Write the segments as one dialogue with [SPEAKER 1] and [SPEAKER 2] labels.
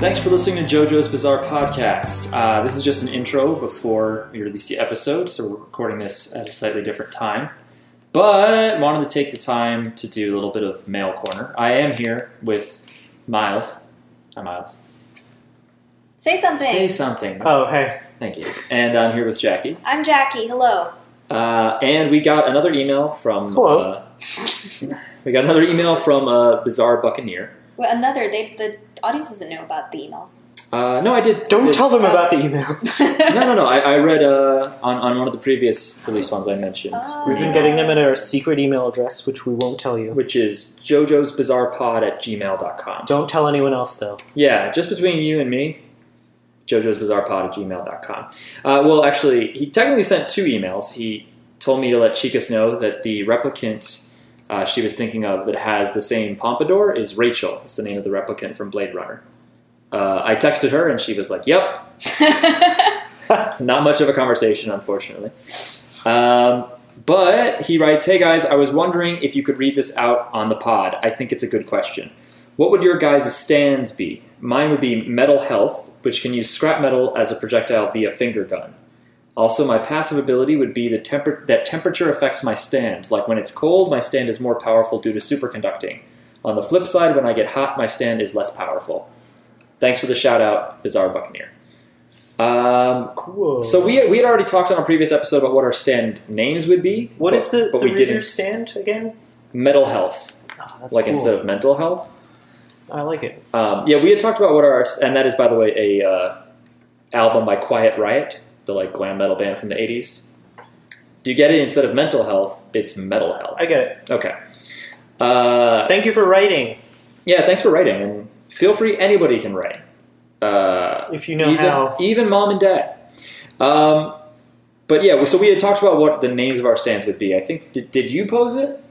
[SPEAKER 1] Thanks for listening to JoJo's Bizarre Podcast. Uh, this is just an intro before we release the episode, so we're recording this at a slightly different time. But wanted to take the time to do a little bit of mail corner. I am here with Miles. Hi, Miles.
[SPEAKER 2] Say something.
[SPEAKER 1] Say something.
[SPEAKER 3] Oh, hey.
[SPEAKER 1] Thank you. And I'm here with Jackie.
[SPEAKER 2] I'm Jackie. Hello.
[SPEAKER 1] Uh, and we got another email from.
[SPEAKER 3] Hello.
[SPEAKER 1] Uh, we got another email from uh, Bizarre Buccaneer.
[SPEAKER 2] Well, another. They the audience doesn't know about the emails.
[SPEAKER 1] Uh, no, I did.
[SPEAKER 3] Don't
[SPEAKER 1] did-
[SPEAKER 3] tell them about the email.
[SPEAKER 1] No, no, no. I, I read uh, on, on one of the previous release ones I mentioned,
[SPEAKER 2] Oh.
[SPEAKER 3] We've been getting them at our secret email address, which we won't tell you.
[SPEAKER 1] which is jojo's bizarre pod at gmail.com.
[SPEAKER 3] Don't tell anyone else, though.
[SPEAKER 1] Yeah, just between you and me, jojo's bizarre pod at gmail.com. Uh, well, actually, he technically sent two emails. He told me to let Chicas know that the replicant uh, she was thinking of that has the same pompadour is Rachel. It's the name of the replicant from Blade Runner. Uh, I texted her and she was like, yep, Not much of a conversation, unfortunately. Um, but he writes, "Hey guys, I was wondering if you could read this out on the pod. I think it's a good question. What would your guys' stands be? Mine would be metal health, which can use scrap metal as a projectile via finger gun. Also, my passive ability would be the temper- that temperature affects my stand. Like when it's cold, my stand is more powerful due to superconducting. On the flip side, when I get hot, my stand is less powerful. Thanks for the shout out, Bizarre Buccaneer." Um,
[SPEAKER 3] Cool.
[SPEAKER 1] so we, we had already talked on a previous episode about what our stand names would be.
[SPEAKER 3] What
[SPEAKER 1] but,
[SPEAKER 3] is the,
[SPEAKER 1] but
[SPEAKER 3] the
[SPEAKER 1] we
[SPEAKER 3] reader
[SPEAKER 1] didn't
[SPEAKER 3] stand again?
[SPEAKER 1] mental health
[SPEAKER 3] Oh, that's
[SPEAKER 1] like
[SPEAKER 3] cool.
[SPEAKER 1] instead of mental health.
[SPEAKER 3] I like it.
[SPEAKER 1] Um, yeah, we had talked about what our and that is by the way a uh, album by Quiet Riot, the like glam metal band from the eighties. Do you get it instead of mental health? It's metal health.
[SPEAKER 3] I get it.
[SPEAKER 1] Okay. Uh,
[SPEAKER 3] Thank you for writing.
[SPEAKER 1] yeah, thanks for writing, and feel free. Anybody can write. Uh,
[SPEAKER 3] If you know
[SPEAKER 1] even,
[SPEAKER 3] how.
[SPEAKER 1] even mom and dad. Um, but yeah, so we had talked about what the names of our stands would be. I think did, did you pose it,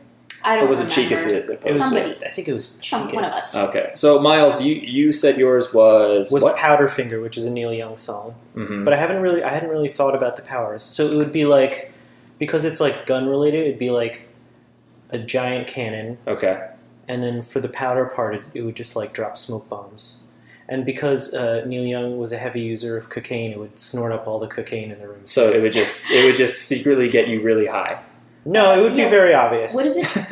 [SPEAKER 2] I
[SPEAKER 1] or
[SPEAKER 2] don't
[SPEAKER 1] was it
[SPEAKER 2] remember.
[SPEAKER 1] Chicas that, that
[SPEAKER 3] It
[SPEAKER 1] posed it?
[SPEAKER 3] was,
[SPEAKER 2] Somebody.
[SPEAKER 3] I think it was
[SPEAKER 2] Some- one of us.
[SPEAKER 3] Chicas.
[SPEAKER 1] Okay, so Miles, you you said yours was,
[SPEAKER 3] Was
[SPEAKER 1] Uh, what?
[SPEAKER 3] Powderfinger, which is a Neil Young song.
[SPEAKER 1] Mhm.
[SPEAKER 3] But I haven't really, I hadn't really thought about the powers. So it would be like, because it's like gun related, it'd be like a giant cannon,
[SPEAKER 1] Okay,
[SPEAKER 3] and then for the powder part, it, it would just like drop smoke bombs. And because uh, Neil Young was a heavy user of cocaine, it would snort up all the cocaine in the room.
[SPEAKER 1] so it would just it would just secretly get you really high.
[SPEAKER 3] No, it would
[SPEAKER 2] Yeah.
[SPEAKER 3] be very obvious.
[SPEAKER 2] What is it?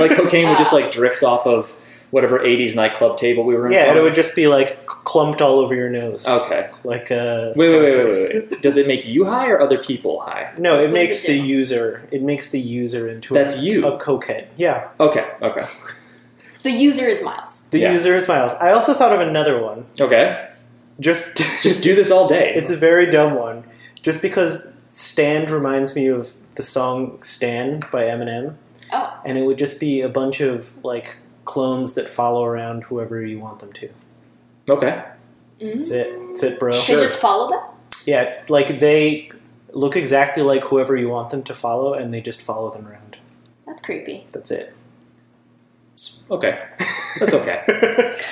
[SPEAKER 1] Like cocaine would just like drift off of whatever '80s nightclub table we were in.
[SPEAKER 3] yeah,
[SPEAKER 1] front
[SPEAKER 3] and it
[SPEAKER 1] of.
[SPEAKER 3] would just be like clumped all over your nose.
[SPEAKER 1] Okay.
[SPEAKER 3] Like uh, a.
[SPEAKER 1] Wait, wait, wait, wait,
[SPEAKER 3] Scarface.
[SPEAKER 1] wait, wait. Does it make you high or other people high?
[SPEAKER 3] No,
[SPEAKER 2] What
[SPEAKER 3] it
[SPEAKER 2] does
[SPEAKER 3] makes
[SPEAKER 2] it
[SPEAKER 3] the
[SPEAKER 2] do?
[SPEAKER 3] user. It makes the user into
[SPEAKER 1] That's
[SPEAKER 3] a,
[SPEAKER 1] you.
[SPEAKER 3] a cokehead. Yeah,
[SPEAKER 1] Okay, okay,
[SPEAKER 2] The user is Miles.
[SPEAKER 3] the
[SPEAKER 1] Yeah.
[SPEAKER 3] user is Miles. I also thought of another one.
[SPEAKER 1] okay.
[SPEAKER 3] Just,
[SPEAKER 1] Just do this all day.
[SPEAKER 3] It's a very dumb one. Just because "Stand" reminds me of the song "Stan" by Eminem.
[SPEAKER 2] Oh.
[SPEAKER 3] And it would just be a bunch of like clones that follow around whoever you want them to.
[SPEAKER 1] okay.
[SPEAKER 3] That's it. That's it, bro.
[SPEAKER 1] Sure.
[SPEAKER 2] They mm-hmm. just follow them.
[SPEAKER 3] Yeah, like they look exactly like whoever you want them to follow, and they just follow them around.
[SPEAKER 2] That's creepy.
[SPEAKER 3] That's it.
[SPEAKER 1] Okay, that's okay.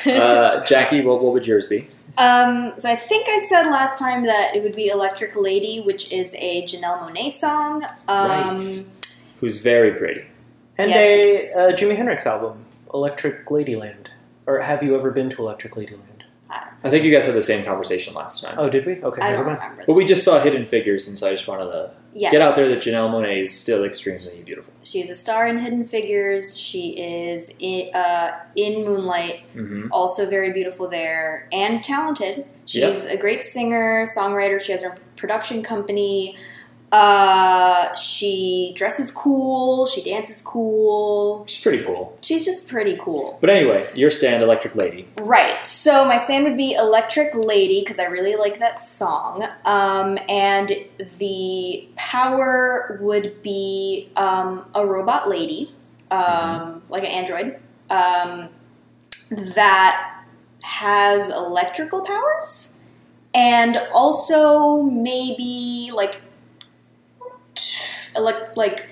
[SPEAKER 1] uh, Jackie, what, what would yours be?
[SPEAKER 2] Um, so I think I said last time that it would be Electric Lady, which is a Janelle Monet song. Um,
[SPEAKER 1] Right. Who's very pretty.
[SPEAKER 3] And
[SPEAKER 2] Yeah,
[SPEAKER 3] a
[SPEAKER 2] she's-
[SPEAKER 3] uh, Jimi Hendrix album, Electric Ladyland. Or have you ever been to Electric Ladyland?
[SPEAKER 1] I think you guys had the same conversation last time.
[SPEAKER 3] Oh, did we? Okay,
[SPEAKER 2] I
[SPEAKER 3] never
[SPEAKER 2] don't
[SPEAKER 3] mind.
[SPEAKER 2] remember.
[SPEAKER 1] But we just saw Hidden Figures, and so I just wanted to
[SPEAKER 2] yes.
[SPEAKER 1] get out there that Janelle Monet is still extremely beautiful.
[SPEAKER 2] She is a star in Hidden Figures. She is in, uh, in Moonlight,
[SPEAKER 1] hmm
[SPEAKER 2] also very beautiful there and talented.
[SPEAKER 1] Yeah.
[SPEAKER 2] She's a great singer, songwriter. She has her production company. Uh, she dresses cool. She dances cool.
[SPEAKER 1] Which is pretty cool.
[SPEAKER 2] She's just pretty cool.
[SPEAKER 1] But anyway, your stand, Electric Lady.
[SPEAKER 2] Right. So my stand would be Electric Lady because I really like that song. Um, and the power would be um, a robot lady, um, like an android, um, that has electrical powers and also maybe like elec- like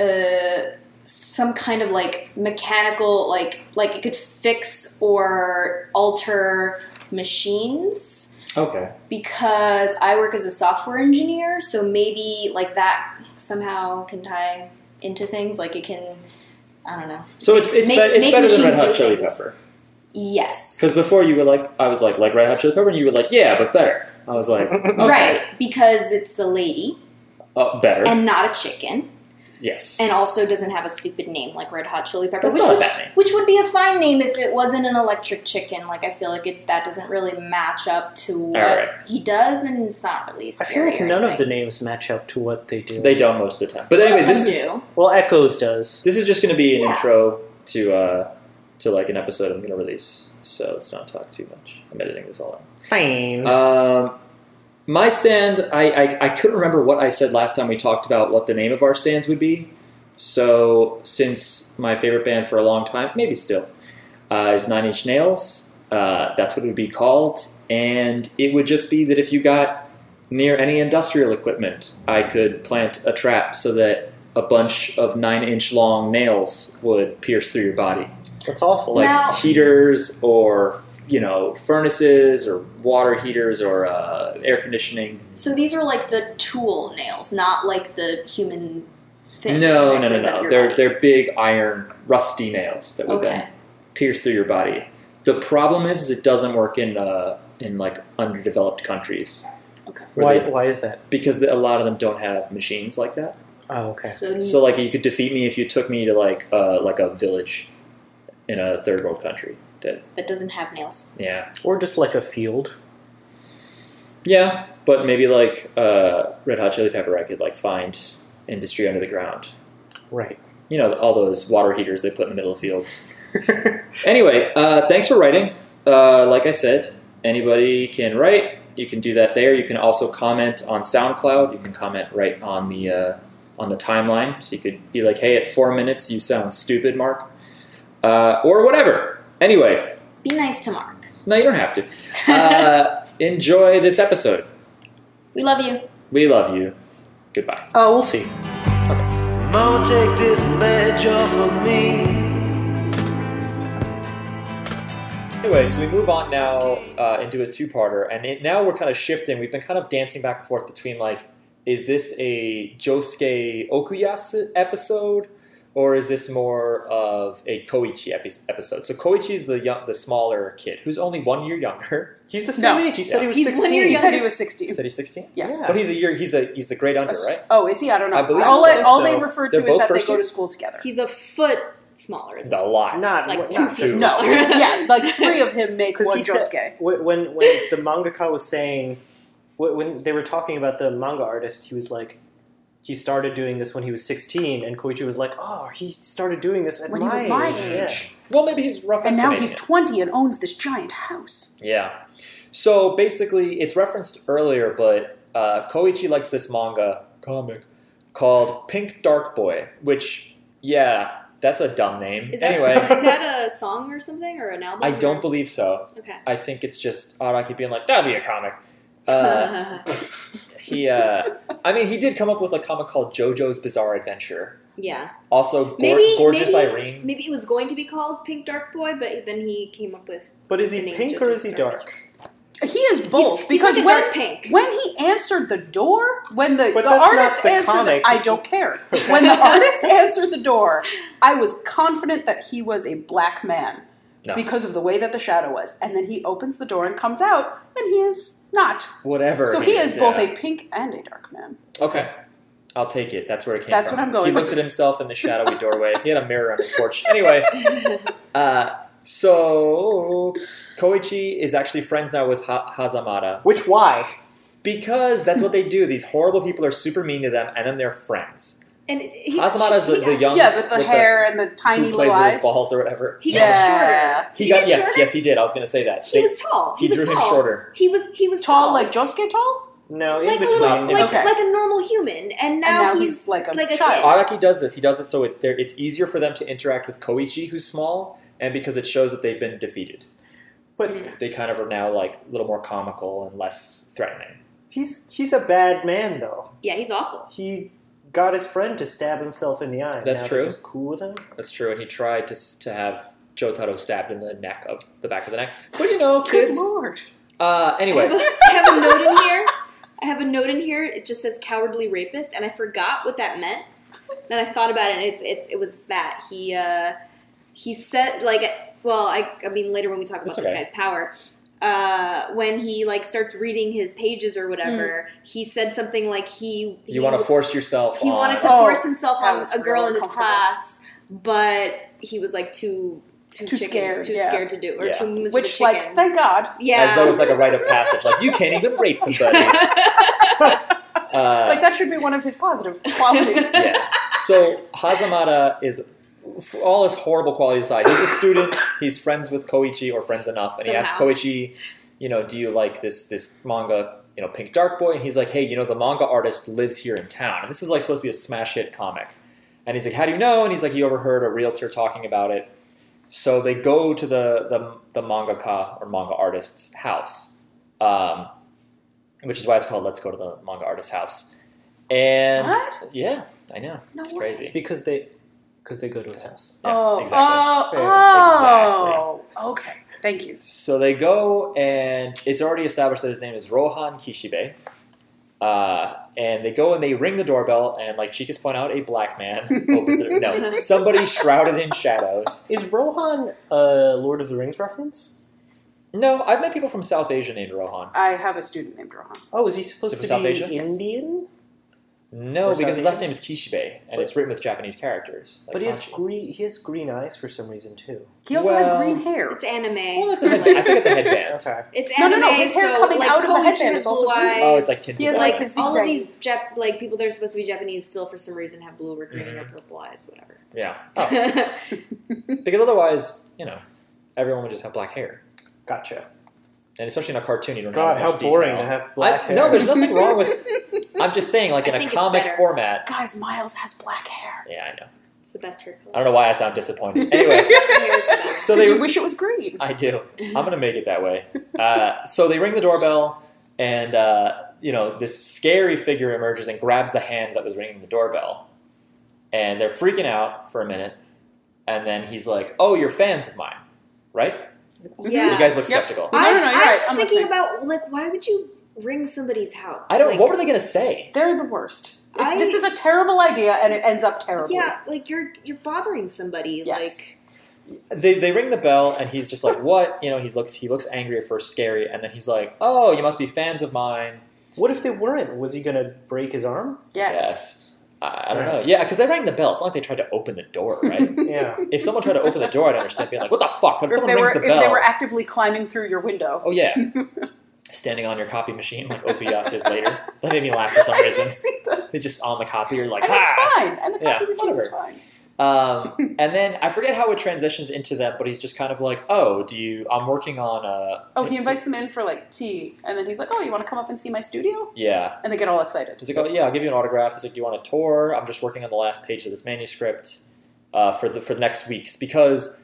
[SPEAKER 2] uh some kind of like mechanical like like it could fix or alter machines
[SPEAKER 1] Okay.
[SPEAKER 2] because I work as a software engineer so maybe like that somehow can tie into things like it can I don't know.
[SPEAKER 1] So it's it's,
[SPEAKER 2] Make-
[SPEAKER 1] be- it's
[SPEAKER 2] make
[SPEAKER 1] better than Red
[SPEAKER 2] machines do
[SPEAKER 1] Hot Chili
[SPEAKER 2] things.
[SPEAKER 1] Pepper
[SPEAKER 2] Yes.
[SPEAKER 1] because before you were like I was like like Red Hot Chili Pepper and you were like yeah but better. I was
[SPEAKER 2] Mm-hmm.
[SPEAKER 1] like okay,
[SPEAKER 2] Right, because it's a lady
[SPEAKER 1] uh, better
[SPEAKER 2] and not a chicken,
[SPEAKER 1] yes
[SPEAKER 2] and also doesn't have a stupid name like Red Hot Chili Pepper,
[SPEAKER 1] that's
[SPEAKER 2] which
[SPEAKER 1] not a
[SPEAKER 2] would,
[SPEAKER 1] bad name.
[SPEAKER 2] which would be a fine name if it wasn't an electric chicken. Like I feel like it, that doesn't really match up to what
[SPEAKER 1] Alright.
[SPEAKER 2] he does, and it's not really.
[SPEAKER 3] I feel like
[SPEAKER 2] scary or
[SPEAKER 3] none of the
[SPEAKER 2] anything.
[SPEAKER 3] names match up to what they do.
[SPEAKER 1] They don't most of the time. But
[SPEAKER 2] Some
[SPEAKER 1] anyway,
[SPEAKER 2] of
[SPEAKER 1] this
[SPEAKER 2] them
[SPEAKER 1] is
[SPEAKER 2] do.
[SPEAKER 3] well, Echoes does.
[SPEAKER 1] this is just going to be an
[SPEAKER 2] Yeah.
[SPEAKER 1] intro to uh, to like an episode I'm going to release. So let's not talk too much. I'm editing this all
[SPEAKER 3] Fine.
[SPEAKER 1] out. Um, my stand, I, I I couldn't remember what I said last time we talked about what the name of our stands would be. So since my favorite band for a long time, maybe still, uh, is Nine Inch Nails. Uh, that's what it would be called, and it would just be that if you got near any industrial equipment, I could plant a trap so that a bunch of nine-inch-long nails would pierce through your body,
[SPEAKER 3] That's awful.
[SPEAKER 1] like
[SPEAKER 2] Now-
[SPEAKER 1] heaters or you know furnaces or water heaters or uh, air conditioning.
[SPEAKER 2] So these are like the tool nails, not like the human thing.
[SPEAKER 1] no,
[SPEAKER 2] that
[SPEAKER 1] no, no,
[SPEAKER 2] grows out
[SPEAKER 1] no.
[SPEAKER 2] of your
[SPEAKER 1] They're
[SPEAKER 2] body.
[SPEAKER 1] they're big iron rusty nails that would then
[SPEAKER 2] okay.
[SPEAKER 1] pierce through your body. The problem is, is it doesn't work in uh, in like underdeveloped countries
[SPEAKER 2] Okay.
[SPEAKER 3] why?
[SPEAKER 1] Really?
[SPEAKER 3] Why is that?
[SPEAKER 1] because the, a lot of them don't have machines like that.
[SPEAKER 3] Oh, okay.
[SPEAKER 2] So,
[SPEAKER 1] So like you could defeat me if you took me to like uh, like a village in a third world country.
[SPEAKER 2] that doesn't have nails.
[SPEAKER 1] Yeah,
[SPEAKER 3] Or just like a field.
[SPEAKER 1] yeah, but maybe like uh, Red Hot Chili Pepper, I could like find industry under the ground.
[SPEAKER 3] Right.
[SPEAKER 1] You know all those water heaters they put in the middle of fields. Anyway, uh, thanks for writing. Uh, like I said, anybody can write. You can do that there. You can also comment on SoundCloud. You can comment right on the uh, on the timeline. So you could be like, "Hey, at four minutes, you sound stupid, Mark," uh, or whatever. Anyway,
[SPEAKER 2] Be nice to Mark.
[SPEAKER 1] no, you don't have to. Uh, enjoy this episode.
[SPEAKER 2] we love you.
[SPEAKER 1] We love you. Goodbye.
[SPEAKER 3] Oh, we'll see.
[SPEAKER 4] Mama, take this badge off of me.
[SPEAKER 1] Anyway, so we move on now uh, into a two-parter, and it, now we're kind of shifting. We've been kind of dancing back and forth between like, is this a Josuke Okuyasu episode, or is this more of a Koichi epi- episode? So Koichi is the young, the smaller kid who's only one year younger.
[SPEAKER 3] He's the same
[SPEAKER 5] No.
[SPEAKER 3] age. He said he was
[SPEAKER 5] He's
[SPEAKER 3] 16.
[SPEAKER 5] one year younger. He was 16.
[SPEAKER 1] Said he's sixteen.
[SPEAKER 5] Yes.
[SPEAKER 3] Yeah.
[SPEAKER 1] but he's a year. He's a he's the great under, right?
[SPEAKER 5] Oh, is he? I don't know.
[SPEAKER 1] I believe
[SPEAKER 5] all
[SPEAKER 3] so.
[SPEAKER 5] I- all they
[SPEAKER 3] So
[SPEAKER 5] refer
[SPEAKER 1] they're
[SPEAKER 5] to
[SPEAKER 1] both
[SPEAKER 5] is that they
[SPEAKER 1] first
[SPEAKER 5] go to
[SPEAKER 1] years?
[SPEAKER 5] school together.
[SPEAKER 2] He's a foot smaller. Is
[SPEAKER 1] It's a lot.
[SPEAKER 3] Not
[SPEAKER 2] Like
[SPEAKER 3] what-
[SPEAKER 2] two
[SPEAKER 3] not
[SPEAKER 2] feet.
[SPEAKER 1] two.
[SPEAKER 5] no, yeah, like three of him make
[SPEAKER 3] Because
[SPEAKER 5] one
[SPEAKER 3] he said-
[SPEAKER 5] Josuke.
[SPEAKER 3] wh- when when the mangaka was saying wh- when they were talking about the manga artist, he was like, he started doing this when he was sixteen, and Koichi was like, oh, he started doing this at
[SPEAKER 5] When he
[SPEAKER 3] my
[SPEAKER 5] was my
[SPEAKER 3] age. Yeah.
[SPEAKER 5] age.
[SPEAKER 1] Well, maybe he's rough.
[SPEAKER 5] And now
[SPEAKER 1] estimating
[SPEAKER 5] he's
[SPEAKER 1] it.
[SPEAKER 5] 20 and owns this giant house.
[SPEAKER 1] Yeah. So basically, it's referenced earlier, but uh, Koichi likes this manga comic called Pink Dark Boy, which, yeah, that's a dumb name.
[SPEAKER 2] that,
[SPEAKER 1] anyway,
[SPEAKER 2] is that a song or something or an album?
[SPEAKER 1] I don't believe so.
[SPEAKER 2] Okay.
[SPEAKER 1] I think it's just Araki being like, that'd be a comic. Uh, he, uh, I mean, he did come up with a comic called JoJo's Bizarre Adventure.
[SPEAKER 2] yeah.
[SPEAKER 1] Also, Gor-
[SPEAKER 2] Maybe-
[SPEAKER 1] Gorgeous
[SPEAKER 2] maybe-
[SPEAKER 1] Irene.
[SPEAKER 2] Maybe it was going to be called Pink Dark Boy, but then he came up with
[SPEAKER 3] But is
[SPEAKER 2] The
[SPEAKER 3] he
[SPEAKER 2] name
[SPEAKER 3] pink
[SPEAKER 2] Jojo's
[SPEAKER 3] or is he
[SPEAKER 2] Bizarre
[SPEAKER 3] dark?
[SPEAKER 5] He is both
[SPEAKER 2] He's- he's
[SPEAKER 5] because
[SPEAKER 2] like a
[SPEAKER 5] when,
[SPEAKER 2] dark pink.
[SPEAKER 5] when he answered the door, when the,
[SPEAKER 3] But
[SPEAKER 5] the
[SPEAKER 3] that's not
[SPEAKER 5] artist
[SPEAKER 3] the
[SPEAKER 5] answered,
[SPEAKER 3] comic.
[SPEAKER 5] I don't care. When the artist answered the door, I was confident that he was a black man
[SPEAKER 1] No.
[SPEAKER 5] because of the way that the shadow was. And then he opens the door and comes out, and he is not.
[SPEAKER 1] Whatever.
[SPEAKER 5] So he is both
[SPEAKER 1] yeah.
[SPEAKER 5] a pink and a dark man.
[SPEAKER 1] Okay. I'll take it. That's where it came
[SPEAKER 5] That's
[SPEAKER 1] from.
[SPEAKER 5] what I'm going
[SPEAKER 1] He
[SPEAKER 5] with.
[SPEAKER 1] looked at himself in the shadowy doorway. He had a mirror on his porch. Anyway, uh, so Koichi is actually friends now with ha- Hazamada
[SPEAKER 3] Which why?
[SPEAKER 1] because that's what they do. These horrible people are super mean to them, and then they're friends.
[SPEAKER 2] and he,
[SPEAKER 1] Hazamada is the, the young
[SPEAKER 5] yeah, with the
[SPEAKER 1] Um, with
[SPEAKER 5] hair and the
[SPEAKER 1] who plays
[SPEAKER 5] tiny little
[SPEAKER 1] with his
[SPEAKER 5] eyes.
[SPEAKER 1] balls or whatever.
[SPEAKER 2] He got
[SPEAKER 5] Yeah.
[SPEAKER 2] shorter.
[SPEAKER 1] He
[SPEAKER 2] He
[SPEAKER 1] got
[SPEAKER 2] got
[SPEAKER 1] yes,
[SPEAKER 2] shorter?
[SPEAKER 1] yes, he did. I was going to say that
[SPEAKER 2] He
[SPEAKER 1] They-
[SPEAKER 2] was tall.
[SPEAKER 1] he
[SPEAKER 2] He,
[SPEAKER 1] drew
[SPEAKER 2] was
[SPEAKER 1] him
[SPEAKER 2] tall.
[SPEAKER 1] shorter.
[SPEAKER 2] He was he was
[SPEAKER 5] Tall like Josuke tall?
[SPEAKER 3] No, in
[SPEAKER 2] like a
[SPEAKER 3] between.
[SPEAKER 2] little like,
[SPEAKER 5] Okay.
[SPEAKER 2] like a normal human, and now,
[SPEAKER 5] and now
[SPEAKER 2] he's,
[SPEAKER 5] he's, like a
[SPEAKER 2] like a
[SPEAKER 5] child.
[SPEAKER 1] Araki does this. He does it so it, they're- it's easier for them to interact with Koichi, who's small, and because it shows that they've been defeated.
[SPEAKER 3] but
[SPEAKER 1] they kind of are now like a little more comical and less threatening.
[SPEAKER 3] he's he's a bad man though.
[SPEAKER 2] yeah, he's awful.
[SPEAKER 3] He got his friend to stab himself in the eye.
[SPEAKER 1] That's
[SPEAKER 3] Now they're
[SPEAKER 1] true.
[SPEAKER 3] Just cool with him.
[SPEAKER 1] That's true. And he tried to to have Jotaro stabbed in the neck of the back of the neck. But you know,
[SPEAKER 5] Good
[SPEAKER 1] kids.
[SPEAKER 5] lord.
[SPEAKER 1] Uh,
[SPEAKER 2] I have, a,
[SPEAKER 1] anyway,
[SPEAKER 2] I have a note in here. I have a note in here. It just says cowardly rapist, and I forgot what that meant. Then I thought about it, and it's, it, it was that he uh, he said like well I, I mean later when we talk about
[SPEAKER 1] That's
[SPEAKER 2] this
[SPEAKER 1] okay.
[SPEAKER 2] guy's power uh, when he like starts reading his pages or whatever
[SPEAKER 5] Hmm.
[SPEAKER 2] he said something like he he
[SPEAKER 1] You want to force yourself.
[SPEAKER 2] he
[SPEAKER 1] on.
[SPEAKER 2] wanted to
[SPEAKER 5] Oh,
[SPEAKER 2] force himself
[SPEAKER 5] that
[SPEAKER 2] on
[SPEAKER 5] was
[SPEAKER 2] a girl
[SPEAKER 5] really
[SPEAKER 2] in his
[SPEAKER 5] uncomfortable.
[SPEAKER 2] class but he was like too too,
[SPEAKER 5] Too
[SPEAKER 2] chicken-
[SPEAKER 5] scared,
[SPEAKER 2] too
[SPEAKER 5] yeah.
[SPEAKER 2] scared to do or
[SPEAKER 1] Yeah.
[SPEAKER 2] too much of a
[SPEAKER 5] Which,
[SPEAKER 2] chicken
[SPEAKER 5] like, thank God.
[SPEAKER 2] yeah
[SPEAKER 1] As though it's like a rite of passage. Like you can't even rape somebody. Uh,
[SPEAKER 5] Like, that should be one of his positive qualities.
[SPEAKER 1] yeah. So Hazamada is, for all his horrible qualities aside, he's a student. He's friends with Koichi or friends enough, and he asks
[SPEAKER 2] Somehow.
[SPEAKER 1] Koichi, you know, do you like this this manga? You know, Pink Dark Boy, and he's like, hey, you know, the manga artist lives here in town, and this is like supposed to be a smash hit comic. And he's like, how do you know? And he's like, he overheard a realtor talking about it. So they go to the the, the mangaka or manga artist's house, um, which is why it's called "Let's Go to the Manga Artist's House." And
[SPEAKER 5] What?
[SPEAKER 1] yeah, I know.
[SPEAKER 5] No
[SPEAKER 1] it's
[SPEAKER 5] way.
[SPEAKER 1] crazy.
[SPEAKER 3] because they because they go to his house.
[SPEAKER 1] Yeah,
[SPEAKER 5] oh,
[SPEAKER 1] exactly.
[SPEAKER 5] oh,
[SPEAKER 3] Yeah,
[SPEAKER 5] oh. Okay. Thank you.
[SPEAKER 1] So they go, and it's already established that his name is Rohan Kishibe. Uh, and they go and they ring the doorbell, and like Chika's point out, a black man opens it. No, somebody shrouded in shadows.
[SPEAKER 3] Is Rohan a Lord of the Rings reference?
[SPEAKER 1] No, I've met people from South Asia named Rohan.
[SPEAKER 5] I have a student named Rohan.
[SPEAKER 3] Oh, is he supposed
[SPEAKER 1] Is
[SPEAKER 3] to
[SPEAKER 1] it
[SPEAKER 3] be
[SPEAKER 1] from South Asia?
[SPEAKER 5] Yes.
[SPEAKER 3] Indian?
[SPEAKER 1] No,
[SPEAKER 3] Or
[SPEAKER 1] because his
[SPEAKER 3] South
[SPEAKER 1] last name is Kishibe, and it's written with Japanese characters. Like
[SPEAKER 3] But he has
[SPEAKER 1] kanji.
[SPEAKER 3] green. He has green eyes for some reason too.
[SPEAKER 5] He also
[SPEAKER 1] Well-
[SPEAKER 5] has green hair.
[SPEAKER 2] it's anime
[SPEAKER 5] Oh,
[SPEAKER 1] Well, that's a headband. I think it's a headband.
[SPEAKER 3] Okay.
[SPEAKER 2] it's
[SPEAKER 5] No,
[SPEAKER 2] anime
[SPEAKER 5] no, no, his hair
[SPEAKER 2] so,
[SPEAKER 5] coming
[SPEAKER 2] like,
[SPEAKER 5] out of the
[SPEAKER 2] Koichi
[SPEAKER 5] headband
[SPEAKER 2] has
[SPEAKER 5] is also
[SPEAKER 2] blue
[SPEAKER 5] green.
[SPEAKER 2] eyes.
[SPEAKER 1] Oh, it's like tinted
[SPEAKER 5] He has,
[SPEAKER 1] black.
[SPEAKER 5] like, this-
[SPEAKER 2] all of
[SPEAKER 5] zigzag.
[SPEAKER 2] these Jap- like people that are supposed to be Japanese still for some reason have blue or green or purple eyes, whatever.
[SPEAKER 1] Mm-hmm. yeah. Oh, because otherwise, you know, everyone would just have black hair.
[SPEAKER 3] Gotcha.
[SPEAKER 1] And especially in a cartoon, you don't
[SPEAKER 3] God,
[SPEAKER 1] have
[SPEAKER 3] how
[SPEAKER 1] as much
[SPEAKER 3] boring
[SPEAKER 1] detail.
[SPEAKER 3] to have black
[SPEAKER 1] I-
[SPEAKER 3] hair.
[SPEAKER 1] No, there's nothing wrong with. I'm just saying, like
[SPEAKER 2] I
[SPEAKER 1] in a
[SPEAKER 2] think it's
[SPEAKER 1] comic
[SPEAKER 2] better.
[SPEAKER 1] format.
[SPEAKER 5] Guys, Miles has black hair.
[SPEAKER 1] Yeah, I know.
[SPEAKER 2] it's the best hair
[SPEAKER 1] I
[SPEAKER 2] color.
[SPEAKER 1] don't know why I sound disappointed. Anyway,
[SPEAKER 2] Hair is the best.
[SPEAKER 1] so
[SPEAKER 5] Because
[SPEAKER 1] they.
[SPEAKER 5] you wish it was green.
[SPEAKER 1] I do. I'm gonna make it that way. Uh, so they ring the doorbell, and uh, you know this scary figure emerges and grabs the hand that was ringing the doorbell, and they're freaking out for a minute, and then he's like, "Oh, you're fans of mine, right?
[SPEAKER 2] Yeah.
[SPEAKER 1] You guys look
[SPEAKER 5] Yep.
[SPEAKER 1] skeptical."
[SPEAKER 5] No, no, no,
[SPEAKER 2] I'm-
[SPEAKER 5] you're
[SPEAKER 2] I'm
[SPEAKER 5] right.
[SPEAKER 2] just
[SPEAKER 5] I'm
[SPEAKER 2] thinking
[SPEAKER 5] listening.
[SPEAKER 2] about like why would you ring somebody's house?
[SPEAKER 1] I don't.
[SPEAKER 2] Like,
[SPEAKER 1] what were they gonna say?
[SPEAKER 5] They're the worst. It-
[SPEAKER 2] I-
[SPEAKER 5] this is a terrible idea, and it ends up terribly.
[SPEAKER 2] Yeah, like you're you're bothering somebody.
[SPEAKER 5] Yes.
[SPEAKER 2] Like
[SPEAKER 1] they, they ring the bell and he's just like what you know he looks he looks angry at first scary and then he's like oh you must be fans of mine
[SPEAKER 3] What if they weren't? Was he gonna break his arm?
[SPEAKER 5] Yes.
[SPEAKER 1] I, I don't know
[SPEAKER 3] Yes.
[SPEAKER 1] yeah because they rang the bell it's not like they tried to open the door right
[SPEAKER 3] Yeah.
[SPEAKER 1] if someone tried to open the door I'd understand being like what the fuck but if
[SPEAKER 5] Or if
[SPEAKER 1] someone
[SPEAKER 5] they
[SPEAKER 1] rings
[SPEAKER 5] were
[SPEAKER 1] the
[SPEAKER 5] if
[SPEAKER 1] bell
[SPEAKER 5] they were actively climbing through your window.
[SPEAKER 1] oh yeah standing on your copy machine like Okuyasa's later that made me laugh for some
[SPEAKER 5] I did
[SPEAKER 1] reason
[SPEAKER 5] see that.
[SPEAKER 1] it's just on the copy you're like
[SPEAKER 5] And it's
[SPEAKER 1] "Ah!"
[SPEAKER 5] fine. And the
[SPEAKER 1] Yeah,
[SPEAKER 5] copy machine is
[SPEAKER 1] whatever.
[SPEAKER 5] fine.
[SPEAKER 1] Um, and then I forget how it transitions into them but he's just kind of like oh do you I'm working on a
[SPEAKER 5] Oh, he invites them in for like tea, and then he's like, "Oh, you want to come up and see my studio?"
[SPEAKER 1] yeah
[SPEAKER 5] And they get all excited.
[SPEAKER 1] He's like, oh, yeah, I'll give you an autograph. He's like, do you want a tour? I'm just working on the last page of this manuscript uh, for the for next week's because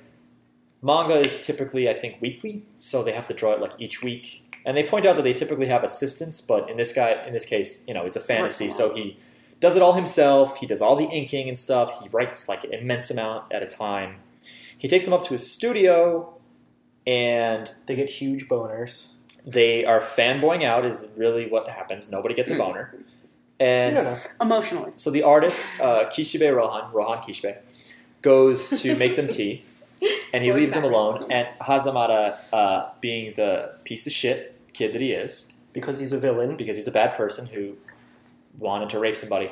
[SPEAKER 1] manga is typically, I think, weekly, so they have to draw it like each week. And they point out that they typically have assistants, but in this guy, in this case, you know, it's a fantasy,
[SPEAKER 5] Works
[SPEAKER 1] so he does it all himself. He does all the inking and stuff. He writes like an immense amount at a time. He takes them up to his studio, and
[SPEAKER 3] They get huge boners.
[SPEAKER 1] they are fanboying out. Is really what happens. Nobody gets a boner, and.
[SPEAKER 3] I don't know.
[SPEAKER 5] Emotionally.
[SPEAKER 1] So the artist, uh, Kishibe Rohan, Rohan Kishibe, goes to make them tea, and he
[SPEAKER 2] Going
[SPEAKER 1] leaves them
[SPEAKER 2] backwards.
[SPEAKER 1] alone. And Hazamada, uh, being the piece of shit kid that he is,
[SPEAKER 3] Because he's a villain.
[SPEAKER 1] because he's a bad person who wanted to rape somebody,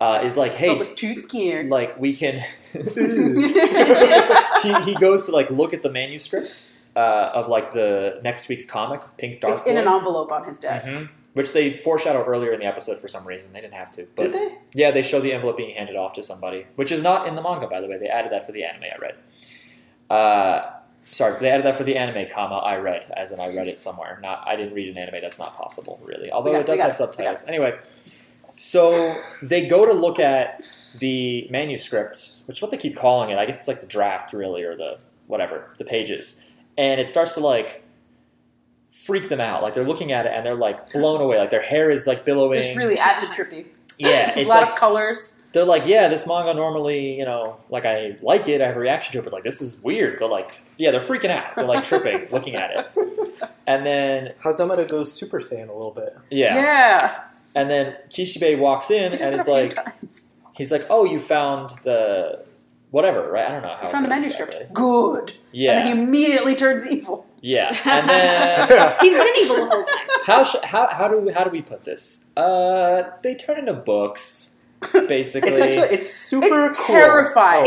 [SPEAKER 1] uh, is like,
[SPEAKER 5] But
[SPEAKER 1] hey,
[SPEAKER 5] was too scared.
[SPEAKER 1] like we can.
[SPEAKER 5] That's
[SPEAKER 1] he, he goes to like look at the manuscript uh, of like the next week's comic, Pink Dark.
[SPEAKER 5] it's in an
[SPEAKER 1] Boy.
[SPEAKER 5] envelope on his desk.
[SPEAKER 1] Mhm. Which they foreshadow earlier in the episode for some reason. They didn't have to. But
[SPEAKER 3] Did they?
[SPEAKER 1] Yeah, they show the envelope being handed off to somebody, which is not in the manga, by the way. They added that for the anime I read. Uh, sorry, they added that for the anime, comma I read, as in I read it somewhere. Not I didn't read an anime. That's not possible, really. Although
[SPEAKER 5] got
[SPEAKER 1] it
[SPEAKER 5] it,
[SPEAKER 1] does
[SPEAKER 5] we got
[SPEAKER 1] have
[SPEAKER 5] it, we got
[SPEAKER 1] subtitles. Anyway, so they go to look at the manuscript, which is what they keep calling it. I guess it's like the draft, really, or the whatever, the pages, and it starts to like. Freak them out. Like they're looking at it and they're like blown away. Like their hair is like billowing.
[SPEAKER 5] It's really acid trippy.
[SPEAKER 1] yeah,
[SPEAKER 5] A
[SPEAKER 1] it's
[SPEAKER 5] lot
[SPEAKER 1] like
[SPEAKER 5] of colors.
[SPEAKER 1] they're like, yeah, this manga normally, you know, like I like it, I have a reaction to it, but like this is weird. They're like, yeah, they're freaking out. They're like tripping, looking at it. And then,
[SPEAKER 3] Hazamada goes Super Saiyan a little bit.
[SPEAKER 1] yeah.
[SPEAKER 5] Yeah.
[SPEAKER 1] And then Kishibe walks in
[SPEAKER 5] He does
[SPEAKER 1] and is
[SPEAKER 5] that a few
[SPEAKER 1] like,
[SPEAKER 5] times.
[SPEAKER 1] He's like, oh, you found the whatever, right? I don't know how.
[SPEAKER 5] I
[SPEAKER 1] it
[SPEAKER 5] found the
[SPEAKER 1] goes
[SPEAKER 5] manuscript.
[SPEAKER 1] exactly.
[SPEAKER 5] Good.
[SPEAKER 1] Yeah,
[SPEAKER 5] And then he immediately turns evil.
[SPEAKER 1] yeah. And then
[SPEAKER 2] He's been evil the whole time.
[SPEAKER 1] how sh- how how do we, how do we put this? Uh, they turn into books, basically.
[SPEAKER 3] It's actually it's super
[SPEAKER 5] It's
[SPEAKER 3] cool. Oh,
[SPEAKER 5] terrifying.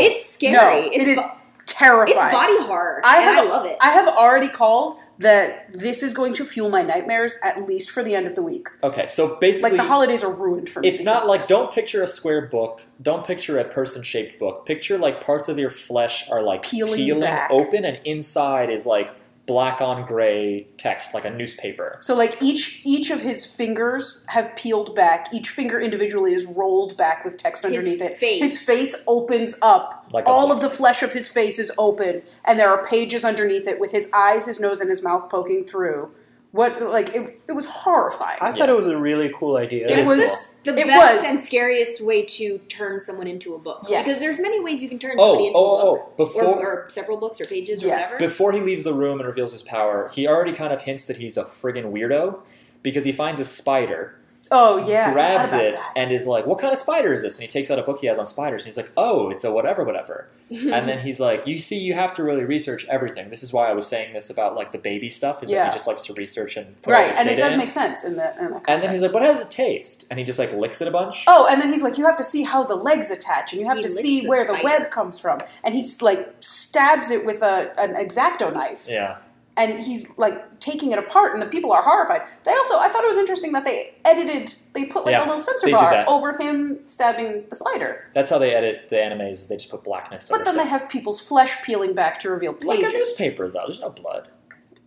[SPEAKER 2] It's scary.
[SPEAKER 5] No,
[SPEAKER 2] it's
[SPEAKER 5] it is
[SPEAKER 2] bo-
[SPEAKER 5] terrifying.
[SPEAKER 2] it's body horror.
[SPEAKER 5] I
[SPEAKER 2] and
[SPEAKER 5] have,
[SPEAKER 2] I love it.
[SPEAKER 5] I have already called that this is going to fuel my nightmares at least for the end of the week.
[SPEAKER 1] okay, so
[SPEAKER 5] Like
[SPEAKER 1] basically,
[SPEAKER 5] the holidays are ruined for me.
[SPEAKER 1] it's not
[SPEAKER 5] because
[SPEAKER 1] like
[SPEAKER 5] of this.
[SPEAKER 1] don't picture a square book, don't picture a person-shaped book. Picture like parts of your flesh are like
[SPEAKER 5] Peeling back.
[SPEAKER 1] open, and inside is like black on gray text, like a newspaper.
[SPEAKER 5] So like each each of his fingers have peeled back. Each finger individually is rolled back with text underneath it.
[SPEAKER 2] face.
[SPEAKER 5] His face opens up.
[SPEAKER 1] Like a
[SPEAKER 5] All
[SPEAKER 1] book.
[SPEAKER 5] of the flesh of his face is open, and there are pages underneath it with his eyes, his nose, and his mouth poking through. What like it? It was horrifying.
[SPEAKER 3] I thought it was a really cool idea.
[SPEAKER 1] It
[SPEAKER 5] it
[SPEAKER 1] is
[SPEAKER 5] was.
[SPEAKER 1] cool.
[SPEAKER 2] the
[SPEAKER 5] It
[SPEAKER 2] best
[SPEAKER 5] was.
[SPEAKER 2] and scariest way to turn someone into a book.
[SPEAKER 5] Yes.
[SPEAKER 2] Because there's many ways you can turn
[SPEAKER 1] Oh,
[SPEAKER 2] somebody
[SPEAKER 1] oh,
[SPEAKER 2] into a book.
[SPEAKER 1] oh! Before
[SPEAKER 2] or, or several books or pages
[SPEAKER 5] Yes.
[SPEAKER 2] or whatever.
[SPEAKER 1] Before he leaves the room and reveals his power, he already kind of hints that he's a friggin' weirdo because he finds a spider,
[SPEAKER 5] Oh yeah. I
[SPEAKER 1] grabs
[SPEAKER 5] forgot
[SPEAKER 1] it,
[SPEAKER 5] about
[SPEAKER 1] and is like, What kind of spider is this? And he takes out a book he has on spiders, and he's like, Oh, it's a whatever, whatever. and then he's like, You see, you have to really research everything. This is why I was saying this about like the baby stuff, is that
[SPEAKER 5] Yeah.
[SPEAKER 1] he just likes to research and
[SPEAKER 5] that.
[SPEAKER 1] put all
[SPEAKER 5] Right,
[SPEAKER 1] this
[SPEAKER 5] and it
[SPEAKER 1] data
[SPEAKER 5] does
[SPEAKER 1] in.
[SPEAKER 5] make sense in that. In
[SPEAKER 1] And
[SPEAKER 5] that
[SPEAKER 1] then
[SPEAKER 5] context.
[SPEAKER 1] he's like, What does it taste? And he just like licks it a bunch.
[SPEAKER 5] Oh, and then he's like, you have to see how the legs attach, and you have
[SPEAKER 2] He
[SPEAKER 5] to
[SPEAKER 2] licks
[SPEAKER 5] see
[SPEAKER 2] the
[SPEAKER 5] where the
[SPEAKER 2] spider.
[SPEAKER 5] web comes from. And he's like, stabs it with a an exacto knife,
[SPEAKER 1] Yeah.
[SPEAKER 5] and he's like taking it apart, and the people are horrified. They also, I thought it was interesting that they edited, they put like
[SPEAKER 1] Yeah,
[SPEAKER 5] a little
[SPEAKER 1] they
[SPEAKER 5] censor
[SPEAKER 1] do
[SPEAKER 5] bar
[SPEAKER 1] that.
[SPEAKER 5] over him stabbing the spider,
[SPEAKER 1] That's how they edit the animes, is they just put blackness
[SPEAKER 5] but
[SPEAKER 1] over
[SPEAKER 5] then
[SPEAKER 1] stuff.
[SPEAKER 5] they have people's flesh peeling back to reveal
[SPEAKER 1] like a
[SPEAKER 5] pages.
[SPEAKER 1] newspaper though, there's no blood.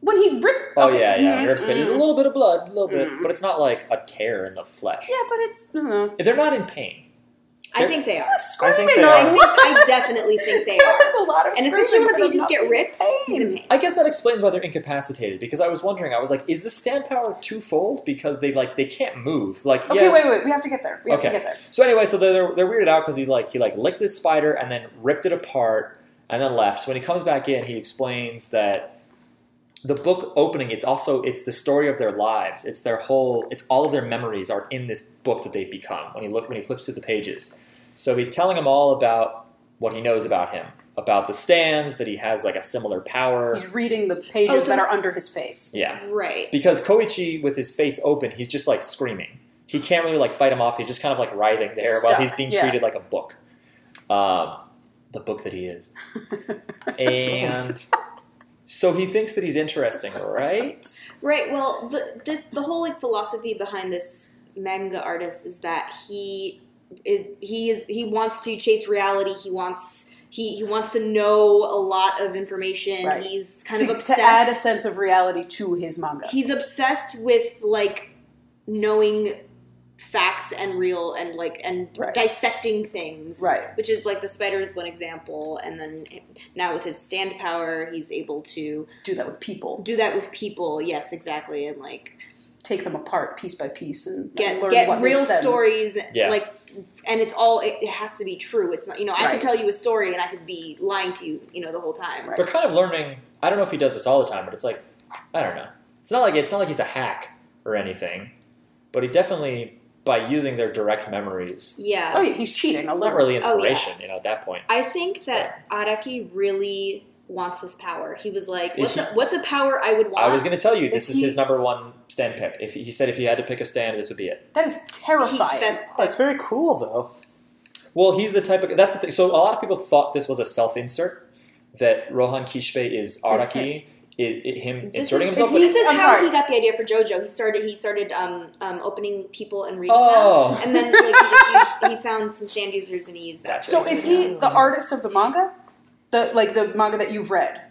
[SPEAKER 5] When he ripped,
[SPEAKER 1] Oh
[SPEAKER 5] okay.
[SPEAKER 1] yeah, yeah.
[SPEAKER 5] Mhm.
[SPEAKER 1] It rips- There's a
[SPEAKER 5] Mhm.
[SPEAKER 1] little bit of blood, a little bit,
[SPEAKER 5] Mhm.
[SPEAKER 1] but it's not like a tear in the flesh.
[SPEAKER 5] yeah, but it's mm-hmm. you know,
[SPEAKER 1] They're not in pain.
[SPEAKER 2] I think they are.
[SPEAKER 5] screaming.
[SPEAKER 3] they
[SPEAKER 5] a
[SPEAKER 3] are.
[SPEAKER 2] I think I
[SPEAKER 5] lot.
[SPEAKER 2] definitely think they
[SPEAKER 5] There
[SPEAKER 2] are.
[SPEAKER 5] was a lot of
[SPEAKER 2] And
[SPEAKER 5] screaming
[SPEAKER 2] especially when
[SPEAKER 5] for
[SPEAKER 2] the
[SPEAKER 5] them
[SPEAKER 2] pages
[SPEAKER 5] not
[SPEAKER 2] get
[SPEAKER 5] being
[SPEAKER 2] ripped, he's in pain.
[SPEAKER 1] I guess that explains why they're incapacitated because I was wondering. I was like, is the stand power twofold because they like they can't move? Like,
[SPEAKER 5] Okay,
[SPEAKER 1] yeah.
[SPEAKER 5] wait, wait. We have to get there. We have
[SPEAKER 1] Okay.
[SPEAKER 5] to get there.
[SPEAKER 1] So anyway, so they're they're weirded out because he's like he like licked this spider and then ripped it apart and then left. So when he comes back in, he explains that the book opening it's also it's the story of their lives. It's their whole it's all of their memories are in this book that they've become. When he look when he flips through the pages, so he's telling them all about what he knows about him, about the stands that he has like a similar power.
[SPEAKER 5] He's reading the pages
[SPEAKER 2] Oh, so-
[SPEAKER 5] that are under his face.
[SPEAKER 1] Yeah.
[SPEAKER 2] Right.
[SPEAKER 1] because Koichi with his face open, he's just like screaming. He can't really like fight him off. He's just kind of like writhing there while
[SPEAKER 5] Stuck,
[SPEAKER 1] he's being
[SPEAKER 5] yeah.
[SPEAKER 1] treated like a book, um, the book that he is. and so he thinks that he's interesting, right?
[SPEAKER 2] Right. Well, the, the the whole like philosophy behind this manga artist is that he it, he is he wants to chase reality. He wants he, he wants to know a lot of information.
[SPEAKER 5] Right.
[SPEAKER 2] He's kind of
[SPEAKER 5] to,
[SPEAKER 2] obsessed.
[SPEAKER 5] to add a sense of reality to his manga.
[SPEAKER 2] he's obsessed with like knowing facts and real and like and
[SPEAKER 5] Right.
[SPEAKER 2] dissecting things
[SPEAKER 5] Right.
[SPEAKER 2] which is like the spider is one example and then now with his stand power he's able to
[SPEAKER 5] do that with people,
[SPEAKER 2] do that with people yes exactly and like
[SPEAKER 5] take them apart piece by piece, and and
[SPEAKER 2] get
[SPEAKER 5] learn
[SPEAKER 2] get
[SPEAKER 5] what
[SPEAKER 2] real
[SPEAKER 5] makes them-
[SPEAKER 2] stories
[SPEAKER 5] Uh,
[SPEAKER 1] Yeah.
[SPEAKER 2] like and it's all it, it has to be true it's not you know i
[SPEAKER 5] Right.
[SPEAKER 2] could tell you a story and i could be lying to you you know the whole time
[SPEAKER 5] Right.
[SPEAKER 1] We're kind of learning. I don't know if he does this all the time, but it's like I don't know. It's not like it's not like he's a hack or anything, but he definitely by using their direct memories.
[SPEAKER 2] yeah
[SPEAKER 5] Oh yeah, he's cheating. A
[SPEAKER 1] It's
[SPEAKER 5] little.
[SPEAKER 1] not really
[SPEAKER 2] Oh, yeah.
[SPEAKER 1] inspiration, you know, at that point.
[SPEAKER 2] I think that Araki really wants this power. He was like,
[SPEAKER 1] Is
[SPEAKER 2] "What's
[SPEAKER 1] he-
[SPEAKER 2] a, what's a power I would want?"
[SPEAKER 1] I was going to tell you, this
[SPEAKER 5] If
[SPEAKER 1] is
[SPEAKER 5] he-
[SPEAKER 1] his number one stand pick. If he he said if he had to pick a stand, this would be it.
[SPEAKER 5] That is
[SPEAKER 2] He-
[SPEAKER 5] terrifying.
[SPEAKER 2] that-
[SPEAKER 3] Oh, it's very cool though.
[SPEAKER 1] Well, he's the type of that's the thing. So a lot of people thought this was a self insert that Rohan Kishibe is Araki, it, it, him
[SPEAKER 2] this
[SPEAKER 1] inserting
[SPEAKER 2] is,
[SPEAKER 1] himself.
[SPEAKER 5] is
[SPEAKER 1] but-
[SPEAKER 2] This is
[SPEAKER 5] I'm
[SPEAKER 2] how
[SPEAKER 5] sorry.
[SPEAKER 2] he got the idea for JoJo. He started he started um, um, opening people and reading
[SPEAKER 1] Oh.
[SPEAKER 2] them, and then like, he, just used, he found some stand users and he used that.
[SPEAKER 1] Gotcha.
[SPEAKER 5] so is he the artist of the manga? The like the manga that you've read.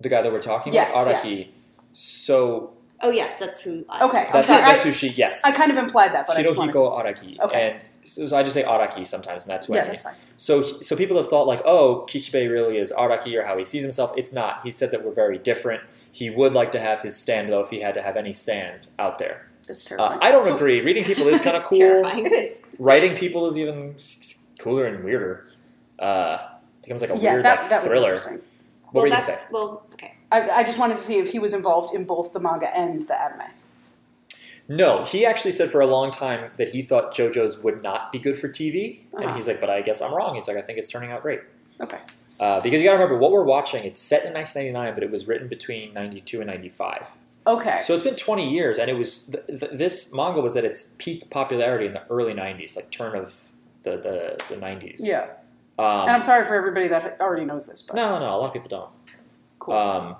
[SPEAKER 1] the guy that we're talking
[SPEAKER 5] Yes,
[SPEAKER 1] about, Araki.
[SPEAKER 5] yes.
[SPEAKER 1] So
[SPEAKER 2] Oh yes, that's who. I
[SPEAKER 5] Okay, I'm
[SPEAKER 1] that's,
[SPEAKER 5] sorry,
[SPEAKER 1] that's
[SPEAKER 5] I-
[SPEAKER 1] who she. Yes,
[SPEAKER 5] I kind of implied that, but I just wanted to.
[SPEAKER 1] Shirohiko Araki.
[SPEAKER 5] Okay.
[SPEAKER 1] And so, so I just say Araki sometimes, and that's what
[SPEAKER 5] Yeah,
[SPEAKER 1] I mean.
[SPEAKER 5] that's fine.
[SPEAKER 1] So, so people have thought like, oh, Kishibe really is Araki or how he sees himself. It's not. He said that we're very different. He would like to have his stand though, if he had to have any stand out there.
[SPEAKER 5] That's
[SPEAKER 1] Uh,
[SPEAKER 5] terrifying.
[SPEAKER 1] I don't
[SPEAKER 5] So-
[SPEAKER 1] agree. Reading people is kind of cool.
[SPEAKER 2] Terrifying.
[SPEAKER 5] It is.
[SPEAKER 1] Writing people is even s- s- cooler and weirder. Uh, becomes like a
[SPEAKER 5] Yeah,
[SPEAKER 1] weird
[SPEAKER 5] that,
[SPEAKER 1] like,
[SPEAKER 5] that was
[SPEAKER 1] thriller.
[SPEAKER 5] interesting.
[SPEAKER 1] What
[SPEAKER 2] Well,
[SPEAKER 1] were you gonna
[SPEAKER 2] that's
[SPEAKER 1] say?
[SPEAKER 2] well. Okay.
[SPEAKER 5] I, I just wanted to see if he was involved in both the manga and the anime.
[SPEAKER 1] No, he actually said for a long time that he thought JoJo's would not be good for TV, and
[SPEAKER 5] Uh-huh.
[SPEAKER 1] he's like, "But I guess I'm wrong." He's like, "I think it's turning out great."
[SPEAKER 5] Okay.
[SPEAKER 1] Uh, because you got to remember what we're watching. It's set in 1999, but it was written between 92 and 95.
[SPEAKER 5] Okay.
[SPEAKER 1] So it's been 20 years, and it was th- th- this manga was at its peak popularity in the early 90s, like turn of the the, the 90s.
[SPEAKER 5] yeah.
[SPEAKER 1] Um,
[SPEAKER 5] And I'm sorry for everybody that already knows this, but
[SPEAKER 1] No, no, a lot of people don't.
[SPEAKER 5] cool.
[SPEAKER 1] Um,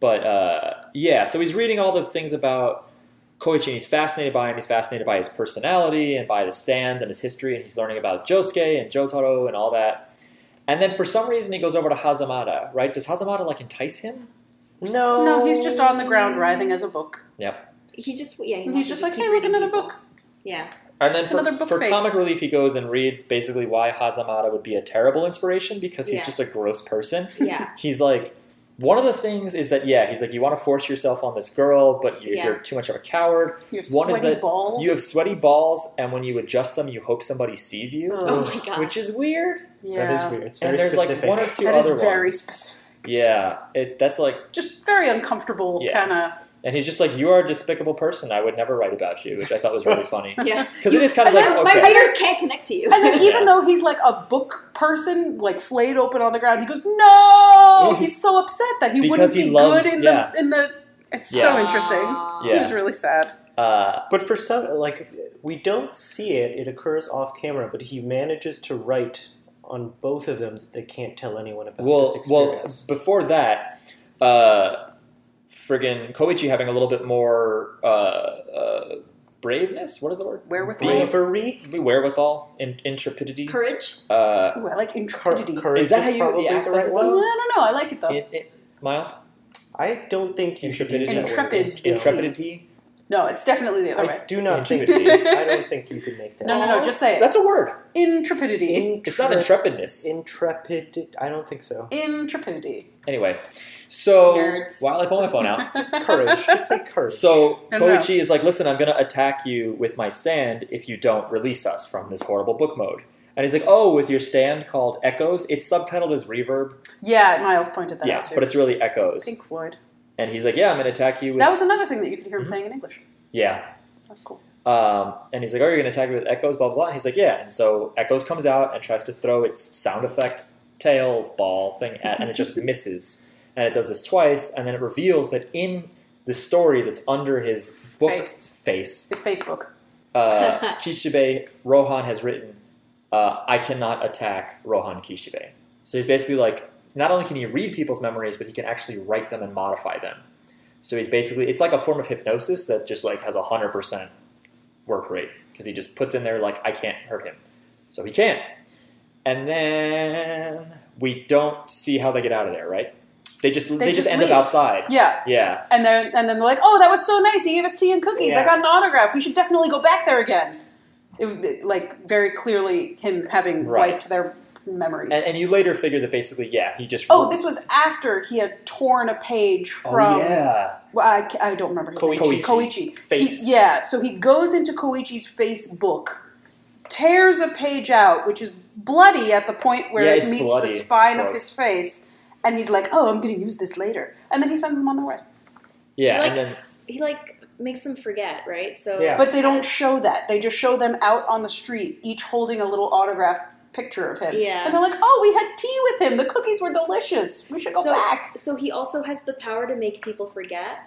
[SPEAKER 1] but uh, yeah, so he's reading all the things about Koichi, and he's fascinated by him. He's fascinated by his personality and by the stands and his history, and he's learning about Josuke and Jotaro and all that. And then for some reason, he goes over to Hazamada, right? Does Hazamada like entice him?
[SPEAKER 3] No,
[SPEAKER 5] no, he's just on the ground writhing as a book.
[SPEAKER 1] Yep.
[SPEAKER 2] He just yeah. He
[SPEAKER 5] And
[SPEAKER 2] wants
[SPEAKER 5] he's
[SPEAKER 2] to
[SPEAKER 5] just like,
[SPEAKER 2] keep
[SPEAKER 5] hey, look,
[SPEAKER 2] reading
[SPEAKER 5] another
[SPEAKER 2] people.
[SPEAKER 5] book.
[SPEAKER 2] Yeah.
[SPEAKER 1] And then
[SPEAKER 5] Another
[SPEAKER 1] for,
[SPEAKER 5] book
[SPEAKER 1] for
[SPEAKER 5] face.
[SPEAKER 1] comic relief, he goes and reads basically why Hazamada would be a terrible inspiration because he's
[SPEAKER 2] Yeah.
[SPEAKER 1] just a gross person.
[SPEAKER 2] Yeah.
[SPEAKER 1] he's like one of the things is that yeah he's like you want to force yourself on this girl but you're,
[SPEAKER 2] Yeah.
[SPEAKER 1] you're too much of a coward
[SPEAKER 5] You have
[SPEAKER 1] One is
[SPEAKER 5] sweaty
[SPEAKER 1] that
[SPEAKER 5] balls.
[SPEAKER 1] you have sweaty balls and when you adjust them you hope somebody sees you
[SPEAKER 2] Oh my god.
[SPEAKER 1] which is weird
[SPEAKER 5] yeah.
[SPEAKER 3] that is weird. It's very
[SPEAKER 1] and there's
[SPEAKER 3] specific.
[SPEAKER 1] like one or two
[SPEAKER 5] That is
[SPEAKER 1] other
[SPEAKER 5] very
[SPEAKER 1] ones
[SPEAKER 5] specific.
[SPEAKER 1] yeah it, that's like
[SPEAKER 5] Just very uncomfortable
[SPEAKER 1] Yeah.
[SPEAKER 5] kind of.
[SPEAKER 1] and he's just like you are a despicable person i would never write about you which i thought was really funny
[SPEAKER 2] yeah.
[SPEAKER 1] because it is kind of
[SPEAKER 2] My-
[SPEAKER 1] like
[SPEAKER 2] my
[SPEAKER 1] okay
[SPEAKER 2] readers can't connect to you.
[SPEAKER 5] And then
[SPEAKER 1] Yeah.
[SPEAKER 5] even though he's like a book person, like flayed open on the ground, he goes, no! He's so upset that he
[SPEAKER 1] Because
[SPEAKER 5] wouldn't
[SPEAKER 1] he
[SPEAKER 5] be
[SPEAKER 1] loves-
[SPEAKER 5] good in
[SPEAKER 1] yeah.
[SPEAKER 5] the in the. It's so
[SPEAKER 1] Yeah.
[SPEAKER 5] interesting. It was
[SPEAKER 1] yeah
[SPEAKER 5] really sad.
[SPEAKER 1] uh,
[SPEAKER 3] But for some, like we don't see it; it occurs off camera. But he manages to write on both of them that they can't tell anyone about this
[SPEAKER 1] well well
[SPEAKER 3] experience.
[SPEAKER 1] before that uh friggin koichi having a little bit more uh, uh braveness what is the word
[SPEAKER 5] Wherewithal.
[SPEAKER 1] Being a-
[SPEAKER 3] bravery.
[SPEAKER 1] Be wherewithal, in, intrepidity.
[SPEAKER 2] Courage.
[SPEAKER 1] Uh,
[SPEAKER 5] Ooh, I like
[SPEAKER 3] Cour-
[SPEAKER 5] intrepidity.
[SPEAKER 3] courage
[SPEAKER 1] Is that how
[SPEAKER 3] is
[SPEAKER 1] you-
[SPEAKER 3] probably
[SPEAKER 1] yeah,
[SPEAKER 3] the right
[SPEAKER 1] something-
[SPEAKER 5] I
[SPEAKER 3] one.
[SPEAKER 5] don't know. I like it though.
[SPEAKER 1] it, it, Miles,
[SPEAKER 3] I don't think you should use
[SPEAKER 1] Intrepidity.
[SPEAKER 3] that word
[SPEAKER 5] Intrepid.
[SPEAKER 3] against him.
[SPEAKER 1] intrepidity.
[SPEAKER 5] No, it's definitely the other
[SPEAKER 3] I
[SPEAKER 5] way.
[SPEAKER 3] do not think.
[SPEAKER 1] Intrepidity.
[SPEAKER 3] I don't think you could make that.
[SPEAKER 5] No, no, no. Just say it.
[SPEAKER 1] That's a word.
[SPEAKER 5] Intrepidity.
[SPEAKER 3] Intre-
[SPEAKER 1] It's not intrepidness.
[SPEAKER 3] Intrepid. I don't think so.
[SPEAKER 5] Intrepidity.
[SPEAKER 1] Anyway, so
[SPEAKER 2] Nerds.
[SPEAKER 1] while I pull my phone out,
[SPEAKER 5] Just
[SPEAKER 3] Courage. Just say courage.
[SPEAKER 1] so
[SPEAKER 5] No, no, no.
[SPEAKER 1] Koichi is like, "Listen, I'm going to attack you with my stand if you don't release us from this horrible book mode." And he's like, "Oh, with your stand called Echoes. It's subtitled as Reverb.
[SPEAKER 5] Yeah, Miles pointed that
[SPEAKER 1] yeah,
[SPEAKER 5] out too.
[SPEAKER 1] but it's really Echoes."
[SPEAKER 5] Pink Floyd.
[SPEAKER 1] And he's like, "Yeah, I'm going to attack you with
[SPEAKER 5] That was another thing that you could hear him
[SPEAKER 1] Mhm.
[SPEAKER 5] saying in English.
[SPEAKER 1] yeah."
[SPEAKER 5] That's cool.
[SPEAKER 1] Um, and he's like, "Oh, you're gonna attack me with echoes, blah blah." blah. And he's like, "Yeah." And so echoes comes out and tries to throw its sound effect tail ball thing at, and it just misses. And it does this twice, and then it reveals that in the story that's under his book
[SPEAKER 5] Face.
[SPEAKER 1] face,
[SPEAKER 5] It's Facebook.
[SPEAKER 1] uh, Kishibe Rohan has written, uh, "I cannot attack Rohan Kishibe." So he's basically like, not only can he read people's memories, but he can actually write them and modify them. So he's basically, it's like a form of hypnosis that just like has a hundred percent work rate because he just puts in there like, "I can't hurt him," so he can't. And then we don't see how they get out of there, right? They just they, just,
[SPEAKER 5] just
[SPEAKER 1] end
[SPEAKER 5] leave.
[SPEAKER 1] up outside.
[SPEAKER 5] Yeah,
[SPEAKER 1] Yeah,
[SPEAKER 5] and then and then they're like, "Oh, that was so nice. He gave us tea and cookies. I
[SPEAKER 3] Yeah.
[SPEAKER 5] got an autograph. We should definitely go back there again." It, would be, like very clearly him having
[SPEAKER 1] Right.
[SPEAKER 5] wiped their memories.
[SPEAKER 1] and, and you later figure that basically, yeah, he just
[SPEAKER 5] oh, this was after he had torn a page
[SPEAKER 1] Oh,
[SPEAKER 5] from.
[SPEAKER 1] yeah.
[SPEAKER 5] Well, I, ca- I don't remember his name.
[SPEAKER 3] Koichi.
[SPEAKER 5] Koichi.
[SPEAKER 3] Face.
[SPEAKER 5] He- yeah, so he goes into Koichi's Facebook, tears a page out, which is bloody at the point where
[SPEAKER 1] Yeah,
[SPEAKER 5] it
[SPEAKER 1] it's
[SPEAKER 5] meets
[SPEAKER 1] bloody.
[SPEAKER 5] the spine of
[SPEAKER 1] Gross.
[SPEAKER 5] his face, and he's like, "Oh, I'm going to use this later," and then he sends them on their way.
[SPEAKER 1] Yeah,
[SPEAKER 2] Like-
[SPEAKER 1] and then
[SPEAKER 2] he like makes them forget, right? So
[SPEAKER 3] Yeah.
[SPEAKER 5] But they don't show that; they just show them out on the street, each holding a little autograph picture of him.
[SPEAKER 2] Yeah.
[SPEAKER 5] and they're like, "Oh, we had tea with him. The cookies were delicious. We should go
[SPEAKER 2] so,
[SPEAKER 5] back."
[SPEAKER 2] so he also has the power to make people forget.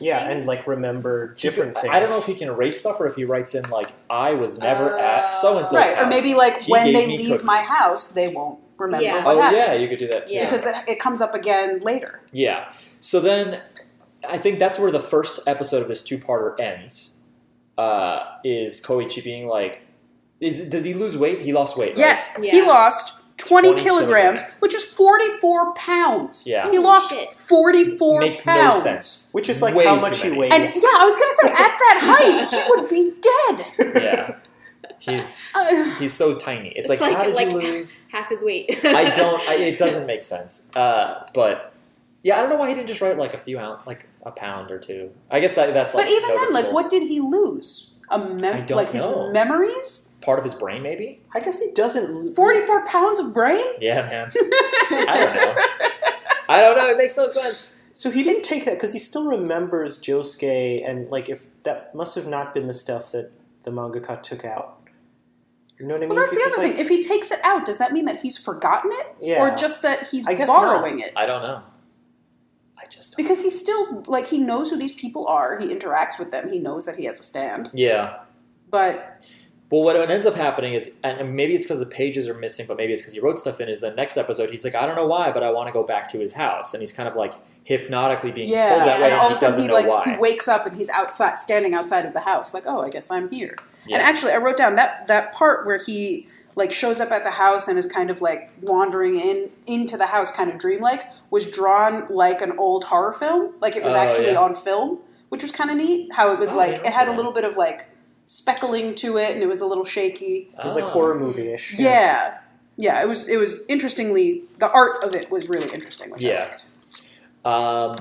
[SPEAKER 3] yeah, and
[SPEAKER 2] things.
[SPEAKER 3] like remember different things.
[SPEAKER 1] I don't know if he can erase stuff or if he writes in like I was never at so and so's
[SPEAKER 5] Oh, Right, or maybe like
[SPEAKER 1] He
[SPEAKER 5] when
[SPEAKER 1] gave
[SPEAKER 5] they
[SPEAKER 1] me
[SPEAKER 5] leave my
[SPEAKER 1] cookies.
[SPEAKER 5] house, they won't remember
[SPEAKER 2] Yeah.
[SPEAKER 5] what
[SPEAKER 1] Oh
[SPEAKER 5] happened.
[SPEAKER 1] yeah, you could do that too.
[SPEAKER 2] Yeah.
[SPEAKER 5] because it, it comes up again later.
[SPEAKER 1] Yeah. So then, I think that's where the first episode of this two-parter ends. Uh, is Koichi being like, is did he lose weight? He lost weight. right?
[SPEAKER 5] Yes,
[SPEAKER 2] Yeah.
[SPEAKER 5] he lost 20,
[SPEAKER 1] 20
[SPEAKER 5] kilograms,
[SPEAKER 1] kilograms.
[SPEAKER 5] which is 44 pounds.
[SPEAKER 1] Yeah.
[SPEAKER 5] He
[SPEAKER 2] Holy
[SPEAKER 5] lost
[SPEAKER 2] shit.
[SPEAKER 5] 44
[SPEAKER 1] Makes no
[SPEAKER 5] pounds.
[SPEAKER 1] sense.
[SPEAKER 3] Which is like
[SPEAKER 1] Way
[SPEAKER 3] how
[SPEAKER 1] too
[SPEAKER 3] much he
[SPEAKER 1] many.
[SPEAKER 3] weighs.
[SPEAKER 5] And yeah, I was going to say, at that height, he would be dead.
[SPEAKER 1] Yeah. He's
[SPEAKER 5] Uh,
[SPEAKER 1] he's so tiny. It's,
[SPEAKER 2] It's
[SPEAKER 1] like,
[SPEAKER 2] like-
[SPEAKER 1] how did
[SPEAKER 2] like-
[SPEAKER 1] you lose?
[SPEAKER 2] Half his weight.
[SPEAKER 1] I don't. I, it doesn't make sense. Uh, but yeah, I don't know why he didn't just write like a few ounce, like a pound or two. I guess that that's like
[SPEAKER 5] but even then, like,
[SPEAKER 1] noticeable.
[SPEAKER 5] what did he lose? A mem-
[SPEAKER 1] I don't
[SPEAKER 5] like
[SPEAKER 1] know.
[SPEAKER 5] his memories?
[SPEAKER 1] part of his brain maybe?
[SPEAKER 3] I guess he doesn't. lo-
[SPEAKER 5] 44 pounds of brain?
[SPEAKER 1] Yeah, man. I don't know. I don't know. It makes no sense.
[SPEAKER 3] So he didn't take that because he still remembers Josuke, and like if that must have not been the stuff that the mangaka took out. You know what I mean?
[SPEAKER 5] Well, that's the
[SPEAKER 3] Because,
[SPEAKER 5] other
[SPEAKER 3] like,
[SPEAKER 5] thing. If he takes it out, does that mean that he's forgotten it,
[SPEAKER 3] Yeah.
[SPEAKER 5] or just that he's
[SPEAKER 3] I guess
[SPEAKER 5] borrowing it?
[SPEAKER 1] I don't know. I just
[SPEAKER 5] Because he's still like he knows who these people are. He interacts with them. He knows that he has a stand.
[SPEAKER 1] yeah.
[SPEAKER 5] But
[SPEAKER 1] Well, what ends up happening is, and and maybe it's because the pages are missing, but maybe it's because he wrote stuff in. Is that next episode he's like, I don't know why, but I want to go back to his house, and he's kind of like hypnotically being
[SPEAKER 5] yeah,
[SPEAKER 1] pulled that way,
[SPEAKER 5] and all
[SPEAKER 1] and
[SPEAKER 5] of
[SPEAKER 1] he
[SPEAKER 5] a sudden
[SPEAKER 1] doesn't
[SPEAKER 5] he
[SPEAKER 1] know
[SPEAKER 5] like
[SPEAKER 1] why.
[SPEAKER 5] he wakes up and he's outside, standing outside of the house. Like, oh, I guess I'm here.
[SPEAKER 1] Yeah.
[SPEAKER 5] And actually, I wrote down that that part where he like shows up at the house and is kind of like wandering in into the house, kind of dreamlike, was drawn like an old horror film. Like it was
[SPEAKER 1] Oh,
[SPEAKER 5] actually
[SPEAKER 1] yeah.
[SPEAKER 5] on film, which was kind of neat. How it was
[SPEAKER 1] Oh,
[SPEAKER 5] like
[SPEAKER 1] yeah,
[SPEAKER 5] it had
[SPEAKER 1] yeah.
[SPEAKER 5] a little bit of like speckling to it, and it was a little shaky.
[SPEAKER 3] it was like
[SPEAKER 1] Oh.
[SPEAKER 3] horror movie ish.
[SPEAKER 5] Yeah. Yeah, it was. It was interestingly the art of it was really interesting. Which I
[SPEAKER 1] Yeah.
[SPEAKER 5] liked.
[SPEAKER 1] Um,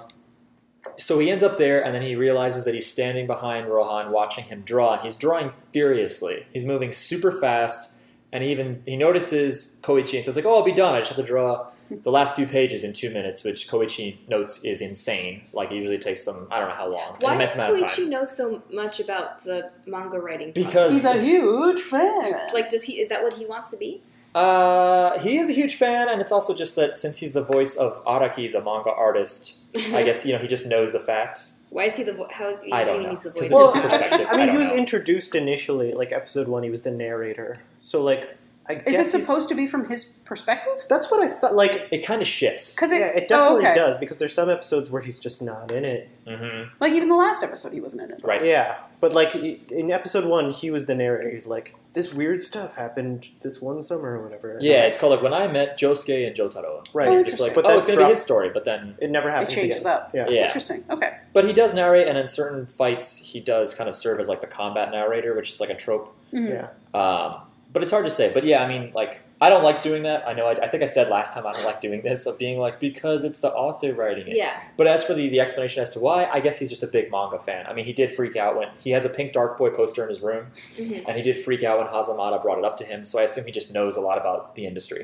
[SPEAKER 1] so he ends up there, and then he realizes that he's standing behind Rohan, watching him draw, and he's drawing furiously. He's moving super fast, and he even he notices Koichi and says like, "Oh, I'll be done. I just have to draw the last few pages in two minutes," which Koichi notes is insane. Like it usually takes them I don't know how long, an
[SPEAKER 2] Why
[SPEAKER 1] immense
[SPEAKER 2] does
[SPEAKER 1] amount of
[SPEAKER 2] Koichi
[SPEAKER 1] time.
[SPEAKER 2] know so much about the manga writing?
[SPEAKER 1] Because-
[SPEAKER 5] he's a huge fan.
[SPEAKER 2] process? like, does he? Is that what he wants to be?
[SPEAKER 1] Uh, he is a huge fan, and it's also just that since he's the voice of Araki, the manga artist, I guess you know he just knows the facts.
[SPEAKER 2] Why is he the? Vo- how is he?
[SPEAKER 1] I don't
[SPEAKER 2] meaning
[SPEAKER 1] know,
[SPEAKER 2] He's the
[SPEAKER 1] 'cause it's
[SPEAKER 2] voice.
[SPEAKER 1] just
[SPEAKER 2] of-
[SPEAKER 1] a perspective.
[SPEAKER 3] I mean,
[SPEAKER 1] I
[SPEAKER 3] he
[SPEAKER 1] don't
[SPEAKER 3] was
[SPEAKER 1] know.
[SPEAKER 3] introduced initially, like episode one, he was the narrator. So like, I
[SPEAKER 5] Is
[SPEAKER 3] guess
[SPEAKER 5] it
[SPEAKER 3] he's-
[SPEAKER 5] supposed to be from his perspective?
[SPEAKER 3] That's what I thought. Like,
[SPEAKER 1] It kind of shifts.
[SPEAKER 5] Because it,
[SPEAKER 3] yeah, it definitely
[SPEAKER 5] oh, okay.
[SPEAKER 3] does because there's some episodes where he's just not in it.
[SPEAKER 1] hmm
[SPEAKER 5] Like even the last episode, he wasn't in it.
[SPEAKER 1] Right.
[SPEAKER 3] Yeah, but like in episode one, he was the narrator. He's like, this weird stuff happened this one summer or whatever.
[SPEAKER 1] Yeah, it's called like when I met Josuke and Jotaro.
[SPEAKER 3] right.
[SPEAKER 5] Oh,
[SPEAKER 1] You're just like,
[SPEAKER 3] But
[SPEAKER 1] oh,
[SPEAKER 3] that
[SPEAKER 1] it's gonna be
[SPEAKER 3] drop-
[SPEAKER 1] his story, but then,
[SPEAKER 3] It never
[SPEAKER 5] It
[SPEAKER 3] happens.
[SPEAKER 5] changes
[SPEAKER 3] again.
[SPEAKER 5] up.
[SPEAKER 3] Yeah.
[SPEAKER 1] yeah.
[SPEAKER 5] Interesting. Okay.
[SPEAKER 1] But he does narrate, and in certain fights, he does kind of serve as like the combat narrator, which is like a trope.
[SPEAKER 5] Mm-hmm.
[SPEAKER 3] Yeah.
[SPEAKER 5] Hmm.
[SPEAKER 1] Um, but it's hard to say. But yeah, I mean, like, I don't like doing that. I know. I, I think I said last time I don't like doing this of being like because it's the author writing it.
[SPEAKER 2] yeah.
[SPEAKER 1] But as for the, the explanation as to why, I guess he's just a big manga fan. I mean, he did freak out when he has a pink Dark Boy poster in his room,
[SPEAKER 2] Mhm.
[SPEAKER 1] and he did freak out when Hazamada brought it up to him. So I assume he just knows a lot about the industry.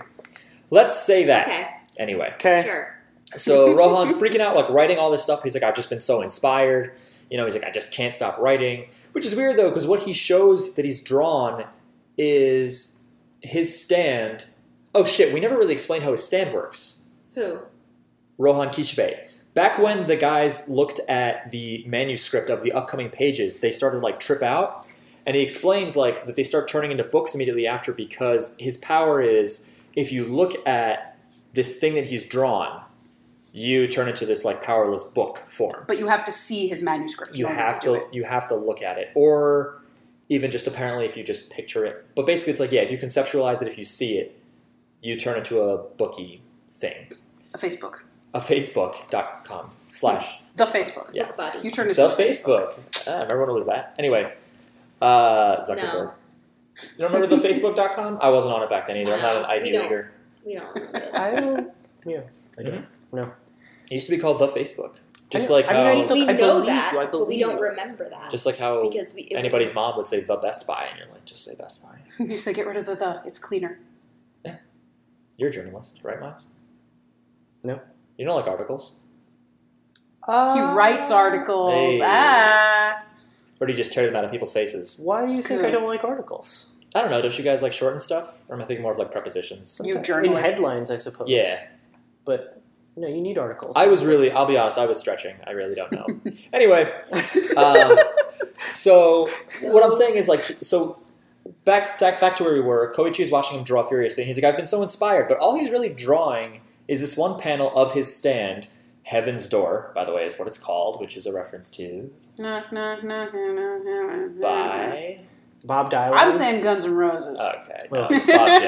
[SPEAKER 1] Let's say that
[SPEAKER 2] Okay.
[SPEAKER 1] anyway.
[SPEAKER 3] Okay.
[SPEAKER 2] Sure.
[SPEAKER 1] So Rohan's freaking out, like writing all this stuff. He's like, I've just been so inspired. You know, he's like, I just can't stop writing. Which is weird though, because what he shows that he's drawn is his stand. Oh shit, we never really explained how his stand works.
[SPEAKER 2] Who?
[SPEAKER 1] Rohan Kishibe. Back when the guys looked at the manuscript of the upcoming pages, they started like trip out. And he explains like that they start turning into books immediately after because his power is if you look at this thing that he's drawn, you turn into this like powerless book form.
[SPEAKER 5] But you have to see his manuscript.
[SPEAKER 1] You
[SPEAKER 5] in order
[SPEAKER 1] have
[SPEAKER 5] do
[SPEAKER 1] to
[SPEAKER 5] it.
[SPEAKER 1] you have to look at it. Or even just apparently if you just picture it. But basically it's like, yeah, if you conceptualize it, if you see it, you turn into a bookie thing.
[SPEAKER 5] A Facebook.
[SPEAKER 1] A Facebook.com slash
[SPEAKER 5] The Facebook.
[SPEAKER 1] Yeah.
[SPEAKER 2] Book body.
[SPEAKER 5] You turned it.
[SPEAKER 1] the Facebook. Ah, remember when it was that? Anyway, uh, Zuckerberg. You don't remember the Facebook.com? I wasn't on it back then either. I'm not an
[SPEAKER 2] No,
[SPEAKER 1] Ivy
[SPEAKER 2] we don't.
[SPEAKER 1] Leaguer.
[SPEAKER 2] We don't remember this.
[SPEAKER 3] I don't. Yeah. I don't.
[SPEAKER 1] Mhm.
[SPEAKER 3] No.
[SPEAKER 1] It used to be called the Facebook. Just
[SPEAKER 3] I know-
[SPEAKER 1] like
[SPEAKER 3] I mean,
[SPEAKER 1] how,
[SPEAKER 3] I didn't
[SPEAKER 2] we
[SPEAKER 3] Look,
[SPEAKER 2] know
[SPEAKER 3] believe
[SPEAKER 2] that,
[SPEAKER 3] you, I
[SPEAKER 2] but we
[SPEAKER 3] believe
[SPEAKER 2] don't
[SPEAKER 3] you.
[SPEAKER 2] remember that
[SPEAKER 1] just like how
[SPEAKER 2] because we it was-
[SPEAKER 1] anybody's mom would say the Best Buy, and you're like, just say Best Buy.
[SPEAKER 5] You say get rid of the the. It's cleaner.
[SPEAKER 1] You're a journalist, right, Miles?
[SPEAKER 3] No.
[SPEAKER 1] You don't like articles,
[SPEAKER 3] Uh,
[SPEAKER 5] He
[SPEAKER 3] Ah.
[SPEAKER 5] writes articles.
[SPEAKER 1] Hey.
[SPEAKER 5] Ah.
[SPEAKER 1] or do you just tear them out of people's faces?
[SPEAKER 3] Why do you think I
[SPEAKER 5] Good.
[SPEAKER 3] don't like articles?
[SPEAKER 1] I don't know. Don't you guys like shortened stuff, or am I thinking more of like prepositions?
[SPEAKER 5] You
[SPEAKER 3] Sometimes.
[SPEAKER 5] journalists.
[SPEAKER 3] In headlines, I suppose.
[SPEAKER 1] Yeah,
[SPEAKER 3] But no, you need articles.
[SPEAKER 1] I was really. I'll be honest. I was stretching. I really don't know. anyway, um, so what I'm saying is like so back back back to where we were. Koichi is watching him draw furiously, and he's like, "I've been so inspired," but all he's really drawing is this one panel of his stand. Heaven's Door, by the way, is what it's called, which is a reference to
[SPEAKER 5] Knock, knock, knock, knock, knock, knock.
[SPEAKER 1] by.
[SPEAKER 3] Bob Dylan.
[SPEAKER 5] I'm saying Guns and
[SPEAKER 1] Okay,
[SPEAKER 5] Roses.
[SPEAKER 1] no,
[SPEAKER 3] Mm. Well.
[SPEAKER 1] it's Uh, Bob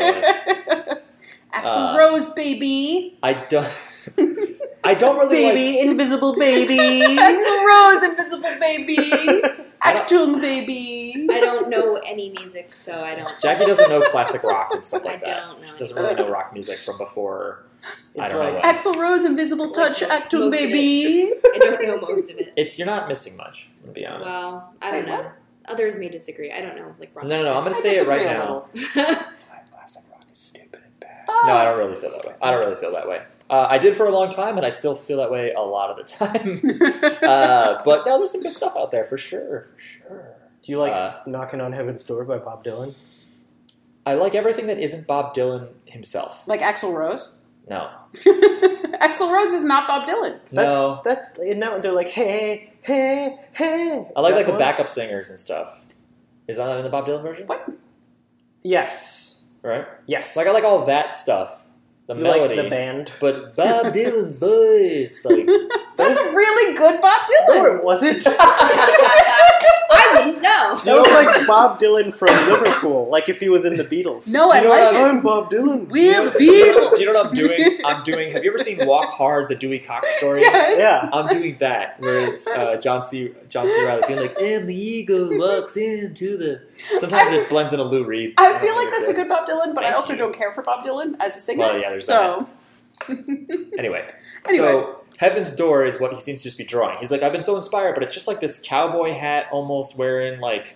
[SPEAKER 1] Dylan.
[SPEAKER 5] Axel
[SPEAKER 1] Uh,
[SPEAKER 5] Rose, baby.
[SPEAKER 1] I don't. I don't really like.
[SPEAKER 3] baby, invisible baby.
[SPEAKER 5] Axel Rose, Invisible Baby.
[SPEAKER 1] I don't-
[SPEAKER 5] Actung Baby.
[SPEAKER 2] I don't know any music, so I don't.
[SPEAKER 1] Jackie doesn't know classic rock and stuff
[SPEAKER 2] I
[SPEAKER 1] like that.
[SPEAKER 2] don't know.
[SPEAKER 1] She doesn't really know rock music from before. I
[SPEAKER 3] It's
[SPEAKER 1] don't know
[SPEAKER 3] like-
[SPEAKER 1] what.
[SPEAKER 5] Axel Rose, Invisible Touch,
[SPEAKER 2] Most-
[SPEAKER 5] Actum
[SPEAKER 2] most of
[SPEAKER 5] Baby.
[SPEAKER 2] I don't know most of it.
[SPEAKER 1] It's you're not missing much, to be honest.
[SPEAKER 2] Well, I don't
[SPEAKER 5] Wait, what?
[SPEAKER 2] know. Others may disagree. I don't know. Like rock
[SPEAKER 1] no, no, no. I'm gonna
[SPEAKER 5] I
[SPEAKER 1] say it right
[SPEAKER 5] disagree a
[SPEAKER 1] now.
[SPEAKER 5] little.
[SPEAKER 2] music.
[SPEAKER 1] No, I don't really feel that way. I don't really feel that way. Uh, I did for a long time, and I still feel that way a lot of the time. uh, but no, there's some good stuff out there for sure. For sure.
[SPEAKER 3] Do you like
[SPEAKER 1] Uh,
[SPEAKER 3] "Knocking on Heaven's Door" by Bob Dylan?
[SPEAKER 1] I like everything that isn't Bob Dylan himself.
[SPEAKER 5] like Axl Rose.
[SPEAKER 1] No,
[SPEAKER 5] Axl Rose is not Bob Dylan.
[SPEAKER 3] That's,
[SPEAKER 1] no.
[SPEAKER 3] That in that one they're like, "Hey, hey, hey."
[SPEAKER 1] I like
[SPEAKER 3] Is that
[SPEAKER 1] like the
[SPEAKER 3] one?
[SPEAKER 1] backup singers and stuff. Is that not in the Bob Dylan version?
[SPEAKER 5] What?
[SPEAKER 3] Yes,
[SPEAKER 1] Right.
[SPEAKER 3] yes.
[SPEAKER 1] Like I like all that stuff. The
[SPEAKER 3] you
[SPEAKER 1] melody.
[SPEAKER 3] like the band.
[SPEAKER 1] But Bob Dylan's voice, like
[SPEAKER 5] That's a really good Bob Dylan.
[SPEAKER 3] Or was it?
[SPEAKER 2] I wouldn't know.
[SPEAKER 3] That was like Bob Dylan from Liverpool, like if he was in the Beatles.
[SPEAKER 5] No,
[SPEAKER 1] Do
[SPEAKER 5] I
[SPEAKER 1] you know what
[SPEAKER 5] like it.
[SPEAKER 3] I'm Bob Dylan.
[SPEAKER 5] We're
[SPEAKER 1] Do you know-
[SPEAKER 5] Beatles.
[SPEAKER 1] Do you know what I'm doing? I'm doing. Have you ever seen Walk Hard, the Dewey Cox story?
[SPEAKER 5] Yes.
[SPEAKER 3] Yeah.
[SPEAKER 1] I'm doing that where it's uh, John C. John C. Riley being like, and the eagle walks into the. Sometimes it blends in a Lou Reed.
[SPEAKER 5] I feel like that's a good Bob Dylan, but I
[SPEAKER 1] Thank
[SPEAKER 5] also
[SPEAKER 1] you.
[SPEAKER 5] don't care for Bob Dylan as a singer.
[SPEAKER 1] Well, yeah, there's
[SPEAKER 5] so
[SPEAKER 1] Anyway,
[SPEAKER 5] Anyway.
[SPEAKER 1] so Heaven's Door is what he seems to just be drawing. He's like, I've been so inspired, but it's just like this cowboy hat almost wearing like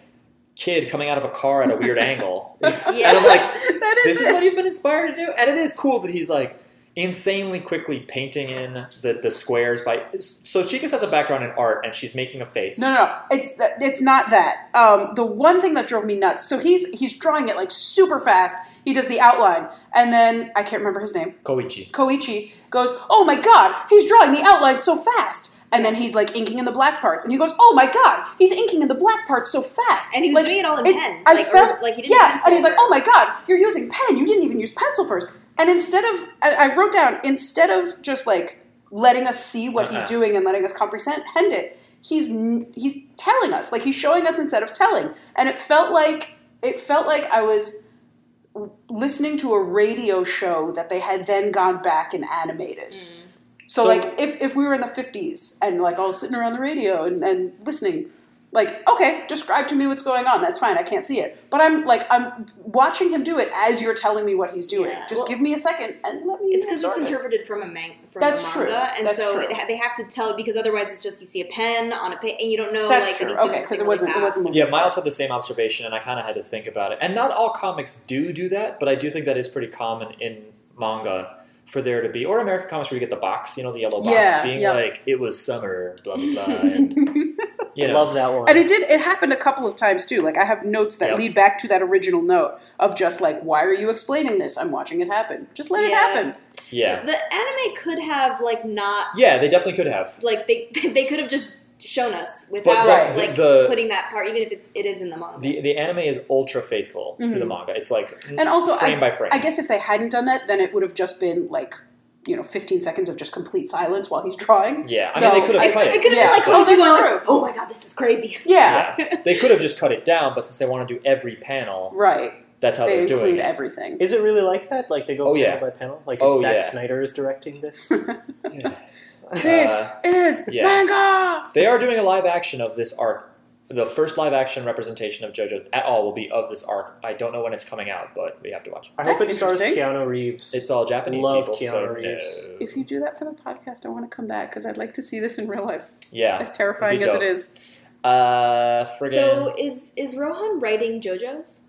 [SPEAKER 1] kid coming out of a car at a weird angle.
[SPEAKER 2] Yeah.
[SPEAKER 1] And I'm like,
[SPEAKER 5] that is
[SPEAKER 1] this is
[SPEAKER 5] it.
[SPEAKER 1] what you've been inspired to do. And it is cool that he's like insanely quickly painting in the, the squares by. So Chicas has a background in art and she's making a face.
[SPEAKER 5] No, no, no. It's that. It's not that. Um, the one thing that drove me nuts. So he's he's drawing it like super fast. He does the outline, and then I can't remember his name.
[SPEAKER 1] Koichi.
[SPEAKER 5] Koichi goes, "Oh my god, he's drawing the outline so fast." And then he's like inking in the black parts, and he goes, "Oh my god, he's inking in the black parts so fast."
[SPEAKER 2] And he was
[SPEAKER 5] like,
[SPEAKER 2] doing it all in pen,
[SPEAKER 5] I
[SPEAKER 2] like, or,
[SPEAKER 5] felt
[SPEAKER 2] like, he didn't
[SPEAKER 5] Yeah,
[SPEAKER 2] pencil
[SPEAKER 5] and he's like, "Oh my
[SPEAKER 2] first."
[SPEAKER 5] god, you're using pen. You didn't even use pencil first. And instead of, and I wrote down instead of just like letting us see what he's
[SPEAKER 1] Uh-uh.
[SPEAKER 5] doing and letting us comprehend it, he's n- he's telling us, like he's showing us instead of telling. And it felt like it felt like I was listening to a radio show that they had then gone back and animated. So,
[SPEAKER 1] So-
[SPEAKER 5] like if, if we were in the fifties and like all sitting around the radio and, and listening, like, okay, describe to me what's going on. That's fine, I can't see it. But I'm like I'm watching him do it as you're telling me what he's doing.
[SPEAKER 2] Yeah.
[SPEAKER 5] Just
[SPEAKER 2] Well,
[SPEAKER 5] give me a second and let me
[SPEAKER 2] It's because it's
[SPEAKER 5] absorb it.
[SPEAKER 2] interpreted from a man- from
[SPEAKER 5] That's
[SPEAKER 2] a
[SPEAKER 5] true.
[SPEAKER 2] manga, and
[SPEAKER 5] That's
[SPEAKER 2] so
[SPEAKER 5] true.
[SPEAKER 2] It ha- they have to tell because otherwise it's just you see a pen on a page and you don't know.
[SPEAKER 5] That's
[SPEAKER 2] like, that
[SPEAKER 5] true.
[SPEAKER 2] he's doing
[SPEAKER 5] Okay,
[SPEAKER 2] something
[SPEAKER 5] because it
[SPEAKER 2] really
[SPEAKER 5] wasn't it
[SPEAKER 2] fast.
[SPEAKER 5] wasn't moving
[SPEAKER 1] Yeah, Miles had the same observation, and I kind of had to think about it. And not all comics do do that, but I do think that is pretty common in manga for there to be, or American comics where you get the box, you know, the yellow box,
[SPEAKER 5] Yeah,
[SPEAKER 1] being
[SPEAKER 5] yep.
[SPEAKER 1] like, it was summer, blah, blah, blah. And, you
[SPEAKER 3] I
[SPEAKER 1] know,
[SPEAKER 3] love that one.
[SPEAKER 5] And it did. It happened a couple of times too. Like I have notes that
[SPEAKER 1] Yep.
[SPEAKER 5] lead back to that original note of just like, why are you explaining this? I'm watching it happen. Just let
[SPEAKER 2] Yeah.
[SPEAKER 5] it happen.
[SPEAKER 1] yeah.
[SPEAKER 2] The anime could have like not
[SPEAKER 1] Yeah, they definitely could have.
[SPEAKER 2] like they they could have just shown us
[SPEAKER 1] But
[SPEAKER 2] without
[SPEAKER 5] Right.
[SPEAKER 1] the,
[SPEAKER 2] like
[SPEAKER 1] the,
[SPEAKER 2] putting that part, even if it's, it is in the manga.
[SPEAKER 1] the, the anime is ultra faithful to the
[SPEAKER 5] Mhm.
[SPEAKER 1] manga. It's like
[SPEAKER 5] And also,
[SPEAKER 1] frame
[SPEAKER 5] I,
[SPEAKER 1] by frame.
[SPEAKER 5] I guess if they hadn't done that, then it would have just been like, you know, 15 seconds of just complete silence while he's drawing.
[SPEAKER 1] yeah, I
[SPEAKER 5] so-
[SPEAKER 1] mean, they could
[SPEAKER 2] I-
[SPEAKER 1] have cut
[SPEAKER 2] it
[SPEAKER 1] it.
[SPEAKER 2] could have
[SPEAKER 5] Yeah.
[SPEAKER 2] been like,
[SPEAKER 5] Oh,
[SPEAKER 2] oh, you
[SPEAKER 5] that's
[SPEAKER 2] going,
[SPEAKER 5] true.
[SPEAKER 2] like, oh my god, this is crazy.
[SPEAKER 5] Yeah.
[SPEAKER 1] Yeah. they could have just cut it down, but since they want to do every panel,
[SPEAKER 5] Right.
[SPEAKER 1] that's how
[SPEAKER 5] they
[SPEAKER 1] are doing
[SPEAKER 5] include
[SPEAKER 1] it.
[SPEAKER 5] everything.
[SPEAKER 3] Is it really like that? Like they go
[SPEAKER 1] Oh,
[SPEAKER 3] panel
[SPEAKER 1] yeah.
[SPEAKER 3] by panel? Like
[SPEAKER 1] Oh,
[SPEAKER 3] Zack
[SPEAKER 1] yeah.
[SPEAKER 3] Snyder is directing this?
[SPEAKER 5] this is
[SPEAKER 1] Uh, yeah.
[SPEAKER 5] manga!
[SPEAKER 1] They are doing a live action of this arc. The first live action representation of JoJo's at all will be of this arc. I don't know when it's coming out, but we have to watch. it.
[SPEAKER 3] I hope
[SPEAKER 5] That's
[SPEAKER 3] it stars
[SPEAKER 5] interesting.
[SPEAKER 3] Keanu Reeves.
[SPEAKER 1] It's all Japanese
[SPEAKER 3] Love
[SPEAKER 1] people, so
[SPEAKER 3] Keanu Reeves.
[SPEAKER 1] no.
[SPEAKER 5] If you do that for the podcast, I want to come back because I'd like to see this in real life,
[SPEAKER 1] yeah,
[SPEAKER 5] as terrifying as
[SPEAKER 1] dope.
[SPEAKER 5] it is.
[SPEAKER 1] uh, friggin'
[SPEAKER 2] So is is Rohan writing JoJo's?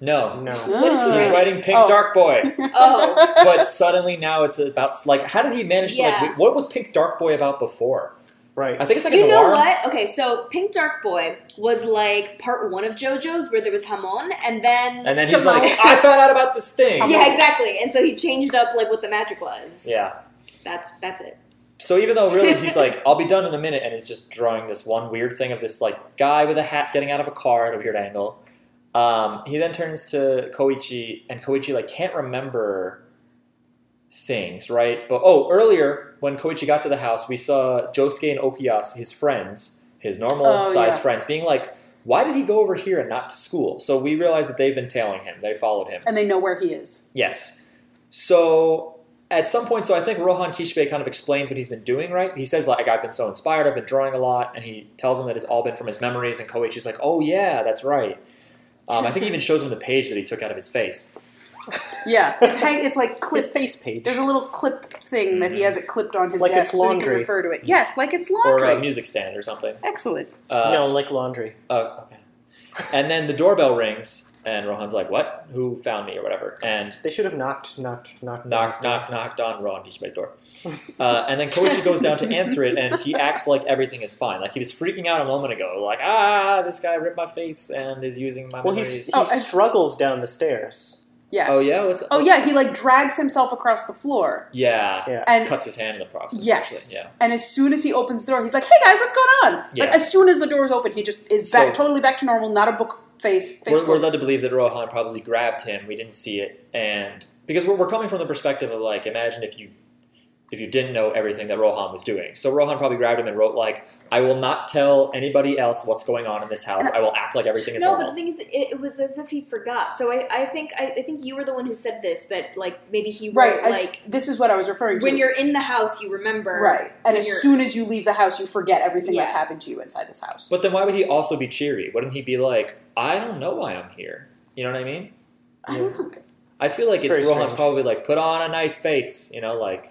[SPEAKER 1] no.
[SPEAKER 3] no.
[SPEAKER 2] What is he
[SPEAKER 1] He was
[SPEAKER 2] Right.
[SPEAKER 1] writing Pink
[SPEAKER 5] Oh.
[SPEAKER 1] Dark Boy,
[SPEAKER 2] Oh.
[SPEAKER 1] but suddenly now it's about like how did he manage to
[SPEAKER 2] Yeah.
[SPEAKER 1] like? What was Pink Dark Boy about before? I
[SPEAKER 3] Right.
[SPEAKER 1] think it's like a
[SPEAKER 2] you know
[SPEAKER 1] noir.
[SPEAKER 2] what? Okay, so Pink Dark Boy was like part one of JoJo's where there was Hamon, and then
[SPEAKER 1] And then he's
[SPEAKER 5] Jamal.
[SPEAKER 1] like, I found out about this thing.
[SPEAKER 5] Hamon.
[SPEAKER 2] yeah, exactly. And so he changed up like what the magic was.
[SPEAKER 1] Yeah.
[SPEAKER 2] that's that's it.
[SPEAKER 1] So even though really he's like, I'll be done in a minute, and it's just drawing this one weird thing of this like guy with a hat getting out of a car at a weird angle. Um, he then turns to Koichi, and Koichi like can't remember things, right? But oh, earlier when Koichi got to the house, we saw Josuke and Okuyas, his friends, his normal
[SPEAKER 5] Oh,
[SPEAKER 1] size
[SPEAKER 5] yeah.
[SPEAKER 1] friends, being like, "Why did he go over here and not to school?" So we realize that they've been tailing him. They followed him.
[SPEAKER 5] And they know where he is.
[SPEAKER 1] Yes. So at some point, so I think Rohan Kishibe kind of explains what he's been doing, right? He says, like, I've been so inspired, I've been drawing a lot, and he tells him that it's all been from his memories, and Koichi's like, oh, yeah, that's right. Um, I think he even shows him the page that he took out of his face.
[SPEAKER 5] Yeah. It's hang- It's like clip
[SPEAKER 3] His face page.
[SPEAKER 5] There's a little clip thing that
[SPEAKER 1] Mm-hmm.
[SPEAKER 5] he has it clipped on his
[SPEAKER 3] Like
[SPEAKER 5] desk
[SPEAKER 3] it's
[SPEAKER 5] so he
[SPEAKER 3] laundry.
[SPEAKER 5] can refer to it. Yes, like it's
[SPEAKER 1] Or uh, a
[SPEAKER 5] laundry.
[SPEAKER 1] music stand or something.
[SPEAKER 5] Excellent.
[SPEAKER 1] Uh,
[SPEAKER 3] no, like laundry.
[SPEAKER 1] uh, okay. And then the doorbell rings, And Rohan's like, what? Who found me or whatever? And
[SPEAKER 3] They should have knocked, knocked, knocked,
[SPEAKER 1] knocked, knocked, knocked on Rohan Kishibe's door. Uh, and then Koichi goes down to answer it, and he acts like everything is fine. Like he was freaking out a moment ago, like, ah, this guy ripped my face and is using my
[SPEAKER 3] Well, he,
[SPEAKER 1] memories.
[SPEAKER 3] he
[SPEAKER 5] Oh, and-
[SPEAKER 3] struggles down the stairs.
[SPEAKER 5] Yes.
[SPEAKER 1] Oh, yeah? What's,
[SPEAKER 5] Oh yeah, he like drags himself across the floor.
[SPEAKER 1] Yeah.
[SPEAKER 3] Yeah.
[SPEAKER 5] And
[SPEAKER 1] Cuts his hand in the process.
[SPEAKER 5] yes.
[SPEAKER 1] actually, Yeah.
[SPEAKER 5] And as soon as he opens the door, he's like, "Hey guys, what's going on?"
[SPEAKER 1] Yeah.
[SPEAKER 5] Like as soon as the door is open, he just is back
[SPEAKER 1] So-
[SPEAKER 5] totally back to normal, not a book face
[SPEAKER 1] We're,
[SPEAKER 5] face.
[SPEAKER 1] we're
[SPEAKER 5] forward.
[SPEAKER 1] led to believe that Rohan probably grabbed him. We didn't see it, and because we're, we're coming from the perspective of like, imagine if you if you didn't know everything that Rohan was doing. So Rohan probably grabbed him and wrote like, "I will not tell anybody else what's going on in this house. I will act like everything is
[SPEAKER 2] no, but the
[SPEAKER 1] normal."
[SPEAKER 2] thing is, it, it was as if he forgot. So I, I think, I, I think you were the one who said this that like maybe he
[SPEAKER 5] right.
[SPEAKER 2] wrote,
[SPEAKER 5] as-
[SPEAKER 2] like
[SPEAKER 5] this is what I was referring to.
[SPEAKER 2] when you're in the house, you remember
[SPEAKER 5] right, and
[SPEAKER 2] when
[SPEAKER 5] as
[SPEAKER 2] you're-
[SPEAKER 5] soon as you leave the house, you forget everything that's
[SPEAKER 2] Yeah.
[SPEAKER 5] happened to you inside this house.
[SPEAKER 1] But then why would he also be cheery? Wouldn't he be like, "I don't know why I'm here"? You know what I mean?
[SPEAKER 5] I don't know.
[SPEAKER 1] I feel like
[SPEAKER 3] It's
[SPEAKER 1] it's,
[SPEAKER 3] very
[SPEAKER 1] Rohan's
[SPEAKER 3] strange.
[SPEAKER 1] probably like, "Put on a nice face," you know, like,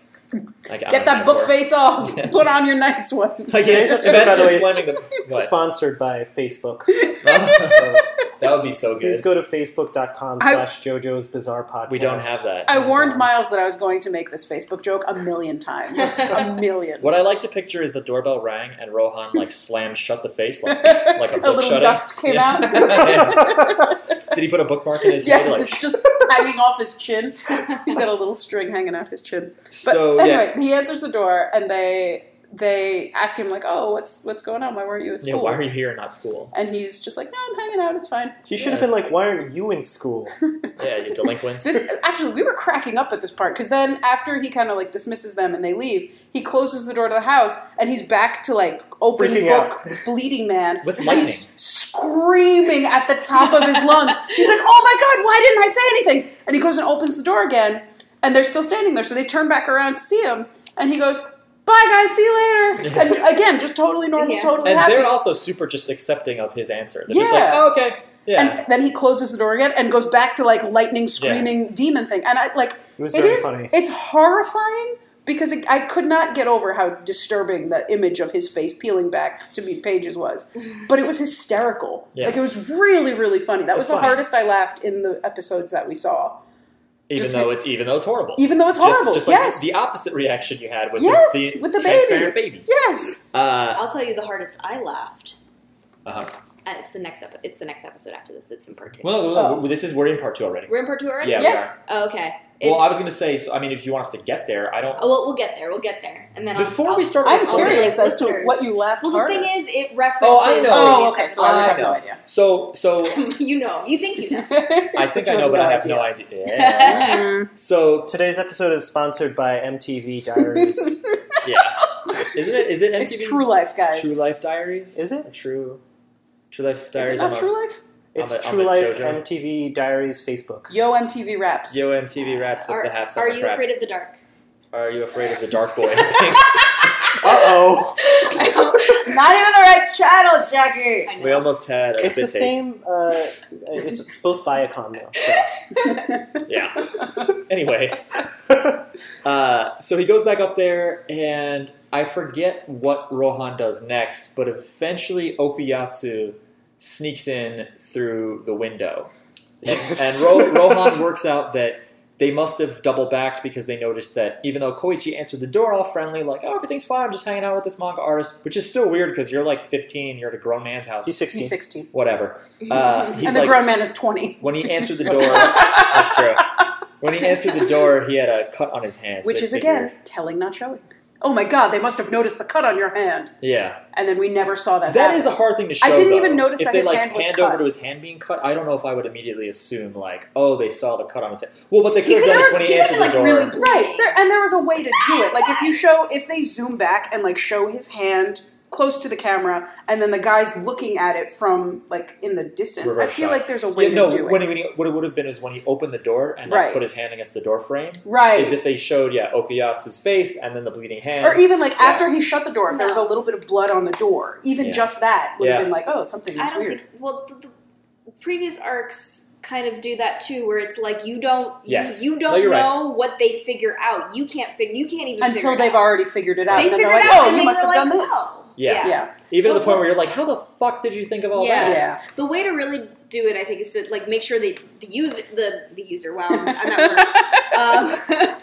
[SPEAKER 1] like
[SPEAKER 5] Get that book face off.
[SPEAKER 1] Yeah.
[SPEAKER 5] Put on your nice one.
[SPEAKER 1] Like,
[SPEAKER 3] Today's
[SPEAKER 1] yeah,
[SPEAKER 3] episode, by the way,
[SPEAKER 1] imagine slamming the what?
[SPEAKER 3] Sponsored by Facebook.
[SPEAKER 1] that would be so
[SPEAKER 3] Please
[SPEAKER 1] good.
[SPEAKER 3] go to facebook.com
[SPEAKER 5] I-
[SPEAKER 3] slash JoJo's Bizarre Podcast.
[SPEAKER 1] We don't have that.
[SPEAKER 5] I warned Miles that I was going to make this Facebook joke a million times. a million.
[SPEAKER 1] What I like to picture is the doorbell rang and Rohan like slammed shut the face like like a book
[SPEAKER 5] a little
[SPEAKER 1] shutting.
[SPEAKER 5] dust came
[SPEAKER 1] Yeah.
[SPEAKER 5] out.
[SPEAKER 1] Did he put a bookmark in his
[SPEAKER 5] yes,
[SPEAKER 1] head? Like
[SPEAKER 5] it's just hanging off his chin. He's got a little string hanging out his chin. But
[SPEAKER 1] so
[SPEAKER 5] anyway, he answers the door and they they ask him like, "Oh, what's what's going on? Why weren't you at
[SPEAKER 1] yeah, yeah.
[SPEAKER 5] school?"
[SPEAKER 1] Why are you here and not school?
[SPEAKER 5] and he's just like, "No, I'm hanging out. It's fine."
[SPEAKER 3] He should have been like, why aren't you in school?
[SPEAKER 1] Yeah, you delinquents.
[SPEAKER 5] This actually, we were cracking up at this part because then after he kind of like dismisses them and they leave, he closes the door to the house and he's back to like open
[SPEAKER 3] Freaking
[SPEAKER 5] book, bleeding man
[SPEAKER 1] With
[SPEAKER 5] and
[SPEAKER 1] lightning.
[SPEAKER 5] he's screaming at the top of his lungs. He's like, "Oh my god, why didn't I say anything?" And he goes and opens the door again, and they're still standing there. So they turn back around to see him, and he goes, "Bye guys, see you later." And again, just totally normal,
[SPEAKER 2] Yeah.
[SPEAKER 5] totally
[SPEAKER 1] and
[SPEAKER 5] happy.
[SPEAKER 1] they're also super just accepting of his answer. They're just like,
[SPEAKER 5] Yeah.
[SPEAKER 1] oh, okay, yeah.
[SPEAKER 5] and then he closes the door again and goes back to like lightning screaming demon thing. And I like
[SPEAKER 3] It was
[SPEAKER 5] it
[SPEAKER 3] very
[SPEAKER 5] is-
[SPEAKER 3] funny.
[SPEAKER 5] It's horrifying because it, I could not get over how disturbing the image of his face peeling back to meet Pages was, but it was hysterical.
[SPEAKER 1] Yeah.
[SPEAKER 5] Like it was really, really funny. That was
[SPEAKER 1] It's
[SPEAKER 5] the
[SPEAKER 1] funny.
[SPEAKER 5] hardest I laughed in the episodes that we saw,
[SPEAKER 1] even
[SPEAKER 5] just-
[SPEAKER 1] though it's even though it's horrible.
[SPEAKER 5] even though it's
[SPEAKER 1] Just-
[SPEAKER 5] horrible.
[SPEAKER 1] Just, like
[SPEAKER 5] yes,
[SPEAKER 1] the opposite reaction you had with
[SPEAKER 5] Yes,
[SPEAKER 1] the, the
[SPEAKER 5] with the
[SPEAKER 1] transparent baby.
[SPEAKER 5] yes.
[SPEAKER 1] Uh,
[SPEAKER 2] I'll tell you the hardest I laughed.
[SPEAKER 1] uh-huh.
[SPEAKER 2] Uh, It's the next ep- It's the next episode after this. It's in part two.
[SPEAKER 1] Well, no, no,
[SPEAKER 5] Oh.
[SPEAKER 1] no, this is we're in part two already.
[SPEAKER 2] We're in part two already.
[SPEAKER 1] Yeah, we
[SPEAKER 5] Yeah.
[SPEAKER 1] are.
[SPEAKER 2] Oh, okay.
[SPEAKER 1] Well, I was
[SPEAKER 2] It's-
[SPEAKER 1] gonna say. So, I mean, if you want us to get there, I don't.
[SPEAKER 2] Oh, well, we'll get there. We'll get there. And then I'll-
[SPEAKER 1] Before
[SPEAKER 2] I'll-
[SPEAKER 1] we start
[SPEAKER 5] I'm
[SPEAKER 1] recording-
[SPEAKER 5] curious as to
[SPEAKER 2] Listeners.
[SPEAKER 5] what you laughed.
[SPEAKER 2] Well, the
[SPEAKER 5] harder.
[SPEAKER 2] thing is, it references.
[SPEAKER 1] Oh, I know.
[SPEAKER 5] oh, okay. So I would
[SPEAKER 1] I
[SPEAKER 5] have
[SPEAKER 1] know.
[SPEAKER 5] no idea.
[SPEAKER 1] So, so
[SPEAKER 2] you know. You think you know.
[SPEAKER 1] I think
[SPEAKER 5] You
[SPEAKER 1] I know,
[SPEAKER 5] have
[SPEAKER 1] but
[SPEAKER 5] no
[SPEAKER 1] I have
[SPEAKER 5] idea.
[SPEAKER 1] no idea. Yeah. so
[SPEAKER 3] Today's episode is sponsored by MTV Diaries.
[SPEAKER 1] yeah, isn't it? Is it MTV?
[SPEAKER 5] It's True Life, guys.
[SPEAKER 1] True Life Diaries.
[SPEAKER 3] Is it?
[SPEAKER 1] True? True Life
[SPEAKER 5] Is
[SPEAKER 1] Diaries.
[SPEAKER 5] it not
[SPEAKER 1] on
[SPEAKER 5] True Life?
[SPEAKER 3] It's
[SPEAKER 1] I'm a- I'm
[SPEAKER 3] True
[SPEAKER 1] a
[SPEAKER 3] Life
[SPEAKER 1] JoJo.
[SPEAKER 3] MTV Diaries Facebook.
[SPEAKER 5] Yo MTV Raps.
[SPEAKER 1] Yo MTV raps. What's the
[SPEAKER 2] are,
[SPEAKER 1] haps?
[SPEAKER 2] are
[SPEAKER 1] on the
[SPEAKER 2] you
[SPEAKER 1] craps?
[SPEAKER 2] afraid of the dark?
[SPEAKER 1] Are you afraid of the dark boy?
[SPEAKER 3] Uh oh.
[SPEAKER 5] Not even the right channel, Jackie.
[SPEAKER 2] I know.
[SPEAKER 1] we almost had a
[SPEAKER 3] It's the
[SPEAKER 1] spit take.
[SPEAKER 3] same. Uh, it's both Viacom now. So.
[SPEAKER 1] Yeah. Anyway, uh, so he goes back up there, and I forget what Rohan does next, but eventually Okuyasu sneaks in through the window. And, and Ro- Rohan works out that they must have double backed because they noticed that even though Koichi answered the door all friendly, like, oh, everything's fine, I'm just hanging out with this manga artist, which is still weird because you're like 15, you're at a grown man's house.
[SPEAKER 3] He's 16.
[SPEAKER 5] He's 16.
[SPEAKER 1] Whatever. Uh, he's
[SPEAKER 5] and the
[SPEAKER 1] like,
[SPEAKER 5] grown man is 20,
[SPEAKER 1] when he answered the door, that's true. When he answered the door, he had a cut on his hand, so
[SPEAKER 5] which
[SPEAKER 1] they
[SPEAKER 5] is
[SPEAKER 1] figured-
[SPEAKER 5] again telling, not showing. Oh my god, they must have noticed the cut on your hand.
[SPEAKER 1] yeah.
[SPEAKER 5] And then we never saw that.
[SPEAKER 1] That
[SPEAKER 5] happen.
[SPEAKER 1] is a hard thing to show.
[SPEAKER 5] I didn't
[SPEAKER 1] though.
[SPEAKER 5] even notice
[SPEAKER 1] if
[SPEAKER 5] that
[SPEAKER 1] they
[SPEAKER 5] his
[SPEAKER 1] like
[SPEAKER 5] hand was
[SPEAKER 1] panned
[SPEAKER 5] cut.
[SPEAKER 1] over to his hand being cut. I don't know if I would immediately assume like, oh, they saw the cut on his hand. Well, what they could have
[SPEAKER 5] Because there
[SPEAKER 1] done is
[SPEAKER 5] was,
[SPEAKER 1] when he
[SPEAKER 5] because
[SPEAKER 1] answered
[SPEAKER 5] they're,
[SPEAKER 1] the
[SPEAKER 5] like
[SPEAKER 1] door.
[SPEAKER 5] really right there, and there was a way to do it. Like if you show, if they zoom back and like show his hand close to the camera, and then the guy's looking at it from like in the distance. I
[SPEAKER 1] Reverse
[SPEAKER 5] feel
[SPEAKER 1] shot.
[SPEAKER 5] like there's a way
[SPEAKER 1] yeah, no,
[SPEAKER 5] to do
[SPEAKER 1] when
[SPEAKER 5] it.
[SPEAKER 1] he, when he, what it would have been is when he opened the door and like,
[SPEAKER 5] Right.
[SPEAKER 1] put his hand against the door frame.
[SPEAKER 5] right.
[SPEAKER 1] Is if they showed yeah Okuyasu's face and then the bleeding hand.
[SPEAKER 5] Or even like
[SPEAKER 1] Yeah.
[SPEAKER 5] after he shut the door, if there was a little bit of blood on the door, even
[SPEAKER 1] Yeah.
[SPEAKER 5] just that would have
[SPEAKER 1] Yeah.
[SPEAKER 5] been like, oh, something
[SPEAKER 2] I
[SPEAKER 5] is
[SPEAKER 2] don't
[SPEAKER 5] weird.
[SPEAKER 2] think. So. Well, the, the previous arcs kind of do that too, where it's like you don't you,
[SPEAKER 1] Yes.
[SPEAKER 2] you
[SPEAKER 1] No,
[SPEAKER 2] don't
[SPEAKER 1] you're right.
[SPEAKER 2] know what they figure out. You can't figure. You can't even figure
[SPEAKER 5] Until
[SPEAKER 2] it
[SPEAKER 5] they've
[SPEAKER 2] out.
[SPEAKER 5] already figured it out,
[SPEAKER 2] They
[SPEAKER 5] and then
[SPEAKER 2] figure
[SPEAKER 5] they're
[SPEAKER 2] it
[SPEAKER 5] like,
[SPEAKER 2] out,
[SPEAKER 5] oh,
[SPEAKER 2] and
[SPEAKER 5] you
[SPEAKER 2] then
[SPEAKER 5] must have
[SPEAKER 2] they're
[SPEAKER 5] done
[SPEAKER 2] like,
[SPEAKER 5] this.
[SPEAKER 2] oh.
[SPEAKER 1] Yeah.
[SPEAKER 5] Yeah,
[SPEAKER 1] even to
[SPEAKER 2] Well,
[SPEAKER 1] the point where you're like, how the fuck did you think of all
[SPEAKER 2] Yeah.
[SPEAKER 1] that?
[SPEAKER 5] yeah.
[SPEAKER 2] The way to really do it, I think, is to like make sure that the user, the the user, wow, I'm, I'm at work. Um,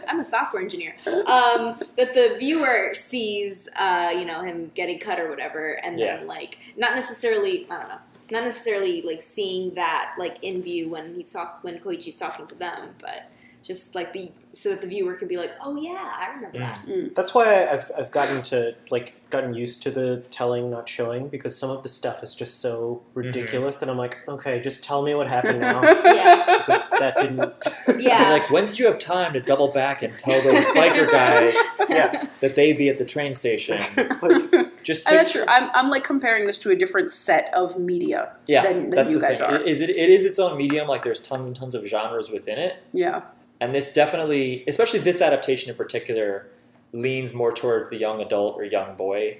[SPEAKER 2] I'm a software engineer. Um, that the viewer sees, uh, you know, him getting cut or whatever, and then like not necessarily, I don't know, not necessarily like seeing that like in view when he's talk when Koichi's talking to them, but just like the so that the viewer can be like, oh yeah, I
[SPEAKER 1] Mm.
[SPEAKER 2] remember that.
[SPEAKER 3] That's why I've, I've gotten to like gotten used to the telling not showing because some of the stuff is just so ridiculous
[SPEAKER 5] Mm-hmm.
[SPEAKER 3] that I'm like, okay, just tell me what happened now
[SPEAKER 2] Yeah.
[SPEAKER 3] because that didn't.
[SPEAKER 1] And,
[SPEAKER 2] Yeah.
[SPEAKER 1] like, when did you have time to double back and tell those biker guys
[SPEAKER 3] Yeah,
[SPEAKER 1] that they be at the train station?
[SPEAKER 3] Like,
[SPEAKER 1] Just
[SPEAKER 5] And that's
[SPEAKER 1] pic-
[SPEAKER 5] true. I'm, I'm like comparing this to a different set of media
[SPEAKER 1] yeah,
[SPEAKER 5] than, than
[SPEAKER 1] that's
[SPEAKER 5] you
[SPEAKER 1] the
[SPEAKER 5] guys
[SPEAKER 1] thing.
[SPEAKER 5] are.
[SPEAKER 1] It is it, it is its own medium. Like there's tons and tons of genres within it,
[SPEAKER 5] yeah.
[SPEAKER 1] and this definitely, especially this adaptation in particular, leans more towards the young adult or young boy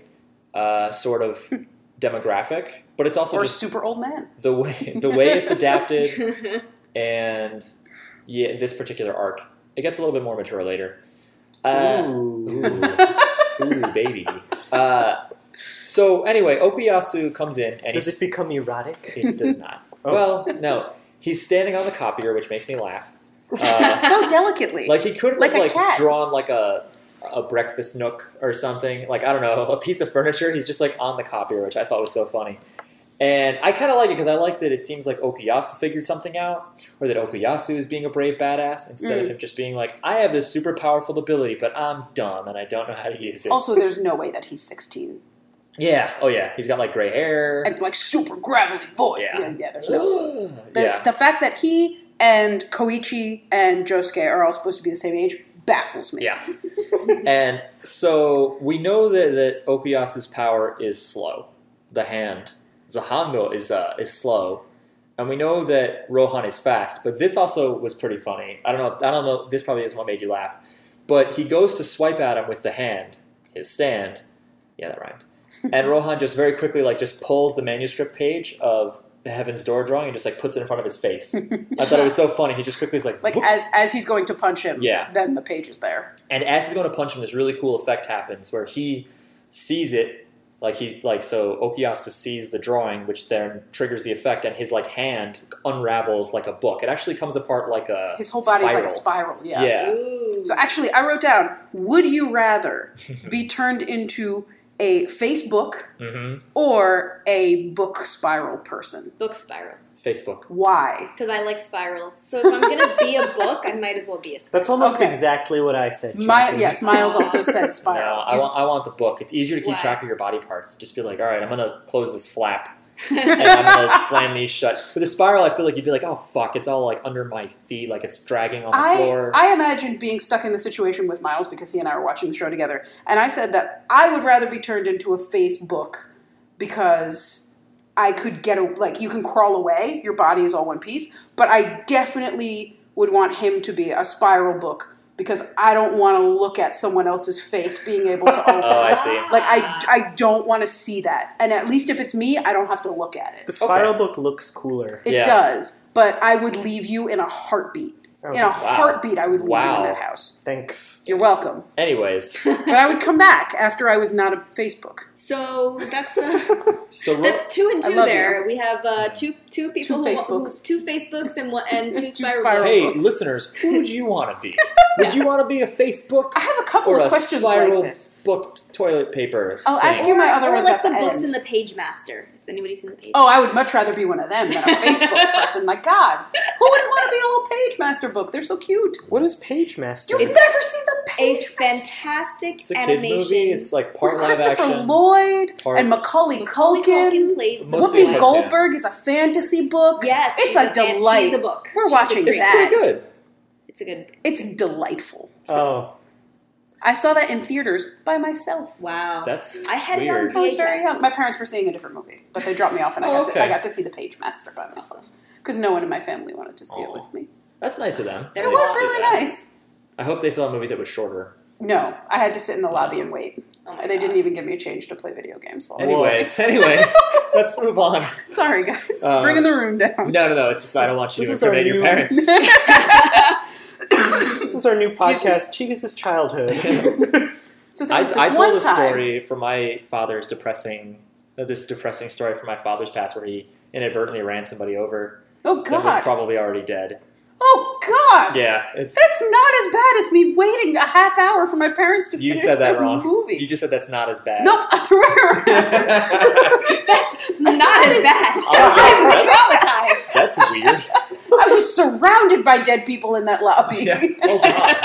[SPEAKER 1] uh, sort of demographic. But it's also
[SPEAKER 5] Or
[SPEAKER 1] just
[SPEAKER 5] super old man.
[SPEAKER 1] the way the way it's adapted and yeah, this particular arc. It gets a little bit more mature later. Uh,
[SPEAKER 3] ooh.
[SPEAKER 1] Ooh, Ooh, baby. Uh, so anyway, Okuyasu comes in and
[SPEAKER 3] Does it
[SPEAKER 1] he's,
[SPEAKER 3] become erotic?
[SPEAKER 1] it does not.
[SPEAKER 3] Oh.
[SPEAKER 1] Well, no, he's standing on the copier, which makes me laugh. Uh,
[SPEAKER 5] so delicately.
[SPEAKER 1] like he could have
[SPEAKER 5] Like a
[SPEAKER 1] like
[SPEAKER 5] cat.
[SPEAKER 1] drawn like a a breakfast nook or something. Like I don't know, a piece of furniture. He's just like on the copier, which I thought was so funny. And I kind of like it because I like that it seems like Okuyasu figured something out, or that Okuyasu is being a brave badass instead
[SPEAKER 5] Mm.
[SPEAKER 1] of him just being like, "I have this super powerful ability, but I'm dumb and I don't know how to use it."
[SPEAKER 5] also, there's no way that he's 16
[SPEAKER 1] Yeah. Oh yeah. He's got like gray hair.
[SPEAKER 5] and like super gravelly voice.
[SPEAKER 1] Yeah.
[SPEAKER 5] yeah, there's no. The,
[SPEAKER 1] yeah.
[SPEAKER 5] the fact that he and Koichi and Josuke are all supposed to be the same age baffles me.
[SPEAKER 1] Yeah. and so we know that, that Okuyasu's power is slow. The hand. Zahando is uh, is slow. And we know that Rohan is fast, but this also was pretty funny. I don't know if, I don't know this probably is what made you laugh. But he goes to swipe at him with the hand, his stand. Yeah, that rhymed. And Rohan just very quickly like just pulls the manuscript page of the Heaven's Door drawing and just like puts it in front of his face. I thought it was so funny. He just quickly is like,
[SPEAKER 5] Like
[SPEAKER 1] "Whoop."
[SPEAKER 5] as as he's going to punch him,
[SPEAKER 1] Yeah.
[SPEAKER 5] then the page is there.
[SPEAKER 1] and as he's going to punch him, this really cool effect happens where he sees it, like he's like so Okuyasu sees the drawing, which then triggers the effect, and his like hand unravels like a book. It actually comes apart like a
[SPEAKER 5] His whole body is like a
[SPEAKER 1] spiral.
[SPEAKER 5] spiral. Yeah.
[SPEAKER 1] Yeah,
[SPEAKER 2] Ooh.
[SPEAKER 5] So actually, I wrote down: Would you rather be turned into a Facebook Mm-hmm.
[SPEAKER 1] Mhm.
[SPEAKER 5] or a book spiral person?
[SPEAKER 2] book spiral.
[SPEAKER 1] Facebook.
[SPEAKER 5] Why?
[SPEAKER 2] because I like spirals. So if I'm gonna be a book, I might as well be a spiral.
[SPEAKER 3] That's almost
[SPEAKER 5] Okay.
[SPEAKER 3] exactly what I said.
[SPEAKER 5] My,
[SPEAKER 3] Jackie.
[SPEAKER 5] yes, Miles also said
[SPEAKER 1] No,
[SPEAKER 5] spiral.
[SPEAKER 1] I
[SPEAKER 5] You
[SPEAKER 1] want, I want the book. It's easier to keep
[SPEAKER 2] Why?
[SPEAKER 1] track of your body parts. Just be like, all right, I'm gonna close this flap and I'm gonna slam these shut. With a spiral, I feel like you'd be like, oh fuck, it's all like under my feet, like it's dragging on the
[SPEAKER 5] I,
[SPEAKER 1] floor.
[SPEAKER 5] I imagined being stuck in the situation with Miles because he and I were watching the show together, and I said that I would rather be turned into a Facebook because I could get a, like you can crawl away, your body is all one piece, but I definitely would want him to be a spiral book because I don't want to look at someone else's face being able to open.
[SPEAKER 1] oh, I see.
[SPEAKER 5] Like I,
[SPEAKER 2] Ah.
[SPEAKER 5] I don't want to see that, and at least if it's me, I don't have to look at
[SPEAKER 3] the
[SPEAKER 5] it.
[SPEAKER 3] spiral book looks cooler.
[SPEAKER 5] It
[SPEAKER 1] Yeah.
[SPEAKER 5] does, but I would leave you in a heartbeat.
[SPEAKER 3] I
[SPEAKER 5] In
[SPEAKER 3] was
[SPEAKER 5] a
[SPEAKER 3] like,
[SPEAKER 5] heartbeat, I would leave you
[SPEAKER 1] Wow.
[SPEAKER 5] in that house.
[SPEAKER 3] Thanks.
[SPEAKER 5] You're welcome.
[SPEAKER 1] Anyways,
[SPEAKER 5] But I would come back after I was not a Facebook.
[SPEAKER 2] So that's uh,
[SPEAKER 1] so Ro-
[SPEAKER 2] that's two and
[SPEAKER 5] I
[SPEAKER 2] two
[SPEAKER 5] love
[SPEAKER 2] there. We have uh, two two people who-
[SPEAKER 5] Facebooks.
[SPEAKER 2] who, two Facebooks and one and two,
[SPEAKER 5] Two
[SPEAKER 2] spiral.
[SPEAKER 5] spiral
[SPEAKER 2] books.
[SPEAKER 1] Hey,
[SPEAKER 5] books.
[SPEAKER 1] listeners, who would you want to be? Would you want to be a Facebook
[SPEAKER 5] I have a couple
[SPEAKER 1] or
[SPEAKER 5] of
[SPEAKER 1] a
[SPEAKER 5] questions
[SPEAKER 1] spiral
[SPEAKER 5] like this.
[SPEAKER 1] book t- toilet paper?
[SPEAKER 5] I'll ask
[SPEAKER 1] thing?
[SPEAKER 5] you my other
[SPEAKER 2] or
[SPEAKER 5] ones
[SPEAKER 2] like
[SPEAKER 5] at
[SPEAKER 2] the,
[SPEAKER 5] the
[SPEAKER 2] books
[SPEAKER 5] end.
[SPEAKER 2] in the Page Master. Has anybody seen the Page?
[SPEAKER 5] Oh, I would much rather be one of them than a Facebook person. My God, who wouldn't want to be a little page master book? They're so cute.
[SPEAKER 3] What is Page Master?
[SPEAKER 5] You've never seen the
[SPEAKER 2] a
[SPEAKER 5] page. Master.
[SPEAKER 2] fantastic
[SPEAKER 1] It's a kids
[SPEAKER 2] animation.
[SPEAKER 1] movie. It's like
[SPEAKER 5] With
[SPEAKER 1] part live
[SPEAKER 5] Christopher
[SPEAKER 1] action.
[SPEAKER 5] Lloyd
[SPEAKER 1] part-
[SPEAKER 5] and Macaulay,
[SPEAKER 2] Macaulay
[SPEAKER 5] Culkin.
[SPEAKER 2] Culkin plays the
[SPEAKER 1] Mostly
[SPEAKER 5] Whoopi
[SPEAKER 1] Culkin.
[SPEAKER 2] book.
[SPEAKER 5] Goldberg is a fantasy book.
[SPEAKER 2] Yes,
[SPEAKER 5] it's
[SPEAKER 2] she's
[SPEAKER 5] a,
[SPEAKER 2] fan-
[SPEAKER 5] delight.
[SPEAKER 2] She's a book.
[SPEAKER 5] We're
[SPEAKER 2] She's a
[SPEAKER 5] watching
[SPEAKER 2] great-
[SPEAKER 1] it's
[SPEAKER 5] that.
[SPEAKER 1] pretty good.
[SPEAKER 2] It's a good.
[SPEAKER 5] It's delightful.
[SPEAKER 3] Oh,
[SPEAKER 5] I saw that in theaters by myself.
[SPEAKER 2] Wow.
[SPEAKER 1] That's
[SPEAKER 2] I had one
[SPEAKER 1] weird.
[SPEAKER 5] I was very
[SPEAKER 2] VHS.
[SPEAKER 5] young. My parents were seeing a different movie, but they dropped me off, and I
[SPEAKER 1] Oh,
[SPEAKER 5] got
[SPEAKER 1] okay.
[SPEAKER 5] to, I got to see The Page Master by myself because no one in my family wanted to see it
[SPEAKER 1] Aw.
[SPEAKER 5] with me.
[SPEAKER 1] That's nice of them.
[SPEAKER 2] That
[SPEAKER 5] It
[SPEAKER 1] Oh. They
[SPEAKER 5] was
[SPEAKER 1] did
[SPEAKER 5] really
[SPEAKER 1] that.
[SPEAKER 5] nice.
[SPEAKER 1] I hope they saw a movie that was shorter.
[SPEAKER 5] No, I had to sit in the lobby and wait.
[SPEAKER 2] Oh my
[SPEAKER 5] They
[SPEAKER 2] God.
[SPEAKER 5] didn't even give me a change to play video games. While I was-
[SPEAKER 1] Anyways, anyway, let's move on.
[SPEAKER 5] Sorry, guys,
[SPEAKER 1] Uh,
[SPEAKER 5] bringing the room down.
[SPEAKER 1] No, no, no. It's just I don't want you
[SPEAKER 3] This
[SPEAKER 1] to
[SPEAKER 3] is our
[SPEAKER 1] incriminate your
[SPEAKER 3] new-
[SPEAKER 1] parents.
[SPEAKER 3] this is our new
[SPEAKER 5] Excuse me.
[SPEAKER 3] podcast, Chigus' Childhood.
[SPEAKER 5] So there
[SPEAKER 1] I,
[SPEAKER 5] was this
[SPEAKER 1] I
[SPEAKER 5] one
[SPEAKER 1] told a
[SPEAKER 5] time.
[SPEAKER 1] story from my father's depressing, uh, this depressing story from my father's past where he inadvertently ran somebody over
[SPEAKER 5] Oh
[SPEAKER 1] that was
[SPEAKER 5] God!
[SPEAKER 1] probably already dead.
[SPEAKER 5] oh God!
[SPEAKER 1] Yeah, it's
[SPEAKER 5] That's not as bad as me waiting a half hour for my parents to
[SPEAKER 1] you
[SPEAKER 5] finish
[SPEAKER 1] said that
[SPEAKER 5] their
[SPEAKER 1] wrong.
[SPEAKER 5] movie.
[SPEAKER 1] You just said that's not as bad.
[SPEAKER 5] nope,
[SPEAKER 2] That's not as bad. I was traumatized.
[SPEAKER 1] That's weird.
[SPEAKER 5] I was surrounded by dead people in that lobby.
[SPEAKER 1] Yeah. Oh god.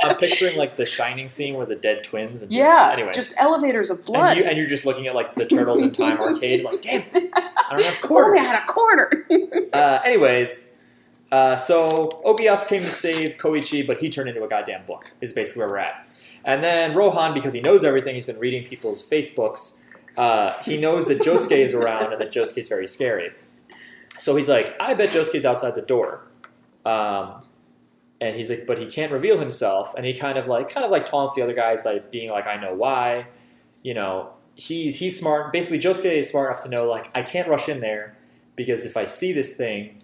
[SPEAKER 1] I'm picturing like the Shining scene where the dead twins and just-
[SPEAKER 5] Yeah,
[SPEAKER 1] anyway.
[SPEAKER 5] just elevators of blood.
[SPEAKER 1] and, you, and you're just looking at like the Turtles in Time arcade, like damn, I don't have
[SPEAKER 5] If only
[SPEAKER 1] quarters.
[SPEAKER 5] I had a quarter.
[SPEAKER 1] Uh, anyways, uh, so Ogias came to save Koichi, but he turned into a goddamn book. Is basically where we're at. And then Rohan, because he knows everything, he's been reading people's Facebooks. Uh, he knows that Josuke is around and that Josuke is very scary. So he's like, I bet Josuke's outside the door. Um, and he's like, but he can't reveal himself. And he kind of like, kind of like taunts the other guys by being like, I know why. You know, he's he's smart. Basically, Josuke is smart enough to know like, I can't rush in there because if I see this thing,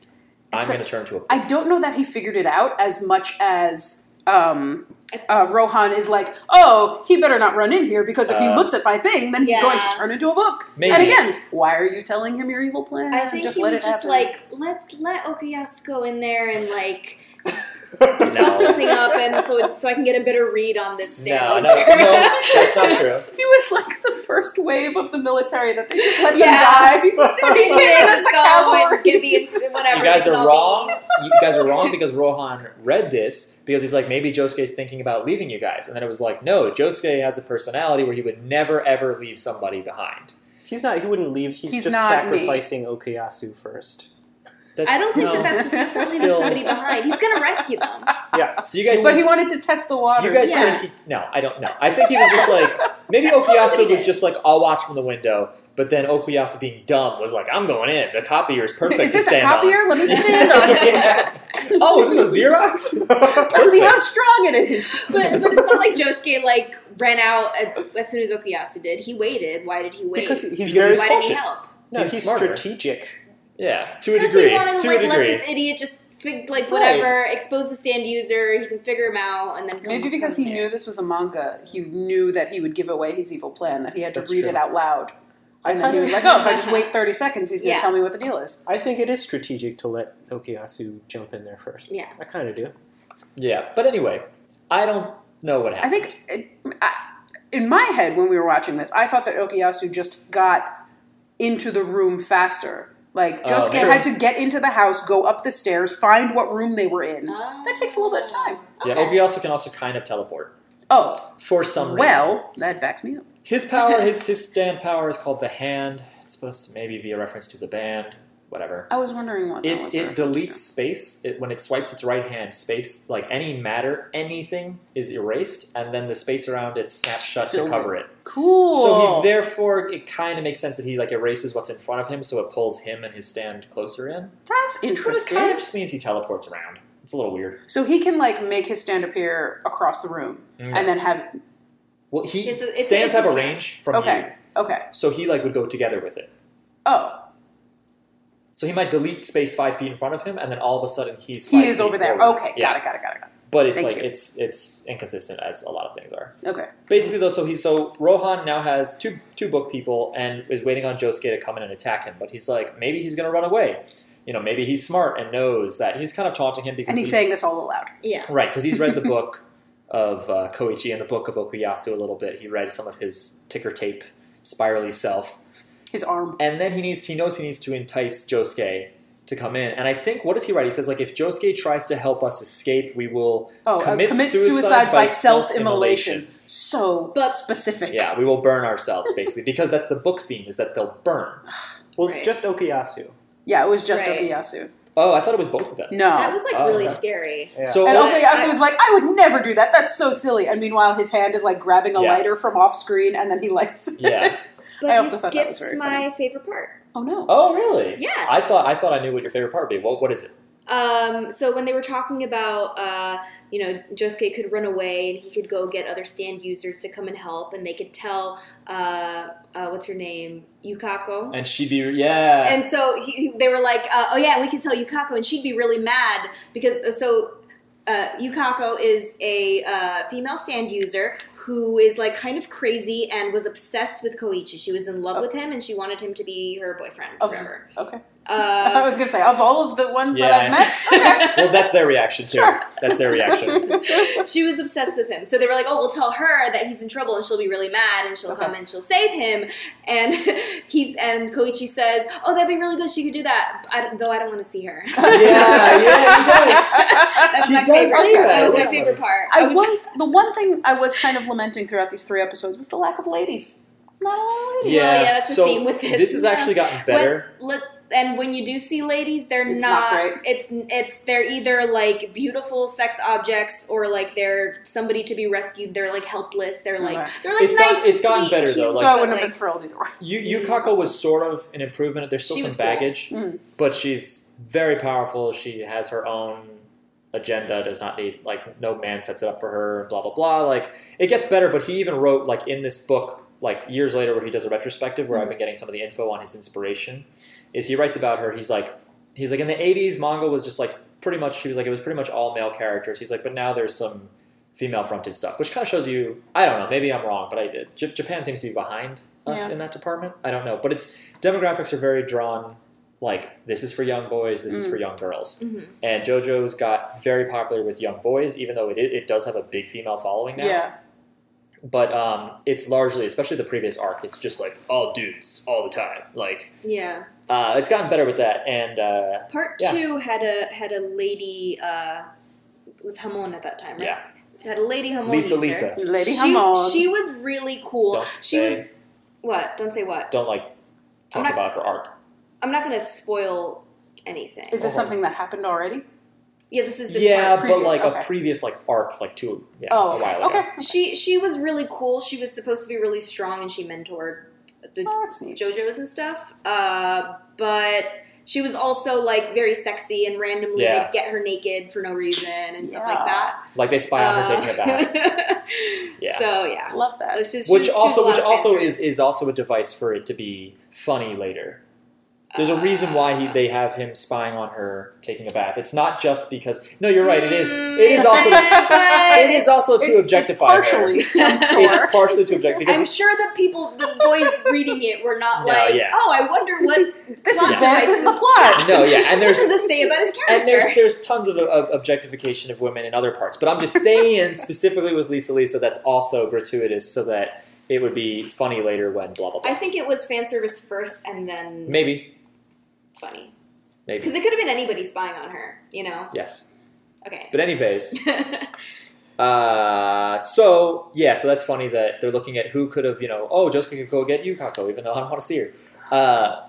[SPEAKER 1] I'm
[SPEAKER 5] Except-
[SPEAKER 1] going to turn to a.
[SPEAKER 5] I don't know that he figured it out as much as um, uh, Rohan is like, oh, he better not run in here because if he
[SPEAKER 1] Uh,
[SPEAKER 5] looks at my thing, then he's
[SPEAKER 2] Yeah.
[SPEAKER 5] going to turn into a book.
[SPEAKER 1] Maybe.
[SPEAKER 5] And again, why are you telling him your evil plan?
[SPEAKER 2] I think
[SPEAKER 5] just
[SPEAKER 2] he
[SPEAKER 5] let
[SPEAKER 2] was
[SPEAKER 5] it
[SPEAKER 2] just
[SPEAKER 5] happen.
[SPEAKER 2] like, let's let Okuyas go in there and like fuck
[SPEAKER 1] No,
[SPEAKER 2] something up, and so so I can get a better read on this.
[SPEAKER 1] no, no,
[SPEAKER 2] damn loser.
[SPEAKER 1] no, that's not true.
[SPEAKER 5] he was like the first wave of the military that they just let
[SPEAKER 2] Yeah.
[SPEAKER 5] them die.
[SPEAKER 2] Yeah,
[SPEAKER 5] He came as
[SPEAKER 2] just
[SPEAKER 5] the
[SPEAKER 2] go and
[SPEAKER 5] cavalry.
[SPEAKER 2] give me
[SPEAKER 1] You
[SPEAKER 2] whatever.
[SPEAKER 1] guys
[SPEAKER 2] just
[SPEAKER 1] are
[SPEAKER 2] I'll
[SPEAKER 1] wrong.
[SPEAKER 2] be-
[SPEAKER 1] You guys are wrong because Rohan read this because he's like, maybe Josuke's thinking about leaving you guys. And then it was like, no, Josuke has a personality where he would never, ever leave somebody behind.
[SPEAKER 3] He's not. He wouldn't leave. He's,
[SPEAKER 5] He's
[SPEAKER 3] just
[SPEAKER 5] not me.
[SPEAKER 3] sacrificing Okuyasu first.
[SPEAKER 1] That's,
[SPEAKER 2] I don't think
[SPEAKER 1] no.
[SPEAKER 2] that that's, that's leaving
[SPEAKER 1] Still.
[SPEAKER 2] somebody behind. He's gonna rescue them.
[SPEAKER 3] Yeah.
[SPEAKER 1] So you guys
[SPEAKER 5] But he
[SPEAKER 1] think,
[SPEAKER 5] wanted to test the waters.
[SPEAKER 1] you guys
[SPEAKER 2] Yeah.
[SPEAKER 1] think he's... No, I don't know. I think he was just like... Maybe Okuyasu
[SPEAKER 2] he
[SPEAKER 1] was
[SPEAKER 2] did.
[SPEAKER 1] just like, I'll watch from the window. But then Okuyasu being dumb was like, I'm going in. The copier is perfect
[SPEAKER 5] Is this
[SPEAKER 1] to
[SPEAKER 5] a
[SPEAKER 1] stand
[SPEAKER 5] copier?
[SPEAKER 1] on.
[SPEAKER 5] Let me stand on it.
[SPEAKER 1] Yeah. Oh, is this a Xerox?
[SPEAKER 5] Let's see how
[SPEAKER 1] Perfect.
[SPEAKER 5] strong it is.
[SPEAKER 2] But, but it's not like Josuke like ran out as, as soon as Okuyasu did. He waited. Why did he wait?
[SPEAKER 3] Because he's very
[SPEAKER 1] Because
[SPEAKER 2] why did he
[SPEAKER 3] cautious.
[SPEAKER 2] help?
[SPEAKER 3] No,
[SPEAKER 1] He's
[SPEAKER 3] he's,
[SPEAKER 1] smarter.
[SPEAKER 3] strategic.
[SPEAKER 1] Yeah, to a
[SPEAKER 2] Because he
[SPEAKER 1] degree.
[SPEAKER 2] wanted to
[SPEAKER 1] To
[SPEAKER 2] like
[SPEAKER 1] a degree.
[SPEAKER 2] let this idiot just fig- like whatever expose the stand user. He can figure him out and then come,
[SPEAKER 5] Maybe because
[SPEAKER 2] come
[SPEAKER 5] he
[SPEAKER 2] in.
[SPEAKER 5] knew this was a manga, he knew that he would give away his evil plan, that he had to
[SPEAKER 3] That's
[SPEAKER 5] read
[SPEAKER 3] true.
[SPEAKER 5] it out loud.
[SPEAKER 3] I
[SPEAKER 5] And then
[SPEAKER 3] kind
[SPEAKER 5] he
[SPEAKER 3] of.
[SPEAKER 5] was like, oh, if I just wait 30 seconds, he's going to
[SPEAKER 2] Yeah.
[SPEAKER 5] tell me what the deal is.
[SPEAKER 3] I think it is strategic to let Okuyasu jump in there first.
[SPEAKER 2] Yeah.
[SPEAKER 3] I kind of do.
[SPEAKER 1] Yeah, but anyway, I don't know what
[SPEAKER 5] I
[SPEAKER 1] happened.
[SPEAKER 5] think, it, I, in my head, when we were watching this, I thought that Okuyasu just got into the room faster. Like,
[SPEAKER 1] Oh,
[SPEAKER 5] Josuke
[SPEAKER 1] sure.
[SPEAKER 5] had to get into the house, go up the stairs, find what room they were in.
[SPEAKER 2] Oh.
[SPEAKER 5] That takes a little bit of time.
[SPEAKER 1] Yeah, Oki also can also kind of teleport
[SPEAKER 5] Oh,
[SPEAKER 1] for some reason.
[SPEAKER 5] well, that backs me up.
[SPEAKER 1] his power, his his stand power is called the hand. It's supposed to maybe be a reference to the band, whatever.
[SPEAKER 5] I was wondering what that
[SPEAKER 1] It,
[SPEAKER 5] was.
[SPEAKER 1] it deletes space it, when it swipes its right hand. Space, like any matter, anything is erased, and then the space around it snaps shut to
[SPEAKER 5] Fills it.
[SPEAKER 1] cover it.
[SPEAKER 5] Cool.
[SPEAKER 1] So he therefore, it kind of makes sense that he like erases what's in front of him, so it pulls him and his stand closer in.
[SPEAKER 5] That's
[SPEAKER 1] But it
[SPEAKER 5] interesting.
[SPEAKER 1] kind of just means he teleports around. It's a little weird.
[SPEAKER 5] So he can like make his stand appear across the room
[SPEAKER 1] Mm.
[SPEAKER 5] and then have
[SPEAKER 1] Well, he
[SPEAKER 2] It's a- it's a-
[SPEAKER 1] stands
[SPEAKER 2] it's a
[SPEAKER 1] have a
[SPEAKER 2] snap.
[SPEAKER 1] range from you,
[SPEAKER 5] okay, okay.
[SPEAKER 1] so he like would go together with it.
[SPEAKER 5] Oh,
[SPEAKER 1] So he might delete space five feet in front of him, and then all of a sudden he's
[SPEAKER 5] he
[SPEAKER 1] five
[SPEAKER 5] is
[SPEAKER 1] feet
[SPEAKER 5] over there.
[SPEAKER 1] forward.
[SPEAKER 5] Okay,
[SPEAKER 1] yeah.
[SPEAKER 5] got it, got it, got it, got
[SPEAKER 1] But it's
[SPEAKER 5] Thank
[SPEAKER 1] like
[SPEAKER 5] you.
[SPEAKER 1] it's it's inconsistent as a lot of things are.
[SPEAKER 5] it. Okay,
[SPEAKER 1] Basically, though, so he so Rohan now has two two book people and is waiting on Josuke to come in and attack him. But he's like, maybe he's gonna run away. You know, maybe he's smart and knows that he's kind of taunting him because
[SPEAKER 5] and he's
[SPEAKER 1] he's-
[SPEAKER 5] saying this all aloud.
[SPEAKER 2] Yeah.
[SPEAKER 1] Right, because he's read the book of uh, Koichi and the book of Okuyasu a little bit. He read some of his ticker tape, spirally self,
[SPEAKER 5] His arm.
[SPEAKER 1] and then he needs he knows he needs to entice Josuke to come in. And I think what does he write? He says like, if Josuke tries to help us escape, we will
[SPEAKER 5] Oh, uh,
[SPEAKER 1] commit,
[SPEAKER 5] suicide, by self-immolation.
[SPEAKER 1] self-immolation.
[SPEAKER 5] So
[SPEAKER 2] But-
[SPEAKER 5] specific.
[SPEAKER 1] Yeah, we will burn ourselves basically because that's the book theme is that they'll burn.
[SPEAKER 3] Well, it's
[SPEAKER 2] Right.
[SPEAKER 3] just Okuyasu.
[SPEAKER 5] yeah. It was just
[SPEAKER 2] Right.
[SPEAKER 5] Okuyasu.
[SPEAKER 1] Oh, I thought it was both of them.
[SPEAKER 5] No,
[SPEAKER 2] That was like
[SPEAKER 1] Oh,
[SPEAKER 2] really
[SPEAKER 1] okay.
[SPEAKER 2] scary.
[SPEAKER 3] Yeah.
[SPEAKER 1] So
[SPEAKER 5] and
[SPEAKER 2] Oh,
[SPEAKER 5] Okuyasu
[SPEAKER 2] I-
[SPEAKER 5] was like, "I would never do that. That's so silly." And meanwhile, his hand is like grabbing a
[SPEAKER 1] Yeah.
[SPEAKER 5] lighter from off screen, and then he lights. it.
[SPEAKER 1] yeah.
[SPEAKER 2] But
[SPEAKER 5] I also
[SPEAKER 2] you
[SPEAKER 5] thought
[SPEAKER 2] skipped
[SPEAKER 5] that was very
[SPEAKER 2] my favorite part.
[SPEAKER 5] Oh no.
[SPEAKER 1] Oh, really?
[SPEAKER 2] Yes.
[SPEAKER 1] I thought I thought I knew what your favorite part would be. Well, what is it?
[SPEAKER 2] Um, so when they were talking about, uh, you know, Josuke could run away and he could go get other stand users to come and help, and they could tell, uh, uh, what's her name, Yukako.
[SPEAKER 1] And she'd be yeah.
[SPEAKER 2] And so he, he- they were like, uh, "Oh yeah, we can tell Yukako," and she'd be really mad because uh, so uh, Yukako is a uh, female stand user who is like kind of crazy and was obsessed with Koichi. She was in love with him and she wanted him to be her boyfriend
[SPEAKER 5] Of-
[SPEAKER 2] forever.
[SPEAKER 5] Okay. I
[SPEAKER 2] Uh,
[SPEAKER 5] was going to say, of all of the ones that I've met,
[SPEAKER 1] well, that's their reaction too.
[SPEAKER 5] Sure.
[SPEAKER 1] That's their reaction.
[SPEAKER 5] okay.
[SPEAKER 2] she was obsessed with him. So they were like, oh, we'll tell her that he's in trouble and she'll be really mad and she'll
[SPEAKER 5] Okay.
[SPEAKER 2] come and she'll save him. And he's and Koichi says, oh, that'd be really good. She could do that. I don't, though I don't want to see her.
[SPEAKER 3] Yeah, yeah, he does.
[SPEAKER 2] That's
[SPEAKER 3] She
[SPEAKER 2] my
[SPEAKER 3] does
[SPEAKER 2] favorite
[SPEAKER 3] say
[SPEAKER 2] part.
[SPEAKER 3] that.
[SPEAKER 2] was my
[SPEAKER 3] Yeah.
[SPEAKER 2] favorite part.
[SPEAKER 5] I was the one thing I was kind of lamenting throughout these three episodes was the lack of ladies. Not a lot of ladies.
[SPEAKER 2] Yeah, yeah, that's a
[SPEAKER 1] so
[SPEAKER 2] theme with this.
[SPEAKER 1] This has actually gotten better.
[SPEAKER 2] Let, and when you do see ladies, they're
[SPEAKER 5] It's not great.
[SPEAKER 2] It's it's they're either like beautiful sex objects or like they're somebody to be rescued. They're like helpless. They're like
[SPEAKER 5] Right.
[SPEAKER 2] they're like
[SPEAKER 1] It's
[SPEAKER 2] nice.
[SPEAKER 1] got- it's
[SPEAKER 2] and
[SPEAKER 1] gotten
[SPEAKER 2] sweet,
[SPEAKER 1] better,
[SPEAKER 2] cute,
[SPEAKER 1] though,
[SPEAKER 2] but,
[SPEAKER 1] like-
[SPEAKER 5] so I wouldn't have
[SPEAKER 2] like,
[SPEAKER 5] been thrilled either way.
[SPEAKER 1] Yu Yukako was sort of an improvement. There's still
[SPEAKER 2] She was
[SPEAKER 1] some
[SPEAKER 2] cool. Mm-hmm.
[SPEAKER 1] baggage,
[SPEAKER 5] Mm.
[SPEAKER 1] but she's very powerful. She has her own agenda. Does not need like no man sets it up for her. Blah blah blah. Like it gets better. But he even wrote like in this book like years later where he does a retrospective
[SPEAKER 2] Mm-hmm.
[SPEAKER 1] where I've been getting some of the info on his inspiration. Is he writes about her? He's like he's like in the 80s manga was just like pretty much he was like it was pretty much all male characters. He's like but now there's some female fronted stuff, which kind of shows you. I don't know. Maybe I'm wrong, but I J- Japan seems to be behind us
[SPEAKER 5] Yeah.
[SPEAKER 1] in that department. I don't know, but it's demographics are very drawn. Like this is for young boys, this
[SPEAKER 5] Mm.
[SPEAKER 1] is for young girls,
[SPEAKER 2] Mhm.
[SPEAKER 5] Mm-hmm.
[SPEAKER 1] and JoJo's got very popular with young boys, even though it i- it does have a big female following now.
[SPEAKER 5] Yeah.
[SPEAKER 1] But um, it's largely, especially the previous arc, it's just like all dudes all the time. Like
[SPEAKER 2] yeah.
[SPEAKER 1] uh, it's gotten better with that, and uh,
[SPEAKER 2] Part
[SPEAKER 1] Yeah.
[SPEAKER 2] two had a had a lady. Uh, it was Hamon at that time, right?
[SPEAKER 1] yeah,
[SPEAKER 2] It had a lady Hamon.
[SPEAKER 1] Lisa
[SPEAKER 2] user.
[SPEAKER 1] Lisa,
[SPEAKER 5] Lady
[SPEAKER 2] she,
[SPEAKER 5] Hamon.
[SPEAKER 2] She was really cool.
[SPEAKER 1] Don't
[SPEAKER 2] she
[SPEAKER 1] say.
[SPEAKER 2] was what? Don't say what.
[SPEAKER 1] don't like
[SPEAKER 2] I'm
[SPEAKER 1] talk
[SPEAKER 2] not-
[SPEAKER 1] about her arc.
[SPEAKER 2] I'm not gonna spoil anything.
[SPEAKER 5] Is
[SPEAKER 1] Oh.
[SPEAKER 5] this something that happened already?
[SPEAKER 2] yeah, this is
[SPEAKER 1] yeah,
[SPEAKER 2] important.
[SPEAKER 1] but
[SPEAKER 5] previous,
[SPEAKER 1] like
[SPEAKER 5] okay.
[SPEAKER 1] a previous like arc, like two yeah,
[SPEAKER 5] oh,
[SPEAKER 1] a while ago.
[SPEAKER 5] okay.
[SPEAKER 2] She she was really cool. She was supposed to be really strong, and she mentored the
[SPEAKER 5] Oh, that's neat.
[SPEAKER 2] JoJo's and stuff. Uh, but she was also like very sexy, and randomly
[SPEAKER 1] Yeah.
[SPEAKER 2] they'd get her naked for no reason and stuff
[SPEAKER 5] Yeah.
[SPEAKER 2] like that.
[SPEAKER 1] Like they spy on her
[SPEAKER 2] Uh,
[SPEAKER 1] taking a bath, Yeah.
[SPEAKER 2] So yeah,
[SPEAKER 5] Love that.
[SPEAKER 2] It's just- she was-
[SPEAKER 1] which
[SPEAKER 2] she was a
[SPEAKER 1] also
[SPEAKER 2] lot
[SPEAKER 1] which
[SPEAKER 2] of fan
[SPEAKER 1] also is
[SPEAKER 2] service.
[SPEAKER 1] is also a device for it to be funny later. There's a reason why he, they have him spying on her taking a bath. It's not just because. No, you're right. It is. It is also. It is also to
[SPEAKER 5] Mm. It's-
[SPEAKER 1] objectify
[SPEAKER 5] it's partially.
[SPEAKER 1] her.
[SPEAKER 5] for-
[SPEAKER 1] It's partially to objectify
[SPEAKER 2] I'm
[SPEAKER 1] because
[SPEAKER 2] sure the people, the boys reading it, were not
[SPEAKER 1] No,
[SPEAKER 2] like,
[SPEAKER 1] yeah.
[SPEAKER 2] "Oh, I wonder what
[SPEAKER 5] This
[SPEAKER 2] plot
[SPEAKER 5] advances
[SPEAKER 2] devices-
[SPEAKER 5] the plot.
[SPEAKER 1] no, yeah, and there's
[SPEAKER 2] what does this say about his character?"
[SPEAKER 1] and there's there's tons of, of objectification of women in other parts. But I'm just saying specifically with Lisa Lisa, that's also gratuitous, so that it would be funny later when blah blah blah.
[SPEAKER 2] I think it was fan service first, and then
[SPEAKER 1] maybe,
[SPEAKER 2] funny
[SPEAKER 1] maybe
[SPEAKER 2] because it could have been anybody spying on her. You know?
[SPEAKER 1] yes.
[SPEAKER 2] Okay.
[SPEAKER 1] But anyways. Uh, so yeah, so that's funny that they're looking at who could have, you know, oh, Jessica could go get Yukako, even though I don't want to see her. Uh,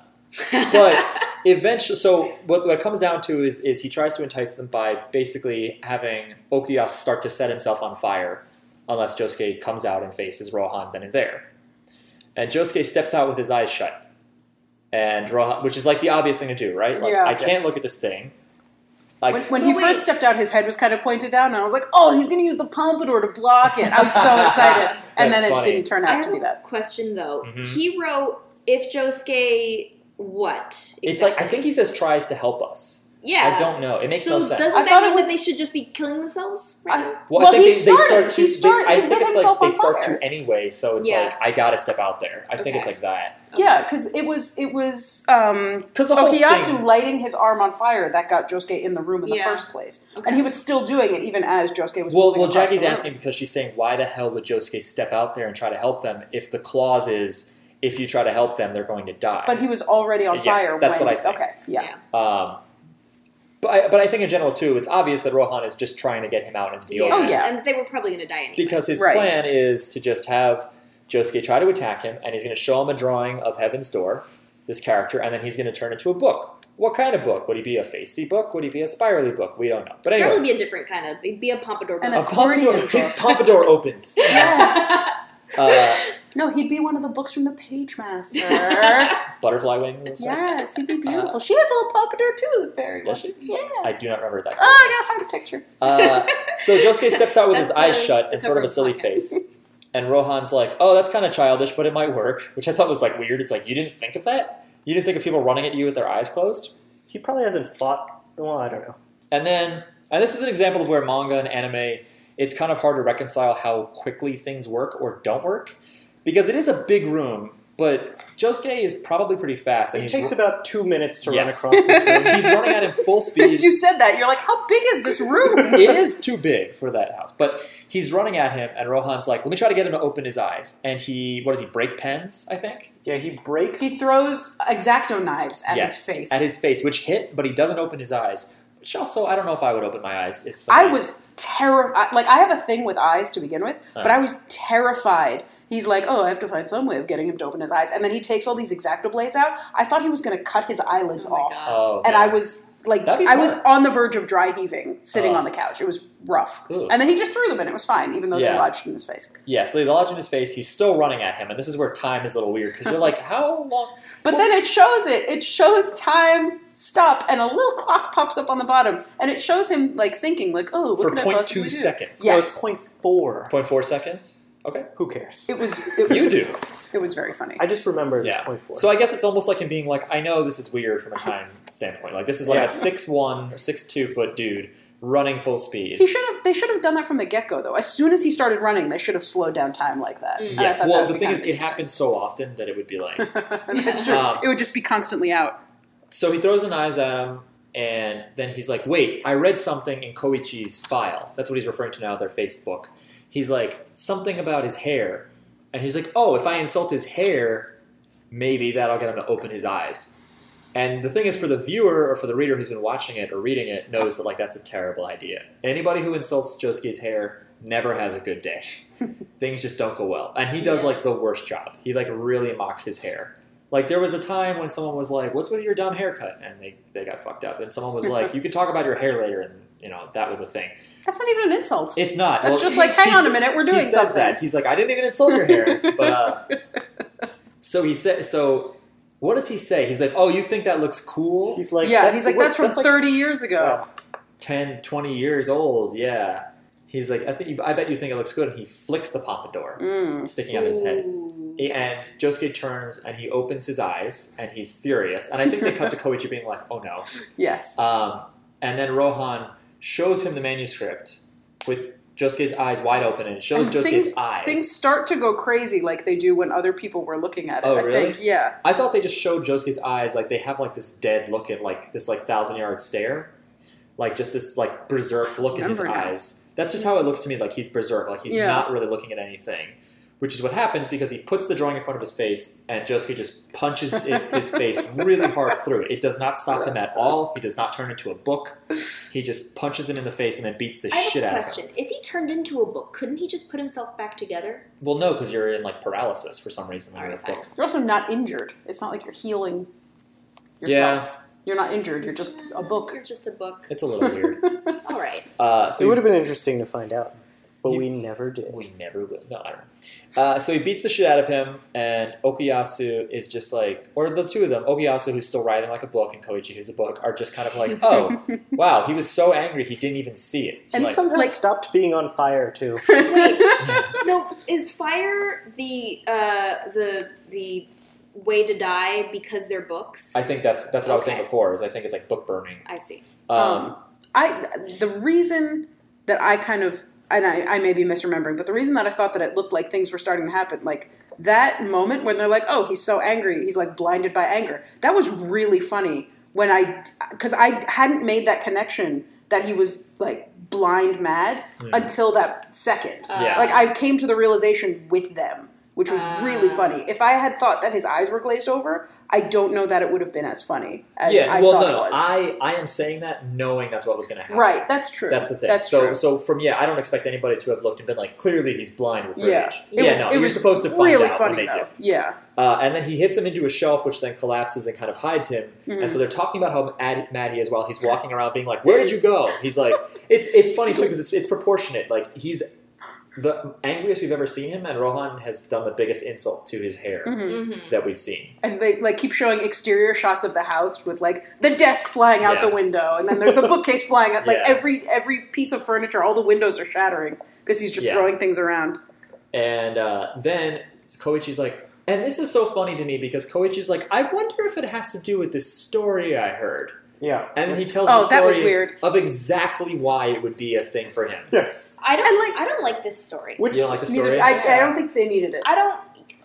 [SPEAKER 1] but eventually, so what, what it comes down to is, is he tries to entice them by basically having Okuyasu start to set himself on fire, unless Josuke comes out and faces Rohan then and there. And Josuke steps out with his eyes shut, and Rohan, which is like the obvious thing to do, right? Like
[SPEAKER 5] Yeah.
[SPEAKER 1] I can't
[SPEAKER 3] Yes.
[SPEAKER 1] look at this thing. Like
[SPEAKER 5] When, when
[SPEAKER 2] But
[SPEAKER 5] he
[SPEAKER 2] wait.
[SPEAKER 5] first stepped out, his head was kind of pointed down, and I was like, "Oh, he's going to use the pompadour to block it." I was so excited, and
[SPEAKER 1] That's
[SPEAKER 5] then it
[SPEAKER 1] funny.
[SPEAKER 5] didn't turn
[SPEAKER 2] I
[SPEAKER 5] out
[SPEAKER 2] have
[SPEAKER 5] to be
[SPEAKER 2] a
[SPEAKER 5] that.
[SPEAKER 2] question though.
[SPEAKER 1] Mhm.
[SPEAKER 2] He wrote if Josuke what?
[SPEAKER 1] it's like I think he says tries to help us.
[SPEAKER 2] yeah.
[SPEAKER 1] I don't know. It makes
[SPEAKER 2] so
[SPEAKER 1] no sense.
[SPEAKER 2] doesn't
[SPEAKER 5] I
[SPEAKER 2] that
[SPEAKER 5] thought
[SPEAKER 2] mean
[SPEAKER 5] it
[SPEAKER 2] that
[SPEAKER 5] was-
[SPEAKER 2] they should just be killing themselves?
[SPEAKER 5] I-
[SPEAKER 2] Right now?
[SPEAKER 1] Well,
[SPEAKER 5] Well,
[SPEAKER 1] I think
[SPEAKER 5] he
[SPEAKER 1] they,
[SPEAKER 5] started.
[SPEAKER 1] they start to.
[SPEAKER 5] He
[SPEAKER 1] they-
[SPEAKER 5] started.
[SPEAKER 1] I
[SPEAKER 5] He
[SPEAKER 1] think
[SPEAKER 5] lit
[SPEAKER 1] it's like
[SPEAKER 5] himself
[SPEAKER 1] they
[SPEAKER 5] on
[SPEAKER 1] start
[SPEAKER 5] fire.
[SPEAKER 1] to anyway, so it's
[SPEAKER 2] Yeah.
[SPEAKER 1] like I gotta step out there. I think it's
[SPEAKER 2] Okay.
[SPEAKER 1] like that
[SPEAKER 5] Yeah, because it was it was um,
[SPEAKER 1] because the whole
[SPEAKER 5] Okuyasu
[SPEAKER 1] thing.
[SPEAKER 5] lighting his arm on fire that got Josuke in the room in the
[SPEAKER 2] Yeah.
[SPEAKER 5] first place,
[SPEAKER 2] Okay.
[SPEAKER 5] and he was still doing it even as Josuke was.
[SPEAKER 1] Well,
[SPEAKER 5] moving
[SPEAKER 1] well,
[SPEAKER 5] across
[SPEAKER 1] Jackie's
[SPEAKER 5] the room.
[SPEAKER 1] asking because she's saying, why the hell would Josuke step out there and try to help them if the clause is if you try to help them, they're going to die.
[SPEAKER 5] but he was already on
[SPEAKER 1] Yes,
[SPEAKER 5] fire.
[SPEAKER 1] that's
[SPEAKER 5] when,
[SPEAKER 1] what I think.
[SPEAKER 5] Okay, yeah,
[SPEAKER 2] Yeah.
[SPEAKER 1] um, but I, but I think in general too, it's obvious that Rohan is just trying to get him out into the open.
[SPEAKER 5] Oh, yeah.
[SPEAKER 2] And they were probably gonna die anyway.
[SPEAKER 1] because his
[SPEAKER 5] Right.
[SPEAKER 1] plan is to just have Josuke try to attack him, and he's going to show him a drawing of Heaven's Door, this character, and then he's going to turn it into a book. What kind of book? Would he be a facey book? Would he be a spirally book? We don't know. But
[SPEAKER 2] Probably
[SPEAKER 1] anyway,
[SPEAKER 2] be a different kind of. It'd be a pompadour.
[SPEAKER 5] And
[SPEAKER 1] a
[SPEAKER 2] book.
[SPEAKER 1] pompadour,
[SPEAKER 5] accordion
[SPEAKER 1] his
[SPEAKER 5] book.
[SPEAKER 1] pompadour opens.
[SPEAKER 5] Yes.
[SPEAKER 1] Uh,
[SPEAKER 5] no, he'd be one of the books from the Page Master.
[SPEAKER 1] butterfly wings.
[SPEAKER 5] yes, he'd be beautiful. she has a little pompadour too, the fairy.
[SPEAKER 1] Does
[SPEAKER 5] one.
[SPEAKER 1] she?
[SPEAKER 5] Yeah.
[SPEAKER 1] I do not remember that.
[SPEAKER 5] Oh, I gotta find a picture.
[SPEAKER 1] Uh, so Josuke steps out with his
[SPEAKER 2] That's
[SPEAKER 1] eyes
[SPEAKER 2] the-
[SPEAKER 1] shut
[SPEAKER 2] the
[SPEAKER 1] and sort of a
[SPEAKER 2] cover
[SPEAKER 1] silly
[SPEAKER 2] of the podcast.
[SPEAKER 1] face. And Rohan's like, oh, that's kind of childish, but it might work, which I thought was like weird. It's like, you didn't think of that? You didn't think of people running at you with their eyes closed?
[SPEAKER 3] He probably hasn't fought. Well, I don't know.
[SPEAKER 1] And then, and this is an example of where manga and anime, it's kind of hard to reconcile how quickly things work or don't work, because it is a big room But Josuke is probably pretty fast. and
[SPEAKER 3] It
[SPEAKER 1] he's
[SPEAKER 3] takes
[SPEAKER 1] ru-
[SPEAKER 3] about two minutes to
[SPEAKER 1] Yes.
[SPEAKER 3] run across this room.
[SPEAKER 1] he's running at it full speed.
[SPEAKER 5] you said that. You're like, how big is this room?
[SPEAKER 1] it is too big for that house. But he's running at him, and Rohan's like, "Let me try to get him to open his eyes." And he, what does he break pens? I think
[SPEAKER 3] Yeah, he breaks.
[SPEAKER 5] He throws exacto knives at
[SPEAKER 1] yes,
[SPEAKER 5] his face.
[SPEAKER 1] at his face, which hit, but he doesn't open his eyes. Which also, I don't know if I would open my eyes if
[SPEAKER 5] I
[SPEAKER 1] somebody-
[SPEAKER 5] was terrified. Like I have a thing with eyes to begin with, but
[SPEAKER 1] Uh.
[SPEAKER 5] I was terrified. He's like, oh, I have to find some way of getting him to open his eyes, and then he takes all these exacto blades out. I thought he was going to cut his eyelids
[SPEAKER 2] Oh my
[SPEAKER 5] off,
[SPEAKER 2] God.
[SPEAKER 1] Oh,
[SPEAKER 5] and
[SPEAKER 1] no.
[SPEAKER 5] I was like,
[SPEAKER 1] That'd be
[SPEAKER 5] I was
[SPEAKER 1] smart.
[SPEAKER 5] on the verge of dry heaving, sitting
[SPEAKER 1] Oh.
[SPEAKER 5] on the couch. It was rough,
[SPEAKER 1] Ugh.
[SPEAKER 5] and then he just threw them, and it was fine, even though
[SPEAKER 1] Yeah.
[SPEAKER 5] they lodged in his face.
[SPEAKER 1] yes, they lodge in his face. He's still running at him, and this is where time is a little weird because you're like, how long?
[SPEAKER 5] But
[SPEAKER 1] Well-
[SPEAKER 5] then it shows it. It shows time stop, and a little clock pops up on the bottom, and it shows him like thinking, like, "Oh, what
[SPEAKER 1] For
[SPEAKER 5] could I
[SPEAKER 1] point
[SPEAKER 5] possibly
[SPEAKER 1] two
[SPEAKER 5] do?
[SPEAKER 1] seconds.
[SPEAKER 5] Yeah.
[SPEAKER 3] So
[SPEAKER 5] yes.
[SPEAKER 3] it's point four.
[SPEAKER 1] Point four seconds. Okay,
[SPEAKER 3] Who cares?
[SPEAKER 5] It was. It was
[SPEAKER 1] you do.
[SPEAKER 5] It was very funny.
[SPEAKER 3] I just remembered
[SPEAKER 1] Yeah.
[SPEAKER 3] it's point four.
[SPEAKER 1] So I guess it's almost like him being like, I know this is weird from a time standpoint. Like this is like
[SPEAKER 3] Yeah.
[SPEAKER 1] a six one or six two foot dude running full speed.
[SPEAKER 5] He should have. They should have done that from the get go, though. As soon as he started running, they should have slowed down time like that. And I
[SPEAKER 1] Yeah.
[SPEAKER 5] thought
[SPEAKER 1] Well,
[SPEAKER 5] that
[SPEAKER 1] the
[SPEAKER 5] would
[SPEAKER 1] thing
[SPEAKER 5] be
[SPEAKER 1] is, it happens so often that it would be like.
[SPEAKER 5] happened. That's true.
[SPEAKER 1] Um,
[SPEAKER 5] it would just be constantly out.
[SPEAKER 1] so he throws the knives at him, and then he's like, "Wait, I read something in Koichi's file." That's what he's referring to now, their Facebook. He's like something about his hair, and he's like, "Oh, if I insult his hair, maybe that'll get him to open his eyes." And the thing is, for the viewer or for the reader who's been watching it or reading it, knows that like that's a terrible idea. Anybody who insults Josuke's hair never has a good day. Things just don't go well, and he does
[SPEAKER 2] Yeah.
[SPEAKER 1] like the worst job. He like really mocks his hair. Like there was a time when someone was like, "What's with your dumb haircut?" and they they got fucked up. And someone was like, "You could talk about your hair later," and you know that was a thing.
[SPEAKER 5] That's not even an insult.
[SPEAKER 1] It's not.
[SPEAKER 5] That's
[SPEAKER 1] Well,
[SPEAKER 5] just
[SPEAKER 1] he-
[SPEAKER 5] like, hang
[SPEAKER 1] he
[SPEAKER 5] on
[SPEAKER 1] sa-
[SPEAKER 5] a minute, we're
[SPEAKER 1] he
[SPEAKER 5] doing
[SPEAKER 1] says
[SPEAKER 5] something.
[SPEAKER 1] that. He's like, I didn't even insult your hair. But uh, so he said. So what does he say? He's like, oh, you think that looks cool?
[SPEAKER 3] he's like,
[SPEAKER 5] yeah,
[SPEAKER 3] that's
[SPEAKER 5] he's
[SPEAKER 3] the
[SPEAKER 5] like, that's from
[SPEAKER 3] worst. like-
[SPEAKER 5] 30 years ago.
[SPEAKER 3] Wow.
[SPEAKER 1] 10, 20 years old. Yeah. He's like, I think you, I bet you think it looks good. And he flicks the pompadour
[SPEAKER 5] Mm.
[SPEAKER 1] sticking out of his head.
[SPEAKER 2] Ooh.
[SPEAKER 1] He- And Josuke turns and he opens his eyes and he's furious. And I think they cut to Koichi being like, oh no.
[SPEAKER 5] Yes.
[SPEAKER 1] Um, and then Rohan shows him the manuscript with Josuke's eyes wide open and it shows
[SPEAKER 5] And
[SPEAKER 1] Josuke's
[SPEAKER 5] things,
[SPEAKER 1] eyes.
[SPEAKER 5] things start to go crazy like they do when other people were looking at it.
[SPEAKER 1] Oh,
[SPEAKER 5] I
[SPEAKER 1] really?
[SPEAKER 5] think, yeah.
[SPEAKER 1] I thought they just showed Josuke's eyes like they have like this dead look at like this like thousand yard stare, like just this like berserk look in his
[SPEAKER 5] Remember now.
[SPEAKER 1] eyes. That's just how it looks to me. Like he's berserk, like he's
[SPEAKER 5] Yeah.
[SPEAKER 1] not really looking at anything, which is what happens because he puts the drawing in front of his face and Josuke just punches i- his face really hard through it. It does not stop him at all. He does not turn into a book. He just punches him in the face and then beats the
[SPEAKER 2] I have
[SPEAKER 1] shit
[SPEAKER 2] a
[SPEAKER 1] out of him.
[SPEAKER 2] question. If he turned into a book, couldn't he just put himself back together?
[SPEAKER 1] Well, no, because you're in like paralysis for some reason when you're in a
[SPEAKER 2] Alright,
[SPEAKER 1] book.
[SPEAKER 5] You're also not injured. It's not like you're healing yourself. You're not injured. You're just a book.
[SPEAKER 2] You're just a book.
[SPEAKER 1] Yeah, it's a little weird.
[SPEAKER 2] All right.
[SPEAKER 1] Uh, so
[SPEAKER 3] It
[SPEAKER 1] he-
[SPEAKER 3] would have been interesting to find out, but
[SPEAKER 1] You-
[SPEAKER 3] we never did.
[SPEAKER 1] We never will. No, I don't know. Uh, so he beats the shit out of him, and Okuyasu is just like, or the two of them, Okuyasu, who's still writing like a book, and Koichi, who's a book, are just kind of like, oh, wow, he was so angry he didn't even see it.
[SPEAKER 3] And
[SPEAKER 1] like,
[SPEAKER 3] somehow
[SPEAKER 5] like-
[SPEAKER 3] stopped being on fire too.
[SPEAKER 2] Wait. so is fire the uh, the the way to die because they're books?
[SPEAKER 1] I think that's that's what I was saying
[SPEAKER 2] Okay.
[SPEAKER 1] before. Is I think it's like book burning.
[SPEAKER 2] I see.
[SPEAKER 1] Um,
[SPEAKER 5] Um, I the reason that I kind of and I, I may be misremembering, but the reason that I thought that it looked like things were starting to happen, like that moment when they're like, "Oh, he's so angry, he's like blinded by anger," that was really funny when I because I hadn't made that connection that he was like blind mad until that
[SPEAKER 2] Oh.
[SPEAKER 5] second.
[SPEAKER 2] Uh,
[SPEAKER 1] Yeah.
[SPEAKER 5] Like I came to the realization with them, which was really
[SPEAKER 2] Ah.
[SPEAKER 5] funny. If I had thought that his eyes were glazed over, I don't know that it would have been as funny as
[SPEAKER 1] yeah,
[SPEAKER 5] I
[SPEAKER 1] well,
[SPEAKER 5] thought
[SPEAKER 1] no,
[SPEAKER 5] it was.
[SPEAKER 1] I I am saying that knowing that's what was going to happen.
[SPEAKER 5] Right, that's true.
[SPEAKER 1] That's the thing.
[SPEAKER 5] That's
[SPEAKER 1] so,
[SPEAKER 5] true.
[SPEAKER 1] so from yeah, I don't expect anybody to have looked and been like, clearly he's blind with rage.
[SPEAKER 5] Yeah, it was.
[SPEAKER 1] no,
[SPEAKER 5] it
[SPEAKER 1] you're
[SPEAKER 5] was
[SPEAKER 1] supposed to find
[SPEAKER 5] really
[SPEAKER 1] out when
[SPEAKER 5] funny
[SPEAKER 1] they do.
[SPEAKER 5] though. Yeah,
[SPEAKER 1] Uh, and then he hits him into a shelf, which then collapses and kind of hides him.
[SPEAKER 5] Mm-hmm.
[SPEAKER 1] And so they're talking about how mad, mad he is while he's walking around, being like, "Where did you go?" He's like, "It's it's funny too because it's it's proportionate. Like he's the angriest we've ever seen him, and Rohan has done the biggest insult to his hair
[SPEAKER 5] Mm-hmm.
[SPEAKER 2] mm-hmm.
[SPEAKER 1] that we've seen.
[SPEAKER 5] and they like keep showing exterior shots of the house with like the desk flying out
[SPEAKER 1] Yeah.
[SPEAKER 5] the window, and then there's the bookcase flying out. Like
[SPEAKER 1] Yeah.
[SPEAKER 5] every every piece of furniture, all the windows are shattering because he's just
[SPEAKER 1] Yeah.
[SPEAKER 5] throwing things around.
[SPEAKER 1] And uh, then Koichi's like, and this is so funny to me because Koichi's like, "I wonder if it has to do with this story I heard."
[SPEAKER 3] Yeah.
[SPEAKER 1] And then he tells
[SPEAKER 5] Oh,
[SPEAKER 1] the
[SPEAKER 5] that
[SPEAKER 1] story
[SPEAKER 5] was weird.
[SPEAKER 1] of exactly why it would be a thing for him.
[SPEAKER 3] Yes.
[SPEAKER 2] I don't
[SPEAKER 5] And, like-
[SPEAKER 2] I don't like this story.
[SPEAKER 3] Which
[SPEAKER 1] You don't like the story?
[SPEAKER 5] Neither, I, I don't think they needed it.
[SPEAKER 2] I don't.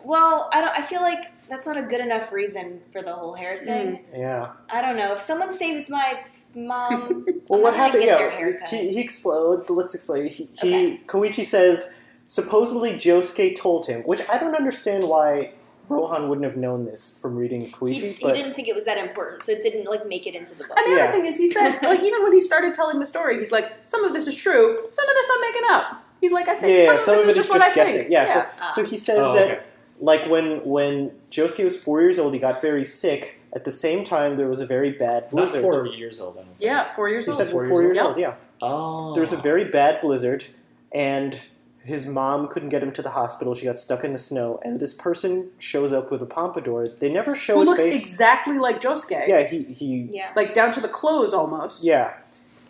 [SPEAKER 2] Well, I don't. I feel like that's not a good enough reason for the whole
[SPEAKER 1] Mm.
[SPEAKER 2] hair thing.
[SPEAKER 3] Yeah.
[SPEAKER 2] I don't know. If someone saves my mom,
[SPEAKER 3] Well,
[SPEAKER 2] I'm
[SPEAKER 3] what
[SPEAKER 2] gonna
[SPEAKER 3] happened?
[SPEAKER 2] Get their
[SPEAKER 3] Yeah,
[SPEAKER 2] haircut.
[SPEAKER 3] he, he explode. Let's explain. He, he
[SPEAKER 2] Okay.
[SPEAKER 3] Koichi says supposedly Josuke told him, which I don't understand why Rohan wouldn't have known this from reading Koichi.
[SPEAKER 2] he, he
[SPEAKER 3] but
[SPEAKER 2] didn't think it was that important, so it didn't like make it into the book.
[SPEAKER 5] And the
[SPEAKER 3] Yeah.
[SPEAKER 5] other thing is, he said, like, even when he started telling the story, he's like, some of this is true, some of this I'm making up. He's like, I think
[SPEAKER 3] yeah,
[SPEAKER 5] some of this
[SPEAKER 3] it is
[SPEAKER 5] just what I
[SPEAKER 3] just guessing.
[SPEAKER 5] think.
[SPEAKER 3] Yeah,
[SPEAKER 2] Ah.
[SPEAKER 3] So, so he says
[SPEAKER 1] Oh,
[SPEAKER 3] that
[SPEAKER 1] okay.
[SPEAKER 3] like when when Josuke was four years old, he got very sick. At the same time, there was a very bad
[SPEAKER 1] Not
[SPEAKER 3] blizzard.
[SPEAKER 1] four years old. I don't think.
[SPEAKER 5] yeah, four years
[SPEAKER 3] He
[SPEAKER 5] old.
[SPEAKER 3] said
[SPEAKER 1] Four
[SPEAKER 3] four,
[SPEAKER 1] years
[SPEAKER 3] years
[SPEAKER 5] old.
[SPEAKER 3] old. Yeah,
[SPEAKER 1] Oh.
[SPEAKER 3] there was a very bad blizzard, and his mom couldn't get him to the hospital. She got stuck in the snow, and this person shows up with a pompadour. They never show
[SPEAKER 5] Who
[SPEAKER 3] his
[SPEAKER 5] looks
[SPEAKER 3] face.
[SPEAKER 5] exactly like Josuke.
[SPEAKER 3] yeah, he he
[SPEAKER 2] Uh, yeah.
[SPEAKER 5] Like, down to the clothes almost.
[SPEAKER 3] yeah.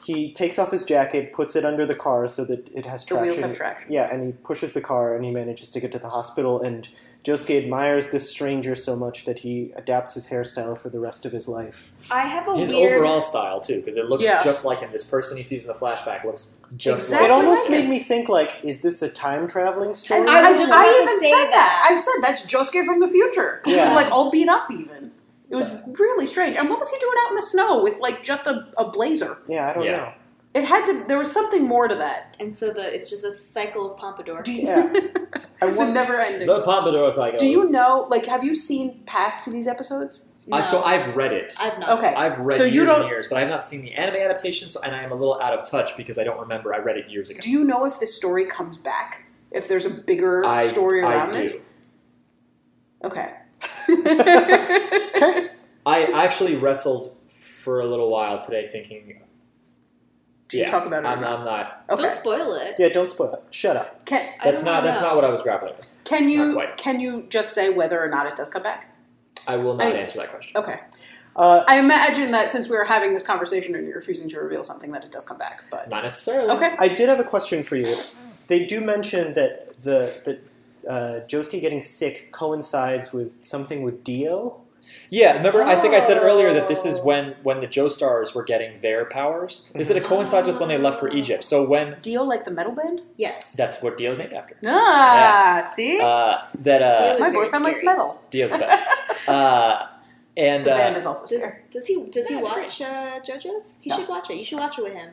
[SPEAKER 3] He takes off his jacket, puts it under the car so that it has
[SPEAKER 5] The
[SPEAKER 3] traction.
[SPEAKER 5] wheels have traction.
[SPEAKER 3] Yeah, and he pushes the car and he manages to get to the hospital. And Josuke admires this stranger so much that he adapts his hairstyle for the rest of his life.
[SPEAKER 2] I have a
[SPEAKER 1] his
[SPEAKER 2] weird.
[SPEAKER 1] overall style too, because it looks
[SPEAKER 5] Yeah.
[SPEAKER 1] just like him. This person he sees in the flashback looks just
[SPEAKER 5] Exactly.
[SPEAKER 1] like.
[SPEAKER 3] it
[SPEAKER 1] him.
[SPEAKER 3] almost
[SPEAKER 5] like
[SPEAKER 3] made me think like, is this a time traveling story?
[SPEAKER 2] And I was just
[SPEAKER 5] I
[SPEAKER 2] about to
[SPEAKER 5] even
[SPEAKER 2] say
[SPEAKER 5] said
[SPEAKER 2] that.
[SPEAKER 5] that. I said that's Josuke from the future. 'Cause He was
[SPEAKER 3] Yeah.
[SPEAKER 5] like all beat up, even. It was really strange. And what was he doing out in the snow with like just a, a blazer?
[SPEAKER 3] yeah, I don't
[SPEAKER 1] Yeah.
[SPEAKER 3] know.
[SPEAKER 5] It had to. There was something more to that.
[SPEAKER 2] and so the it's just a cycle of pompadour.
[SPEAKER 5] Do you,
[SPEAKER 3] Yeah. I
[SPEAKER 5] the
[SPEAKER 3] wonder.
[SPEAKER 5] never ending.
[SPEAKER 1] The Pompadour cycle.
[SPEAKER 5] Do you know? Like, have you seen past these episodes?
[SPEAKER 1] oh, I- uh, so
[SPEAKER 2] No,
[SPEAKER 1] I've read it.
[SPEAKER 2] I've not.
[SPEAKER 5] Okay,
[SPEAKER 1] I've read
[SPEAKER 5] So you
[SPEAKER 1] years
[SPEAKER 5] don't-
[SPEAKER 1] and years, but I've not seen the anime adaptation, so and I am a little out of touch because I don't remember. I read it years ago.
[SPEAKER 5] Do you know if this story comes back? If there's a bigger
[SPEAKER 1] I,
[SPEAKER 5] story
[SPEAKER 1] I
[SPEAKER 5] around
[SPEAKER 1] do.
[SPEAKER 5] this? Okay.
[SPEAKER 3] Okay.
[SPEAKER 1] I actually wrestled for a little while today, thinking.
[SPEAKER 5] Do you
[SPEAKER 1] yeah,
[SPEAKER 5] talk about it or
[SPEAKER 1] I'm,
[SPEAKER 5] not?
[SPEAKER 1] I'm not.
[SPEAKER 5] Okay.
[SPEAKER 2] Don't spoil it.
[SPEAKER 3] Yeah, don't spoil it. Shut up.
[SPEAKER 5] Can,
[SPEAKER 2] I
[SPEAKER 1] That's
[SPEAKER 2] don't
[SPEAKER 1] not.
[SPEAKER 2] wanna
[SPEAKER 1] That's
[SPEAKER 2] know.
[SPEAKER 1] not what I was grappling with.
[SPEAKER 5] can
[SPEAKER 1] Not
[SPEAKER 5] you
[SPEAKER 1] quite.
[SPEAKER 5] can you just say whether or not it does come back?
[SPEAKER 1] I will not
[SPEAKER 5] I-
[SPEAKER 1] answer that question.
[SPEAKER 5] Okay.
[SPEAKER 3] Uh,
[SPEAKER 5] I imagine that since we were having this conversation and you're refusing to reveal something, that it does come back. But
[SPEAKER 1] Not
[SPEAKER 2] Hmm.
[SPEAKER 1] necessarily.
[SPEAKER 5] okay.
[SPEAKER 3] I did have a question for you. They do mention that the that uh, Josuke getting sick coincides with something with Dio.
[SPEAKER 1] Yeah, remember I think I said earlier that this is
[SPEAKER 2] Oh.
[SPEAKER 1] when when the Joestars were getting their powers. Is
[SPEAKER 5] Mm-hmm.
[SPEAKER 1] that it coincides with when they left for Egypt? So when
[SPEAKER 5] Dio like the metal band?
[SPEAKER 2] Yes.
[SPEAKER 1] that's what Dio's named after.
[SPEAKER 5] Ah, see,
[SPEAKER 1] Uh, that uh,
[SPEAKER 2] Dio
[SPEAKER 5] my
[SPEAKER 2] was very
[SPEAKER 5] boyfriend likes
[SPEAKER 2] scary.
[SPEAKER 5] metal.
[SPEAKER 1] Dio's the best. Uh, and
[SPEAKER 5] The band
[SPEAKER 1] uh,
[SPEAKER 5] is also
[SPEAKER 2] Does,
[SPEAKER 5] scary.
[SPEAKER 2] does he does he
[SPEAKER 5] Yeah, great.
[SPEAKER 2] watch uh, JoJo's? He
[SPEAKER 5] No.
[SPEAKER 2] should watch it. You should watch it with him.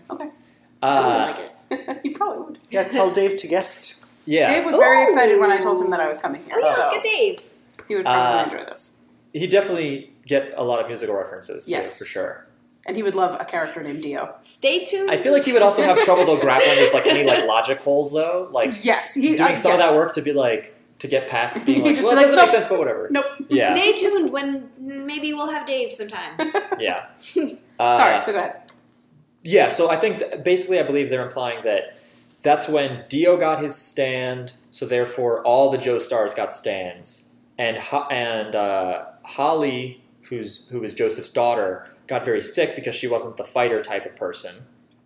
[SPEAKER 2] I
[SPEAKER 1] uh,
[SPEAKER 2] would like it. Oh,
[SPEAKER 5] he probably would.
[SPEAKER 3] Yeah, tell Dave to guest.
[SPEAKER 1] yeah,
[SPEAKER 5] Dave was very
[SPEAKER 2] Ooh.
[SPEAKER 5] excited when I told him that I was coming here.
[SPEAKER 2] Oh yeah,
[SPEAKER 5] so
[SPEAKER 2] let's get Dave.
[SPEAKER 5] he would probably
[SPEAKER 1] Uh,
[SPEAKER 5] enjoy this.
[SPEAKER 1] he definitely get a lot of musical references. to it,
[SPEAKER 5] Yes.
[SPEAKER 1] for sure.
[SPEAKER 5] And he would love a character named Dio.
[SPEAKER 2] Stay tuned.
[SPEAKER 1] I feel like he would also have trouble though grappling with like any like logic holes though, like
[SPEAKER 5] Yes, he
[SPEAKER 1] doing
[SPEAKER 5] I
[SPEAKER 1] some of
[SPEAKER 5] guess.
[SPEAKER 1] that work to be like to get past being
[SPEAKER 5] He'd
[SPEAKER 1] like,
[SPEAKER 5] just
[SPEAKER 1] well,
[SPEAKER 5] be
[SPEAKER 1] it
[SPEAKER 5] like,
[SPEAKER 1] doesn't make
[SPEAKER 5] "Nope."
[SPEAKER 1] sense, but whatever.
[SPEAKER 5] Nope.
[SPEAKER 1] Yeah,
[SPEAKER 2] Stay tuned when maybe we'll have Dave sometime.
[SPEAKER 1] yeah. Uh,
[SPEAKER 5] Sorry, so go ahead.
[SPEAKER 1] Yeah, so I think th- basically I believe they're implying that that's when Dio got his stand, so therefore all the Joe Stars got stands, and Ho- and uh, Holly, who's who was Joseph's daughter, got very sick because she wasn't the fighter type of person,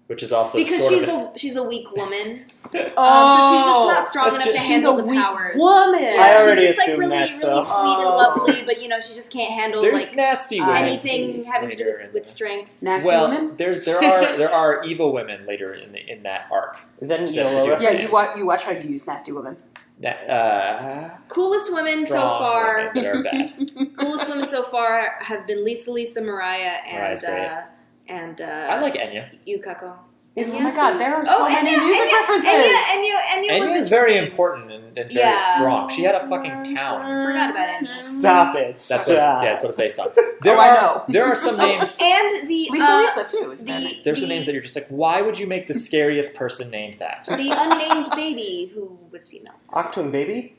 [SPEAKER 1] which is also
[SPEAKER 2] because
[SPEAKER 1] sort
[SPEAKER 2] she's
[SPEAKER 1] of an-
[SPEAKER 2] a she's a weak woman, um, so she's just
[SPEAKER 5] Oh,
[SPEAKER 2] not strong
[SPEAKER 1] That's
[SPEAKER 2] enough
[SPEAKER 1] just-
[SPEAKER 2] to
[SPEAKER 5] she's
[SPEAKER 2] handle
[SPEAKER 5] a
[SPEAKER 2] the
[SPEAKER 5] weak
[SPEAKER 2] powers.
[SPEAKER 5] woman.
[SPEAKER 2] Yeah,
[SPEAKER 3] I already
[SPEAKER 2] she's just like
[SPEAKER 3] assumed
[SPEAKER 2] really,
[SPEAKER 3] that,
[SPEAKER 2] really
[SPEAKER 3] so-
[SPEAKER 2] sweet and
[SPEAKER 5] Oh.
[SPEAKER 2] lovely, but you know she just can't handle
[SPEAKER 1] there's
[SPEAKER 2] like uh,
[SPEAKER 1] nasty
[SPEAKER 5] I
[SPEAKER 1] women.
[SPEAKER 2] anything having to do
[SPEAKER 1] later
[SPEAKER 2] with,
[SPEAKER 1] in
[SPEAKER 2] with
[SPEAKER 1] the-
[SPEAKER 2] strength.
[SPEAKER 5] Nasty
[SPEAKER 1] well,
[SPEAKER 5] woman.
[SPEAKER 1] there's there are there are evil women later in the, in that arc.
[SPEAKER 3] Is that an E
[SPEAKER 1] Yeah,
[SPEAKER 3] ELO
[SPEAKER 1] Dio.
[SPEAKER 3] reference?
[SPEAKER 5] Yeah, you watch, you watch how you use nasty woman.
[SPEAKER 1] Na- Uh,
[SPEAKER 2] Coolest women so
[SPEAKER 1] strong
[SPEAKER 2] far.
[SPEAKER 1] women that are bad.
[SPEAKER 2] coolest women so far have been Lisa, Lisa, Mariah, and
[SPEAKER 1] Mariah's great.
[SPEAKER 2] uh, and uh,
[SPEAKER 1] I like Enya.
[SPEAKER 2] Yukako.
[SPEAKER 5] Oh
[SPEAKER 2] Enya-
[SPEAKER 5] my god, there are so
[SPEAKER 2] Oh,
[SPEAKER 5] many
[SPEAKER 2] Enya,
[SPEAKER 5] music
[SPEAKER 2] Enya,
[SPEAKER 5] references.
[SPEAKER 2] Enya, Enya, Enya,
[SPEAKER 1] Enya
[SPEAKER 2] was
[SPEAKER 1] is very
[SPEAKER 2] interesting.
[SPEAKER 1] important and, and very
[SPEAKER 2] Yeah.
[SPEAKER 1] strong. She had a fucking town.
[SPEAKER 2] Forgot about it.
[SPEAKER 3] Stop it.
[SPEAKER 1] That's what, it's,
[SPEAKER 3] Stop.
[SPEAKER 1] yeah, that's what it's based on.
[SPEAKER 5] Oh, I know.
[SPEAKER 1] there are some names.
[SPEAKER 2] And the
[SPEAKER 5] Lisa
[SPEAKER 2] uh,
[SPEAKER 5] Lisa too. Is bad.
[SPEAKER 2] the,
[SPEAKER 1] There's
[SPEAKER 2] the,
[SPEAKER 1] some names that you're just like, why would you make the scariest person named that?
[SPEAKER 2] the unnamed baby who was female.
[SPEAKER 3] Octoon Baby?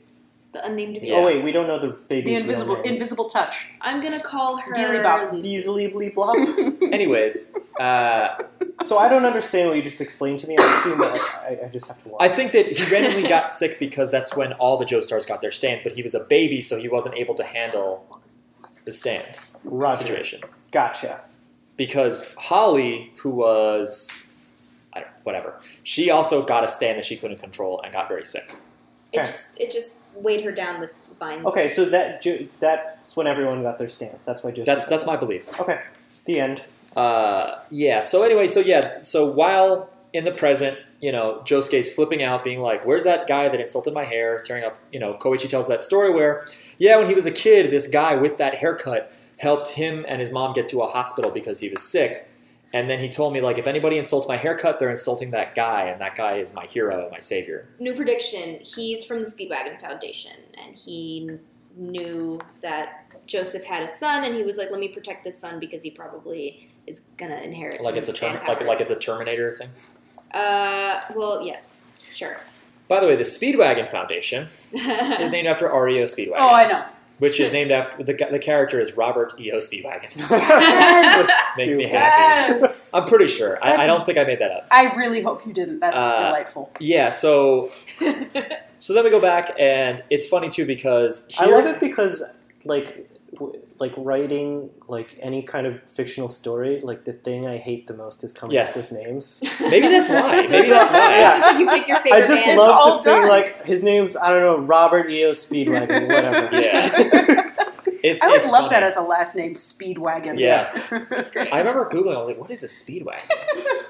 [SPEAKER 2] The unnamed baby.
[SPEAKER 1] Yeah.
[SPEAKER 3] Oh, wait, we don't know the baby's
[SPEAKER 5] the
[SPEAKER 3] real
[SPEAKER 5] invisible
[SPEAKER 3] name.
[SPEAKER 5] invisible touch.
[SPEAKER 2] I'm gonna call her
[SPEAKER 5] Dearly Bob.
[SPEAKER 2] Lucy.
[SPEAKER 3] Easily bleep blob.
[SPEAKER 1] Anyways, uh,
[SPEAKER 3] so I don't understand what you just explained to me. I assume that I, I just have to watch.
[SPEAKER 1] I think that he randomly got sick because that's when all the Joe Stars got their stands, but he was a baby, so he wasn't able to handle the stand
[SPEAKER 3] Roger.
[SPEAKER 1] situation.
[SPEAKER 3] Gotcha.
[SPEAKER 1] Because Holly, who was, I don't, whatever, she also got a stand that she couldn't control and got very sick.
[SPEAKER 2] It
[SPEAKER 3] Okay.
[SPEAKER 2] just it just weighed her down with vines.
[SPEAKER 3] Okay, so that ju- that's when everyone got their stance. That's why Josuke.
[SPEAKER 1] That's that's my belief.
[SPEAKER 3] Okay. The end.
[SPEAKER 1] Uh, yeah. So anyway, so yeah. So while in the present, you know, Josuke's flipping out, being like, "Where's that guy that insulted my hair?" Tearing up, you know, Koichi tells that story where, yeah, when he was a kid, this guy with that haircut helped him and his mom get to a hospital because he was sick, and then he told me like, if anybody insults my haircut, they're insulting that guy, and that guy is my hero, my savior.
[SPEAKER 2] New prediction. He's from the Speedwagon Foundation, and he knew that Joseph had a son, and he was like, "Let me protect this son because he probably is gonna inherit."
[SPEAKER 1] Like
[SPEAKER 2] some
[SPEAKER 1] it's a
[SPEAKER 2] sand
[SPEAKER 1] term- like
[SPEAKER 2] powers."
[SPEAKER 1] like it's a Terminator thing.
[SPEAKER 2] Uh, well, yes, sure.
[SPEAKER 1] By the way, the Speedwagon Foundation is named after REO Speedwagon.
[SPEAKER 5] Oh, I know.
[SPEAKER 1] Which is named after the, the character is Robert E.O. Speedwagon.
[SPEAKER 5] Yes.
[SPEAKER 1] Makes me happy.
[SPEAKER 5] Yes.
[SPEAKER 1] I'm pretty sure. I, I don't think I made that up.
[SPEAKER 5] I really hope you didn't. That's
[SPEAKER 1] Uh,
[SPEAKER 5] delightful.
[SPEAKER 1] Yeah. So so then we go back, and it's funny too because
[SPEAKER 3] I
[SPEAKER 1] here-
[SPEAKER 3] love it because like w- like writing like any kind of fictional story like the thing I hate the most is coming
[SPEAKER 1] Yes.
[SPEAKER 3] up with names.
[SPEAKER 1] Maybe that's why.
[SPEAKER 2] It's
[SPEAKER 1] Maybe
[SPEAKER 2] just-
[SPEAKER 1] that's why.
[SPEAKER 3] Yeah.
[SPEAKER 2] it's just like you pick your
[SPEAKER 3] I
[SPEAKER 2] favorite
[SPEAKER 3] just
[SPEAKER 2] band.
[SPEAKER 5] all
[SPEAKER 3] love just
[SPEAKER 5] done.
[SPEAKER 3] being like his name's I don't know Robert E O Speedwagon whatever.
[SPEAKER 1] Yeah. It's,
[SPEAKER 5] I would
[SPEAKER 1] it's
[SPEAKER 5] love
[SPEAKER 1] funny.
[SPEAKER 5] that as a last name, Speedwagon.
[SPEAKER 1] Yeah.
[SPEAKER 5] that's great.
[SPEAKER 1] I remember Googling. I was like, "What is a speedwagon?"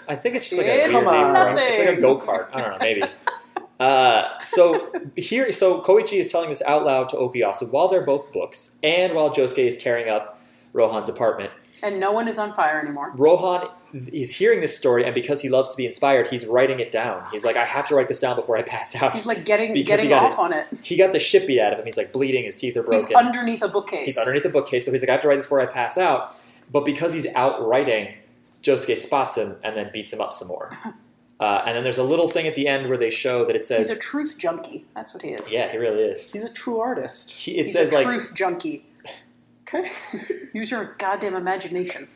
[SPEAKER 1] I think it's just like a
[SPEAKER 5] It's
[SPEAKER 1] weird name for a-
[SPEAKER 5] nothing.
[SPEAKER 1] It's like a go kart. I don't know, maybe. Uh, so here, so Koichi is telling this out loud to Okuyasu while they're both books, and while Josuke is tearing up Rohan's apartment.
[SPEAKER 5] And no one is on fire anymore.
[SPEAKER 1] Rohan is hearing this story, and because he loves to be inspired, he's writing it down. He's like, "I have to write this down before I pass out."
[SPEAKER 5] He's like getting
[SPEAKER 1] Because he
[SPEAKER 5] getting
[SPEAKER 1] got it.
[SPEAKER 5] off on it.
[SPEAKER 1] he got the shit beat out of him. He's like bleeding. His teeth are broken.
[SPEAKER 5] He's underneath a bookcase.
[SPEAKER 1] He's underneath the bookcase, so he's like, I have to write this before I pass out. But because he's out writing, Josuke spots him and then beats him up some more. Uh, and then there's a little thing at the end where they show that it
[SPEAKER 5] He's
[SPEAKER 1] says,
[SPEAKER 5] a truth junkie. That's what he is.
[SPEAKER 1] "Yeah, he really is."
[SPEAKER 3] He's a true artist.
[SPEAKER 1] He, it
[SPEAKER 5] He's
[SPEAKER 1] says
[SPEAKER 5] a
[SPEAKER 1] like
[SPEAKER 5] truth junkie.
[SPEAKER 3] Okay.
[SPEAKER 5] Use your goddamn imagination.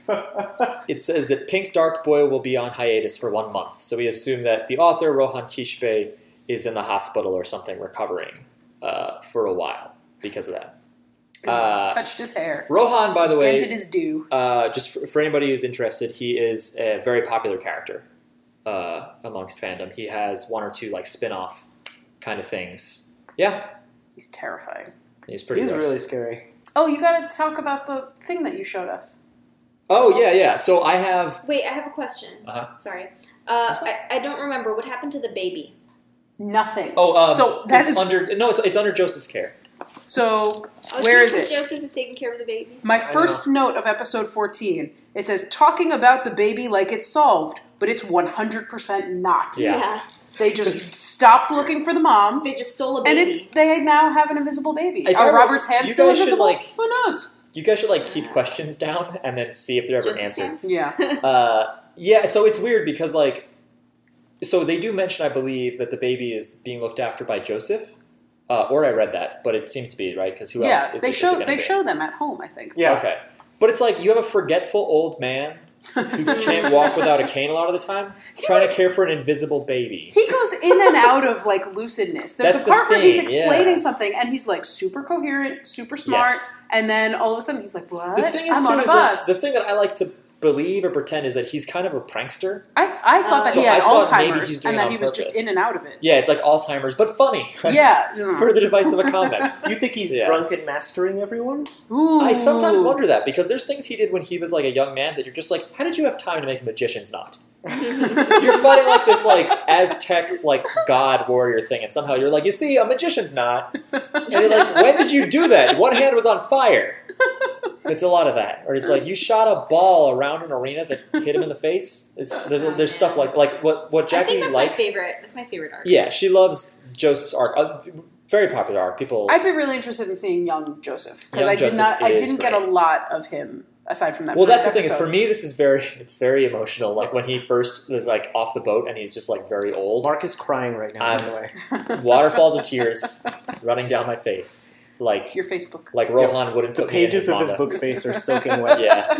[SPEAKER 1] it says that Pink Dark Boy will be on hiatus for one month. So we assume that the author Rohan Kishibe is in the hospital or something, recovering uh, for a while because of that.
[SPEAKER 5] 'Cause
[SPEAKER 1] Uh,
[SPEAKER 5] he touched his hair.
[SPEAKER 1] Rohan, by the way,
[SPEAKER 5] Dented his due.
[SPEAKER 1] uh, just for, for anybody who's interested, he is a very popular character uh, amongst fandom. He has one or two like spin-off kind of things. Yeah,
[SPEAKER 5] He's terrifying.
[SPEAKER 1] he's pretty.
[SPEAKER 3] He's
[SPEAKER 1] gross.
[SPEAKER 3] really scary.
[SPEAKER 5] Oh, you gotta talk about the thing that you showed us.
[SPEAKER 1] Oh yeah, yeah. So I have.
[SPEAKER 2] Wait, I have a question.
[SPEAKER 1] Uh-huh.
[SPEAKER 2] Sorry, uh, I, I don't remember what happened to the baby.
[SPEAKER 5] Nothing.
[SPEAKER 1] Oh, um,
[SPEAKER 5] So that
[SPEAKER 1] it's
[SPEAKER 5] is-
[SPEAKER 1] under no, it's, it's under Joseph's care.
[SPEAKER 5] So
[SPEAKER 2] I was
[SPEAKER 5] Where
[SPEAKER 2] thinking
[SPEAKER 5] is it?
[SPEAKER 2] Joseph is taking care of the baby.
[SPEAKER 5] My
[SPEAKER 3] know.
[SPEAKER 5] first note of episode 14, it says talking about the baby like it's solved, but it's 100% not.
[SPEAKER 1] Yeah.
[SPEAKER 5] They just stopped looking for the mom,
[SPEAKER 2] they just stole a
[SPEAKER 5] and
[SPEAKER 2] baby.
[SPEAKER 5] it's they now have an invisible baby.
[SPEAKER 1] If I
[SPEAKER 5] Are
[SPEAKER 1] were-
[SPEAKER 5] Robert's hands
[SPEAKER 1] you
[SPEAKER 5] still
[SPEAKER 1] guys should,
[SPEAKER 5] invisible?
[SPEAKER 1] like-
[SPEAKER 5] Who knows?
[SPEAKER 1] You guys should like keep questions down and then see if they're ever
[SPEAKER 2] Joseph's
[SPEAKER 1] answered.
[SPEAKER 2] hands?
[SPEAKER 5] Yeah.
[SPEAKER 1] Uh, yeah, so it's weird because like, so they do mention, I believe, that the baby is being looked after by Joseph, uh, or I read that, but it seems to be right because who else?
[SPEAKER 5] yeah,
[SPEAKER 1] Is
[SPEAKER 5] they
[SPEAKER 1] it- is it
[SPEAKER 5] show
[SPEAKER 1] gonna
[SPEAKER 5] they
[SPEAKER 1] be?
[SPEAKER 5] show them at home, I think.
[SPEAKER 3] Yeah.
[SPEAKER 1] Okay. But it's like you have a forgetful old man who can't walk without a cane a lot of the time, trying to care for an invisible baby.
[SPEAKER 5] He goes in and out of like lucidness. There's
[SPEAKER 1] That's the
[SPEAKER 5] a part where he's
[SPEAKER 1] thing, yeah.
[SPEAKER 5] explaining something and he's like super coherent, super smart,
[SPEAKER 1] Yes.
[SPEAKER 5] and then all of a sudden he's like, "What?
[SPEAKER 1] The thing is,
[SPEAKER 5] I'm
[SPEAKER 1] too,
[SPEAKER 5] on a
[SPEAKER 1] is that-
[SPEAKER 5] bus."
[SPEAKER 1] the thing that I like to believe or pretend is that he's kind of a prankster.
[SPEAKER 5] I, I thought that
[SPEAKER 2] So
[SPEAKER 5] he
[SPEAKER 1] I
[SPEAKER 5] had
[SPEAKER 1] thought maybe
[SPEAKER 5] Alzheimer's
[SPEAKER 1] he's doing it
[SPEAKER 5] and that
[SPEAKER 1] on
[SPEAKER 5] he was just
[SPEAKER 1] purpose.
[SPEAKER 5] in and out of it.
[SPEAKER 1] Yeah, it's like Alzheimer's, but funny.
[SPEAKER 5] Yeah. yeah.
[SPEAKER 1] for the device of a comment.
[SPEAKER 3] You think he's
[SPEAKER 1] Yeah.
[SPEAKER 3] drunk and mastering everyone?
[SPEAKER 5] Ooh.
[SPEAKER 1] I sometimes wonder that because there's things he did when he was like a young man that you're just like, how did you have time to make a magician's knot? You're fighting like this like Aztec like god warrior thing, and somehow you're like, you see, a magician's knot. And you're like, when did you do that? One hand was on fire. It's a lot of that, or it's like you shot a ball around an arena that hit him in the face. It's there's there's stuff like like what what
[SPEAKER 2] I
[SPEAKER 1] Jackie
[SPEAKER 2] think that's
[SPEAKER 1] likes.
[SPEAKER 2] my favorite. That's my favorite arc.
[SPEAKER 1] Yeah, she loves Joseph's arc. Uh, very popular arc. People.
[SPEAKER 5] I'd be really interested in seeing young Joseph because
[SPEAKER 1] Young
[SPEAKER 5] I did
[SPEAKER 1] Joseph
[SPEAKER 5] not. I
[SPEAKER 1] is
[SPEAKER 5] didn't get a
[SPEAKER 1] great.
[SPEAKER 5] lot of him aside from that.
[SPEAKER 1] well,
[SPEAKER 5] first
[SPEAKER 1] that's the thing is
[SPEAKER 5] episode.
[SPEAKER 1] for me, this is very it's very emotional. Like when he first was like off the boat and he's just like very old.
[SPEAKER 3] Mark is crying right now. by
[SPEAKER 1] I'm-
[SPEAKER 3] the way,
[SPEAKER 1] Waterfalls of tears running down my face, like
[SPEAKER 5] Your Facebook.
[SPEAKER 1] like Rohan wouldn't
[SPEAKER 3] the
[SPEAKER 1] put me in
[SPEAKER 3] pages
[SPEAKER 1] his
[SPEAKER 3] of his
[SPEAKER 1] manga.
[SPEAKER 3] book face are soaking wet.
[SPEAKER 1] Yeah,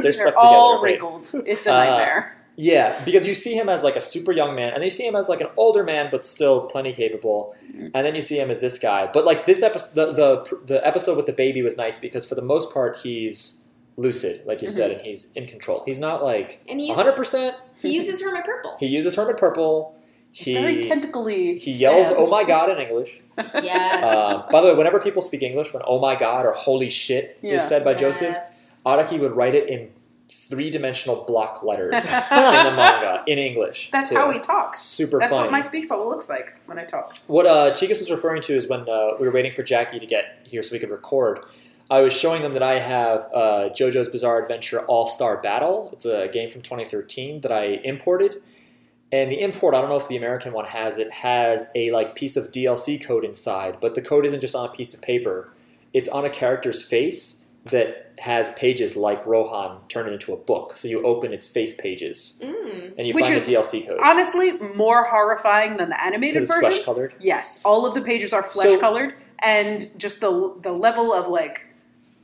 [SPEAKER 1] they're stuck
[SPEAKER 5] They're all
[SPEAKER 1] together. right?
[SPEAKER 5] wrinkled. It's a
[SPEAKER 1] Uh,
[SPEAKER 5] nightmare.
[SPEAKER 1] Yeah, because you see him as like a super young man, and then you see him as like an older man, but still plenty capable. And then you see him as this guy. But like this episode, the, the the episode with the baby was nice because for the most part he's lucid, like you said, and he's in control. He's not like
[SPEAKER 2] And he uses-
[SPEAKER 1] hundred percent.
[SPEAKER 2] He uses Hermit Purple.
[SPEAKER 1] He uses Hermit Purple. He
[SPEAKER 5] Very tentacly.
[SPEAKER 1] he yells
[SPEAKER 5] sand.
[SPEAKER 1] "Oh my god" in English.
[SPEAKER 2] Yes.
[SPEAKER 1] Uh, by the way, whenever people speak English, when "Oh my god" or "Holy shit"
[SPEAKER 5] Yeah.
[SPEAKER 1] is said by
[SPEAKER 2] yes.
[SPEAKER 1] Joseph, Araki would write it in three dimensional block letters Uh, in the manga in English.
[SPEAKER 5] That's
[SPEAKER 1] too.
[SPEAKER 5] how he talks.
[SPEAKER 1] Super
[SPEAKER 5] That's
[SPEAKER 1] funny.
[SPEAKER 5] what my speech bubble looks like when I talk.
[SPEAKER 1] What uh, Chigas was referring to is when uh, we were waiting for Jackie to get here so we could record. I was showing them that I have uh, JoJo's Bizarre Adventure All Star Battle. It's a game from 2013 that I imported, and the import I don't know if the American one has it has a like piece of DLC code inside, but the code isn't just on a piece of paper. It's on a character's face that has pages like Rohan turned into a book. So you open its face pages
[SPEAKER 2] Mm.
[SPEAKER 1] and you
[SPEAKER 5] Which
[SPEAKER 1] find
[SPEAKER 5] is
[SPEAKER 1] the DLC code
[SPEAKER 5] Honestly, more horrifying than the
[SPEAKER 1] because
[SPEAKER 5] animated
[SPEAKER 1] it's flesh
[SPEAKER 5] version.
[SPEAKER 1] colored.
[SPEAKER 5] Yes, all of the pages are flesh colored, and just the the level of like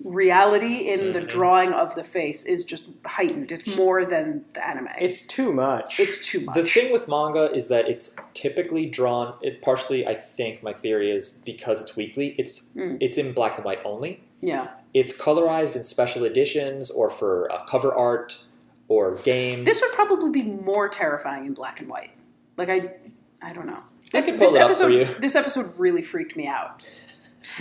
[SPEAKER 5] reality in
[SPEAKER 1] Mm-hmm.
[SPEAKER 5] the drawing of the face is just heightened. It's more than the anime.
[SPEAKER 3] It's too much.
[SPEAKER 5] it's too much.
[SPEAKER 1] The thing with manga is that it's typically drawn. It partially, I think, my theory is because it's weekly. It's
[SPEAKER 5] Hmm.
[SPEAKER 1] it's in black and white only.
[SPEAKER 5] yeah,
[SPEAKER 1] It's colorized in special editions or for uh, cover art or games.
[SPEAKER 5] this would probably be more terrifying in black and white. Like I, I don't know. This,
[SPEAKER 1] can pull
[SPEAKER 5] this
[SPEAKER 1] it up for
[SPEAKER 5] episode,
[SPEAKER 1] you.
[SPEAKER 5] this episode really freaked me out.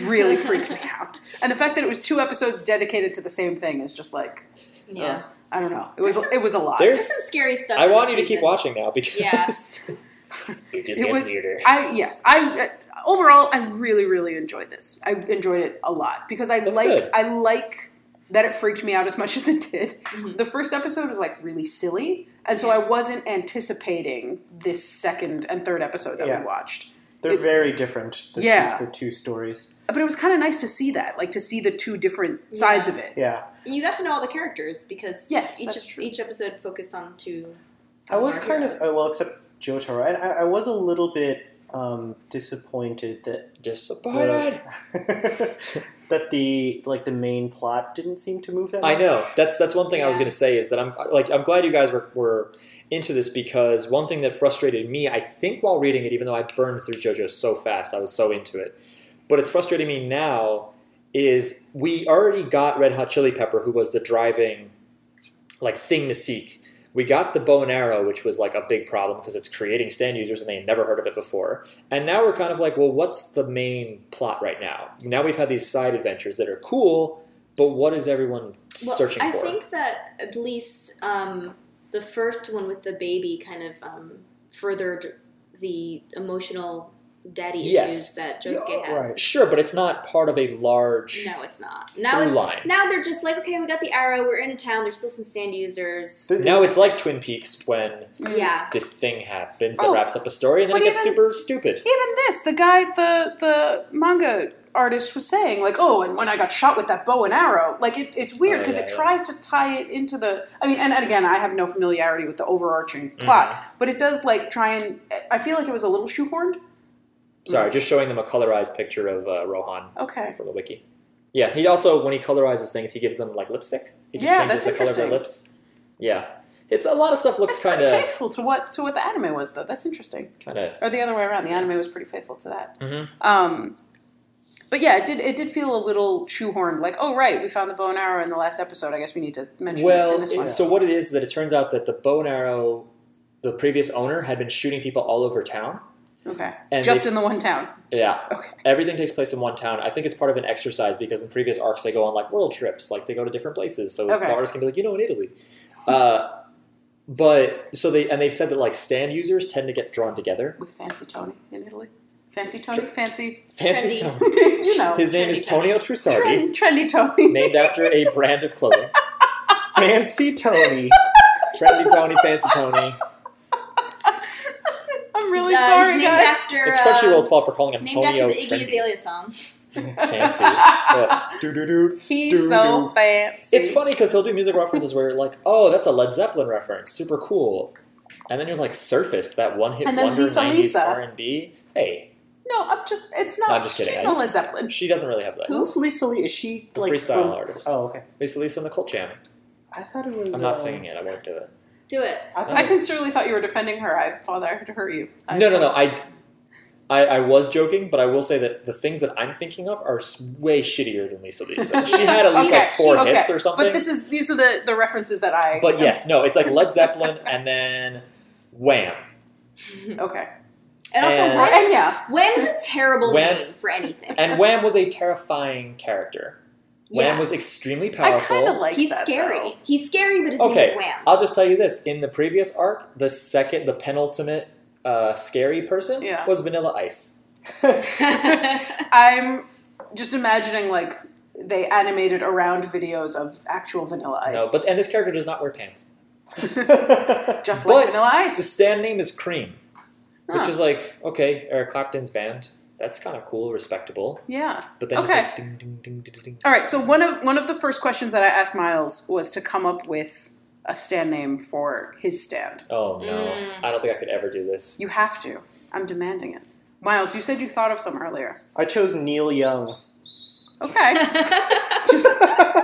[SPEAKER 5] Really freaked me out, and the fact that it was two episodes dedicated to the same thing is just like uh,
[SPEAKER 2] Yeah.
[SPEAKER 5] I don't know. It was it was a lot.
[SPEAKER 2] There's
[SPEAKER 1] There's.
[SPEAKER 2] some scary stuff.
[SPEAKER 1] I
[SPEAKER 2] in
[SPEAKER 1] want you
[SPEAKER 2] this
[SPEAKER 1] to keep
[SPEAKER 2] season.
[SPEAKER 1] watching now because
[SPEAKER 2] Yes.
[SPEAKER 1] it just
[SPEAKER 5] it
[SPEAKER 1] gets
[SPEAKER 5] was
[SPEAKER 1] weirder.
[SPEAKER 5] I yes I uh, overall I really really enjoyed this. I enjoyed it a lot because I
[SPEAKER 1] That's
[SPEAKER 5] like
[SPEAKER 1] good.
[SPEAKER 5] I like that it freaked me out as much as it did.
[SPEAKER 2] Mm-hmm.
[SPEAKER 5] The first episode was like really silly, and so I wasn't anticipating this second and third episode that
[SPEAKER 3] Yeah.
[SPEAKER 5] we watched.
[SPEAKER 3] They're
[SPEAKER 5] it-
[SPEAKER 3] very different. The
[SPEAKER 5] Yeah.
[SPEAKER 3] two, the two stories.
[SPEAKER 5] But it was kind of nice to see that, like to see the two different sides of it.
[SPEAKER 3] Yeah,
[SPEAKER 2] you got to know all the characters because
[SPEAKER 5] Yes,
[SPEAKER 2] each
[SPEAKER 5] that's
[SPEAKER 2] ep-
[SPEAKER 5] true.
[SPEAKER 2] each episode focused on two.
[SPEAKER 3] I was
[SPEAKER 2] our
[SPEAKER 3] kind of
[SPEAKER 2] heroes.
[SPEAKER 3] uh, well, except Jotaro, and I, I was a little bit um, disappointed that
[SPEAKER 1] Disappointed.
[SPEAKER 3] that the like the main plot didn't seem to move that.
[SPEAKER 1] I
[SPEAKER 3] Much.
[SPEAKER 1] know. That's that's one thing I was
[SPEAKER 2] Yeah.
[SPEAKER 1] going to say is that I'm like I'm glad you guys were, were into this because one thing that frustrated me, I think, while reading it, even though I burned through JoJo so fast, I was so into it. But it's frustrating me now is we already got Red Hot Chili Pepper, who was the driving like thing to seek. We got the bow and arrow, which was like a big problem because it's creating stand users and they had never heard of it before. And now we're kind of like, well, what's the main plot right now? Now we've had these side adventures that are cool, but what is everyone
[SPEAKER 2] Well,
[SPEAKER 1] searching
[SPEAKER 2] I
[SPEAKER 1] for?
[SPEAKER 2] think that at least um, the first one with the baby kind of um, furthered the emotional daddy
[SPEAKER 1] Yes.
[SPEAKER 2] issues that Josuke
[SPEAKER 3] Yeah,
[SPEAKER 2] has.
[SPEAKER 3] right.
[SPEAKER 1] Sure, but it's not part of a large
[SPEAKER 2] No, it's not.
[SPEAKER 1] through
[SPEAKER 2] Now, it-
[SPEAKER 1] line.
[SPEAKER 2] now they're just like, okay, we got the arrow. We're in a town. There's still some stand users.
[SPEAKER 3] Th-
[SPEAKER 1] Now it's like Twin Peaks when
[SPEAKER 5] Mm-hmm. Mm.
[SPEAKER 2] yeah,
[SPEAKER 1] this thing happens that
[SPEAKER 5] Oh.
[SPEAKER 1] wraps up a story and then
[SPEAKER 5] But
[SPEAKER 1] it gets
[SPEAKER 5] even-
[SPEAKER 1] super stupid.
[SPEAKER 5] Even this, the guy, the the manga artist was saying, like, oh, and when I got shot with that bow and arrow, like, it, it's
[SPEAKER 1] Oh,
[SPEAKER 5] weird because
[SPEAKER 1] yeah,
[SPEAKER 5] it
[SPEAKER 1] yeah.
[SPEAKER 5] tries to tie it into the. I mean, and, and again, I have no familiarity with the overarching
[SPEAKER 1] Mm-hmm.
[SPEAKER 5] plot, but it does like try and. I feel like it was a little shoehorned. Mm.
[SPEAKER 1] Sorry,
[SPEAKER 2] Mm.
[SPEAKER 1] just showing them a colorized picture of uh, Rohan
[SPEAKER 5] Okay,
[SPEAKER 1] from the wiki. Yeah, he also when he colorizes things, he gives them like lipstick. He just
[SPEAKER 5] Yeah,
[SPEAKER 1] changes
[SPEAKER 5] that's
[SPEAKER 1] the color of their
[SPEAKER 5] interesting.
[SPEAKER 1] lips. Yeah, it's a lot of stuff looks
[SPEAKER 5] that's pretty
[SPEAKER 1] kind of
[SPEAKER 5] faithful to what to what the anime was, though. That's interesting.
[SPEAKER 1] kind of
[SPEAKER 5] or the other way around. The anime was pretty faithful to that.
[SPEAKER 1] Mhm.
[SPEAKER 5] Um, but yeah, it did it did feel a little shoehorned. Like, oh right, we found the bow and arrow in the last episode. I guess we need to mention it
[SPEAKER 1] well.
[SPEAKER 5] in this one.
[SPEAKER 1] it- so what it is is that it turns out that the bow and arrow, the previous owner had been shooting people all over town.
[SPEAKER 5] okay,
[SPEAKER 1] and
[SPEAKER 5] just
[SPEAKER 1] they-
[SPEAKER 5] in the one town.
[SPEAKER 1] Yeah,
[SPEAKER 5] Okay,
[SPEAKER 1] everything takes place in one town. I think it's part of an exercise because in previous arcs they go on like world trips, like they go to different places, so
[SPEAKER 5] Okay.
[SPEAKER 1] the artists can be like, you know, in Italy. Uh, but so they and they've said that like stand users tend to get drawn together.
[SPEAKER 5] with fancy Tony in Italy. Fancy Tony, fancy,
[SPEAKER 1] Fancy
[SPEAKER 2] Trendy.
[SPEAKER 1] Tony.
[SPEAKER 5] you know,
[SPEAKER 1] His name is Tonio Trusardi,
[SPEAKER 5] trend, trendy Tony.
[SPEAKER 1] named after a brand of clothing.
[SPEAKER 3] fancy Tony.
[SPEAKER 1] Trendy Tony, Fancy Tony.
[SPEAKER 5] I'm really
[SPEAKER 2] Uh,
[SPEAKER 5] sorry,
[SPEAKER 2] named
[SPEAKER 5] guys.
[SPEAKER 2] After,
[SPEAKER 1] It's
[SPEAKER 2] uh,
[SPEAKER 1] Crunchyroll's fault for calling him
[SPEAKER 2] Named after
[SPEAKER 1] Tonio
[SPEAKER 2] the Iggy
[SPEAKER 1] Trendy.
[SPEAKER 2] Azalea song.
[SPEAKER 1] Fancy. Ugh. Doo-doo-doo.
[SPEAKER 5] He's
[SPEAKER 1] Doo-doo.
[SPEAKER 5] so fancy.
[SPEAKER 1] It's funny because he'll do music references where you're like, oh, that's a Led Zeppelin reference. Super cool. And then you're like, Surface, that one hit
[SPEAKER 5] And then
[SPEAKER 1] wonder
[SPEAKER 5] Lisa
[SPEAKER 1] 90s
[SPEAKER 5] Lisa.
[SPEAKER 1] R&B. Hey,
[SPEAKER 5] No, I'm just. It's not.
[SPEAKER 1] No, I'm just kidding.
[SPEAKER 5] She's
[SPEAKER 1] I
[SPEAKER 5] not Led
[SPEAKER 1] just-
[SPEAKER 5] Zeppelin.
[SPEAKER 1] she doesn't really have that.
[SPEAKER 3] Who's Lisa Lee? Is she
[SPEAKER 1] The
[SPEAKER 3] like
[SPEAKER 1] freestyle
[SPEAKER 3] from-
[SPEAKER 1] artist.
[SPEAKER 3] Oh, okay.
[SPEAKER 1] Lisa Lisa and the Cult Jam.
[SPEAKER 3] I thought it was.
[SPEAKER 1] I'm not
[SPEAKER 3] uh,
[SPEAKER 1] singing it. I won't do it.
[SPEAKER 2] Do it.
[SPEAKER 3] I thought
[SPEAKER 5] I sincerely thought you were defending her. I thought I to hurt you. I
[SPEAKER 1] No, no, no. I, I, I was joking, but I will say that the things that I'm thinking of are s- way shittier than Lisa Lisa. She had at least
[SPEAKER 5] Okay,
[SPEAKER 1] like four
[SPEAKER 5] she-
[SPEAKER 1] hits
[SPEAKER 5] okay.
[SPEAKER 1] or something.
[SPEAKER 5] But this is these are the, the references that I.
[SPEAKER 1] But yes, no, it's like Led Zeppelin and then Wham.
[SPEAKER 5] Okay.
[SPEAKER 2] And also,
[SPEAKER 1] And-
[SPEAKER 2] Wham,
[SPEAKER 5] And yeah,
[SPEAKER 2] Wham is a terrible
[SPEAKER 1] Wham-
[SPEAKER 2] name for anything.
[SPEAKER 1] And Wham was a terrifying character.
[SPEAKER 2] Yeah.
[SPEAKER 1] Wham was extremely
[SPEAKER 5] I
[SPEAKER 1] powerful.
[SPEAKER 5] kind of like
[SPEAKER 2] He's
[SPEAKER 5] that,
[SPEAKER 2] scary.
[SPEAKER 5] though.
[SPEAKER 2] He's scary, but his
[SPEAKER 1] Okay.
[SPEAKER 2] name is Wham.
[SPEAKER 1] I'll just tell you this: in the previous arc, the second, the penultimate uh, scary person
[SPEAKER 5] Yeah.
[SPEAKER 1] was Vanilla Ice.
[SPEAKER 5] I'm just imagining like they animated around videos of actual Vanilla Ice.
[SPEAKER 1] No, but and this character does not wear pants.
[SPEAKER 5] just
[SPEAKER 1] but-
[SPEAKER 5] like Vanilla
[SPEAKER 1] The
[SPEAKER 5] Ice.
[SPEAKER 1] stand name is Cream,
[SPEAKER 5] Huh.
[SPEAKER 1] which is like okay, Eric Clapton's band. That's kind of cool, respectable.
[SPEAKER 5] yeah.
[SPEAKER 1] But then
[SPEAKER 5] Okay.
[SPEAKER 1] it's like ding, ding, ding, ding, ding.
[SPEAKER 5] All right. So one of one of the first questions that I asked Miles was to come up with a stand name for his stand.
[SPEAKER 1] Oh no,
[SPEAKER 5] Mm.
[SPEAKER 1] I don't think I could ever do this.
[SPEAKER 5] You have to. I'm demanding it. Miles, you said you thought of some earlier.
[SPEAKER 3] I chose Neil Young.
[SPEAKER 5] Okay. Just-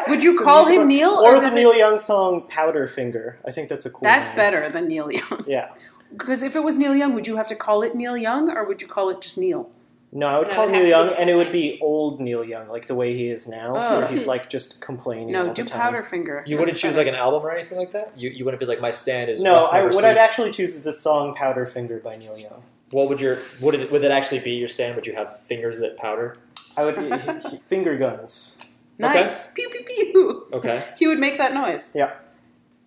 [SPEAKER 5] would you call
[SPEAKER 3] Neil-
[SPEAKER 5] him Neil?
[SPEAKER 3] Or the
[SPEAKER 5] does it-
[SPEAKER 3] Neil Young song Powderfinger. I think that's a cool
[SPEAKER 5] That's
[SPEAKER 3] name.
[SPEAKER 5] better than Neil Young.
[SPEAKER 3] Yeah.
[SPEAKER 5] Because if it was Neil Young, would you have to call it Neil Young or would you call it just Neil?
[SPEAKER 3] No, I would
[SPEAKER 2] No,
[SPEAKER 3] call
[SPEAKER 2] it
[SPEAKER 3] Neil
[SPEAKER 2] has to be
[SPEAKER 3] Young,
[SPEAKER 2] the
[SPEAKER 3] and it
[SPEAKER 2] full
[SPEAKER 3] would be old Neil Young, like the way he is now,
[SPEAKER 5] Oh.
[SPEAKER 3] where he's like just complaining
[SPEAKER 5] No,
[SPEAKER 3] all
[SPEAKER 5] do
[SPEAKER 3] the time.
[SPEAKER 5] Powderfinger.
[SPEAKER 1] You wouldn't choose like an album or anything like that. You you wouldn't be like my stand is
[SPEAKER 3] No,
[SPEAKER 1] Rust
[SPEAKER 3] I,
[SPEAKER 1] Never
[SPEAKER 3] what I'd
[SPEAKER 1] Sleeps."
[SPEAKER 3] actually choose is the song Powderfinger by Neil Young.
[SPEAKER 1] What would your would it would it actually be your stand? Would you have fingers that powder?
[SPEAKER 3] I would he- he- finger guns.
[SPEAKER 5] Nice. Pew pew pew.
[SPEAKER 1] Okay.
[SPEAKER 5] He would make that noise.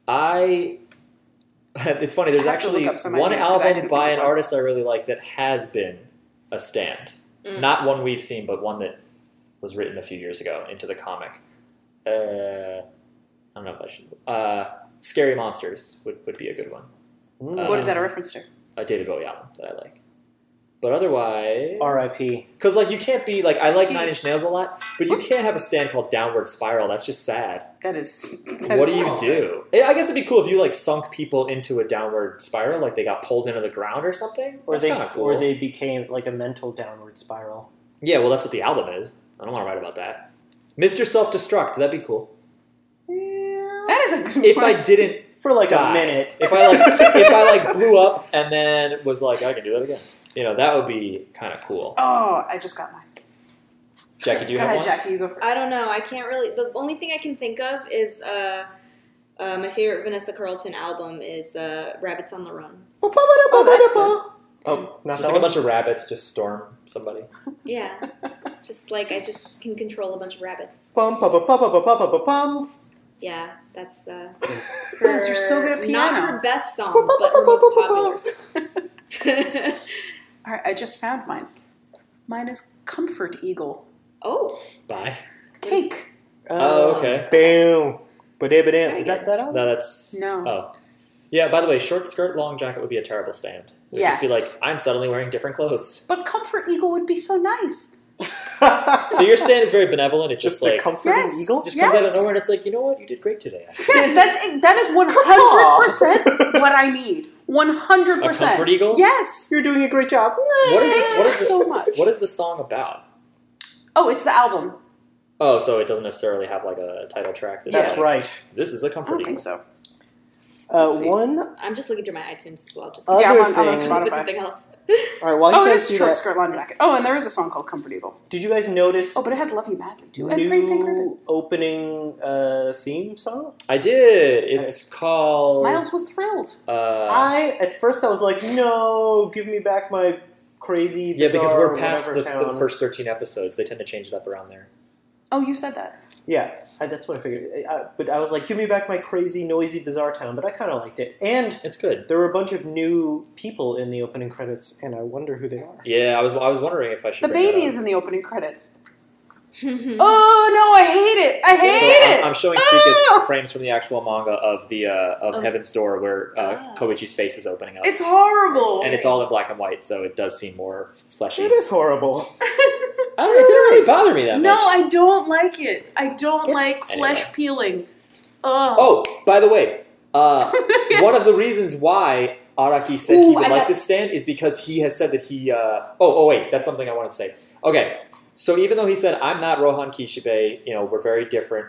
[SPEAKER 1] I. It's funny. There's
[SPEAKER 5] I have to
[SPEAKER 1] actually
[SPEAKER 5] look up some
[SPEAKER 1] one
[SPEAKER 5] ideas 'cause I
[SPEAKER 1] album
[SPEAKER 5] didn't
[SPEAKER 1] by
[SPEAKER 5] think
[SPEAKER 1] an
[SPEAKER 5] of one.
[SPEAKER 1] artist I really like that has been a stand,
[SPEAKER 2] Mm.
[SPEAKER 1] not one we've seen, but one that was written a few years ago into the comic. Uh, I don't know if I should. Uh, Scary Monsters would, would be a good one.
[SPEAKER 3] Mm.
[SPEAKER 5] what is
[SPEAKER 1] Um,
[SPEAKER 5] that a reference to?
[SPEAKER 1] A David Bowie album that I like. But otherwise,
[SPEAKER 3] R.I.P.
[SPEAKER 1] Because like you can't be like I like Nine Inch Nails a lot, but you can't have a stand called Downward Spiral. That's just sad.
[SPEAKER 5] That is. that
[SPEAKER 1] What
[SPEAKER 5] is
[SPEAKER 1] do you
[SPEAKER 5] awful.
[SPEAKER 1] do? I I guess it'd be cool if you like sunk people into a downward spiral, like they got pulled into the ground or something.
[SPEAKER 3] Or
[SPEAKER 1] That's
[SPEAKER 3] they
[SPEAKER 1] kind of cool.
[SPEAKER 3] or they became like a mental downward spiral.
[SPEAKER 1] Yeah, well, that's what the album is. I don't want to write about that. Mr. Self Destruct. That'd be cool.
[SPEAKER 5] That is a good
[SPEAKER 1] If
[SPEAKER 5] one.
[SPEAKER 1] I didn't,
[SPEAKER 3] For like
[SPEAKER 1] Die.
[SPEAKER 3] a minute.
[SPEAKER 1] if I like, if I like blew up and then was like, I can do that again. You know, that would be kind of cool.
[SPEAKER 5] Oh, I just got mine.
[SPEAKER 1] Jackie, do you
[SPEAKER 5] go
[SPEAKER 1] have
[SPEAKER 5] ahead,
[SPEAKER 1] one?
[SPEAKER 5] Jackie. You go
[SPEAKER 3] Uh,
[SPEAKER 5] first.
[SPEAKER 2] I don't know. I can't really. The only thing I can think of is uh, uh, my favorite Vanessa Carlton album is uh, Rabbits on the Run.
[SPEAKER 5] Oh, that's good.
[SPEAKER 3] Oh, not
[SPEAKER 1] Just
[SPEAKER 3] that
[SPEAKER 1] like a
[SPEAKER 3] one?
[SPEAKER 1] bunch of rabbits, just storm somebody.
[SPEAKER 2] Yeah, just like I just can control a bunch of rabbits.
[SPEAKER 3] Bum, ba, ba, ba, ba, ba, ba, ba, bum.
[SPEAKER 2] Yeah, that's uh, her,
[SPEAKER 5] Guys, you're so good at
[SPEAKER 2] Not
[SPEAKER 5] piano.
[SPEAKER 2] her best song, but her most popular.
[SPEAKER 5] All right, I just found mine. Mine is Comfort Eagle.
[SPEAKER 2] oh,
[SPEAKER 1] Bye.
[SPEAKER 5] Cake.
[SPEAKER 1] Oh, okay.
[SPEAKER 3] Boom. Ba-da-ba-dam. Is
[SPEAKER 2] Very
[SPEAKER 3] that that album?
[SPEAKER 1] No, that's
[SPEAKER 5] No.
[SPEAKER 1] Oh, yeah. By the way, short skirt, long jacket would be a terrible stand. It would just be like,
[SPEAKER 5] Yes.
[SPEAKER 1] I'm suddenly wearing different clothes.
[SPEAKER 5] But Comfort Eagle would be so nice.
[SPEAKER 1] So your stand is very benevolent. It's just,
[SPEAKER 3] just
[SPEAKER 1] like
[SPEAKER 3] a comforting
[SPEAKER 5] Yes.
[SPEAKER 3] eagle?
[SPEAKER 1] it just comes out
[SPEAKER 5] Yes.
[SPEAKER 1] of nowhere, and it's like, you know what? You did great today.
[SPEAKER 5] Yes, that's that is one hundred percent what I need. One hundred
[SPEAKER 1] A
[SPEAKER 5] percent.
[SPEAKER 1] comfort eagle?
[SPEAKER 5] Yes.
[SPEAKER 3] You're doing a great job.
[SPEAKER 1] What is this? What is this?
[SPEAKER 5] So much.
[SPEAKER 1] What is the song about?
[SPEAKER 5] Oh, it's the album.
[SPEAKER 1] Oh, so it doesn't necessarily have like a title track. That's
[SPEAKER 3] That's
[SPEAKER 1] like,
[SPEAKER 3] right.
[SPEAKER 1] This is a
[SPEAKER 5] I
[SPEAKER 1] comfort
[SPEAKER 5] don't
[SPEAKER 1] eagle.
[SPEAKER 5] think so.
[SPEAKER 3] Uh,
[SPEAKER 5] see.
[SPEAKER 3] one.
[SPEAKER 2] I'm just looking through my iTunes as well. Just
[SPEAKER 3] Other
[SPEAKER 5] yeah, I'm on, I'm on
[SPEAKER 3] thing-
[SPEAKER 2] Come up with
[SPEAKER 5] Spotify.
[SPEAKER 2] something else.
[SPEAKER 3] All right. While
[SPEAKER 5] Oh,
[SPEAKER 3] you
[SPEAKER 5] it
[SPEAKER 3] guys
[SPEAKER 5] is
[SPEAKER 3] do
[SPEAKER 5] short
[SPEAKER 3] that,
[SPEAKER 5] skirt, lawn jacket. Oh, and there is a song called Comfort Eagle.
[SPEAKER 3] did you guys notice
[SPEAKER 5] Oh, but it has Love You Madly too. And Pretty Pink Ribbon.
[SPEAKER 3] new opening uh, theme song?
[SPEAKER 1] I did. It's called.
[SPEAKER 5] Miles was thrilled.
[SPEAKER 1] Uh,
[SPEAKER 3] I at first I was like, no, give me back my crazy.
[SPEAKER 1] yeah, because
[SPEAKER 3] bizarre,
[SPEAKER 1] we're past the,
[SPEAKER 3] whatever
[SPEAKER 1] the
[SPEAKER 3] town.
[SPEAKER 1] first thirteen episodes. They tend to change it up around there.
[SPEAKER 5] Oh, you said that.
[SPEAKER 3] Yeah, I, that's what I figured. I, I- but I was like, give me back my crazy, noisy, bizarre town. But I kind of liked it, and
[SPEAKER 1] It's good.
[SPEAKER 3] there were a bunch of new people in the opening credits, and I wonder who they are.
[SPEAKER 1] Yeah, I was. I was wondering if I should.
[SPEAKER 5] The
[SPEAKER 1] bring that
[SPEAKER 5] baby
[SPEAKER 1] up.
[SPEAKER 5] is in the opening credits. Oh no, I hate it. I
[SPEAKER 1] So
[SPEAKER 5] hate
[SPEAKER 1] I'm,
[SPEAKER 5] it.
[SPEAKER 1] I'm showing
[SPEAKER 5] Ah!
[SPEAKER 1] Chica's frames from the actual manga of the uh, of
[SPEAKER 2] Oh.
[SPEAKER 1] Heaven's Door, where uh,
[SPEAKER 2] Ah.
[SPEAKER 1] Koichi's face is opening up,
[SPEAKER 5] It's horrible.
[SPEAKER 1] and it's all in black and white, so it does seem more fleshy.
[SPEAKER 3] It is horrible.
[SPEAKER 1] I don't, it didn't really bother me that
[SPEAKER 5] no,
[SPEAKER 1] much.
[SPEAKER 5] I don't like it. I don't
[SPEAKER 3] It's-
[SPEAKER 5] like flesh
[SPEAKER 1] Anyway.
[SPEAKER 5] peeling. Ugh.
[SPEAKER 1] Oh, by the way, uh, one of the reasons why Araki said he
[SPEAKER 2] Ooh,
[SPEAKER 1] would
[SPEAKER 2] I
[SPEAKER 1] like
[SPEAKER 2] got-
[SPEAKER 1] this stand is because he has said that he. Uh, oh, oh wait, that's something I wanted to say. Okay, so even though he said I'm not Rohan Kishibe, you know we're very different.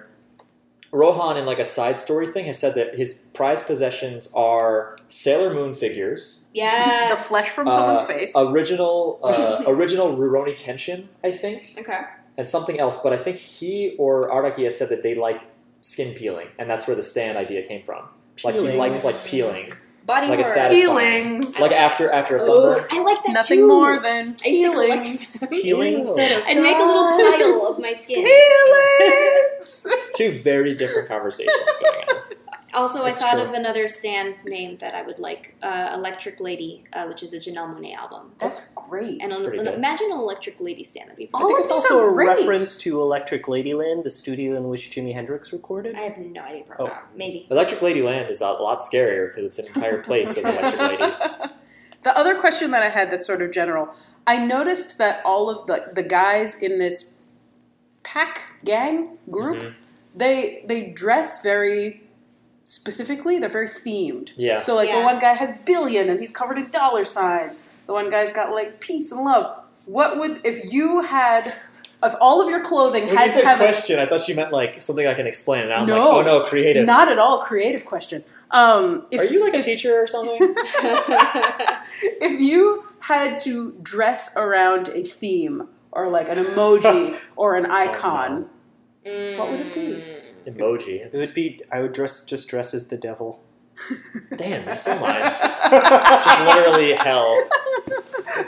[SPEAKER 1] Rohan, in like a side story thing, has said that his prized possessions are Sailor Moon figures,
[SPEAKER 2] Yeah,
[SPEAKER 5] the flesh from
[SPEAKER 1] uh,
[SPEAKER 5] someone's face.
[SPEAKER 1] original, uh, original Rurouni Kenshin, I think,
[SPEAKER 2] Okay.
[SPEAKER 1] and something else. But I think he or Araki has said that they like skin peeling, and that's where the stand idea came from. Like he
[SPEAKER 3] Peelings.
[SPEAKER 1] likes like peeling,
[SPEAKER 2] Body
[SPEAKER 1] Like a
[SPEAKER 2] horror.
[SPEAKER 1] satisfying.
[SPEAKER 5] Feelings.
[SPEAKER 1] like after after a
[SPEAKER 2] Oh,
[SPEAKER 1] sunburn.
[SPEAKER 2] I like that
[SPEAKER 5] Nothing
[SPEAKER 2] too.
[SPEAKER 5] more than
[SPEAKER 2] I used to collect
[SPEAKER 5] feelings.
[SPEAKER 2] them.
[SPEAKER 3] Peelings
[SPEAKER 1] Ew.
[SPEAKER 3] that
[SPEAKER 2] I'd make a little pile of my skin.
[SPEAKER 5] Feelings.
[SPEAKER 1] two very different conversations going on.
[SPEAKER 2] Also,
[SPEAKER 1] That's
[SPEAKER 2] I thought
[SPEAKER 1] true.
[SPEAKER 2] of another stand name that I would like, uh, Electric Lady, uh, which is a Janelle Monet album.
[SPEAKER 5] That's great.
[SPEAKER 2] And an,
[SPEAKER 1] pretty
[SPEAKER 2] an-
[SPEAKER 1] good.
[SPEAKER 2] imagine an Electric Lady stand. That'd be
[SPEAKER 5] Oh,
[SPEAKER 3] I think
[SPEAKER 5] of
[SPEAKER 3] it's
[SPEAKER 5] these
[SPEAKER 3] also
[SPEAKER 5] are
[SPEAKER 3] a
[SPEAKER 5] great.
[SPEAKER 3] reference to Electric Ladyland, the studio in which Jimi Hendrix recorded.
[SPEAKER 2] I have no idea.
[SPEAKER 3] Oh.
[SPEAKER 2] Probably. Maybe.
[SPEAKER 1] Electric Lady Land is a lot scarier because it's an entire place of electric ladies.
[SPEAKER 5] The other question that I had that's sort of general, I noticed that all of the, the guys in this pack gang group,
[SPEAKER 1] Mhm.
[SPEAKER 5] they they dress very specifically, they're very themed.
[SPEAKER 1] Yeah.
[SPEAKER 5] So like the
[SPEAKER 2] Yeah.
[SPEAKER 5] one guy has billion and he's covered in dollar signs. The one guy's got like peace and love. What would if you had if all of your clothing
[SPEAKER 1] When you
[SPEAKER 5] had to
[SPEAKER 1] said
[SPEAKER 5] have a
[SPEAKER 1] question, I thought she meant like something I can explain, and I'm like,
[SPEAKER 5] No.
[SPEAKER 1] oh no, creative.
[SPEAKER 5] not at all creative question. Um, if,
[SPEAKER 1] Are you like a
[SPEAKER 5] if-
[SPEAKER 1] teacher or something?
[SPEAKER 5] if you had to dress around a theme or like an emoji or
[SPEAKER 1] Oh,
[SPEAKER 5] an icon, what would it be?
[SPEAKER 1] Emoji.
[SPEAKER 3] It would be. I would dress just dress as the devil.
[SPEAKER 1] Damn, you stole mine. Just literally hell.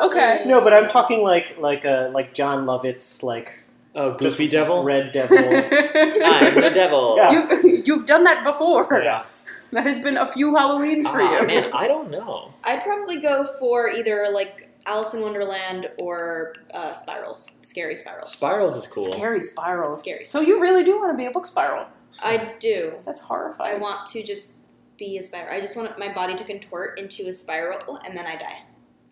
[SPEAKER 5] Okay.
[SPEAKER 3] No, but I'm talking like like uh, like John Lovett's like
[SPEAKER 1] Oh,
[SPEAKER 3] just
[SPEAKER 1] goofy devil.
[SPEAKER 3] red devil.
[SPEAKER 1] I'm the devil.
[SPEAKER 3] Yeah.
[SPEAKER 5] you, you've done that before.
[SPEAKER 1] Yeah.
[SPEAKER 5] That has been a few Halloweens for
[SPEAKER 1] Ah,
[SPEAKER 5] you.
[SPEAKER 1] man, I don't know.
[SPEAKER 2] I'd probably go for either like Alice in Wonderland or uh, Spirals, Scary Spirals.
[SPEAKER 1] Spirals is cool.
[SPEAKER 5] Scary spirals.
[SPEAKER 2] Scary
[SPEAKER 5] So you really do want to be a book spiral.
[SPEAKER 2] I do.
[SPEAKER 5] That's
[SPEAKER 2] I
[SPEAKER 5] horrifying.
[SPEAKER 2] want to just be a spiral. I just want my body to contort into a spiral and then I die.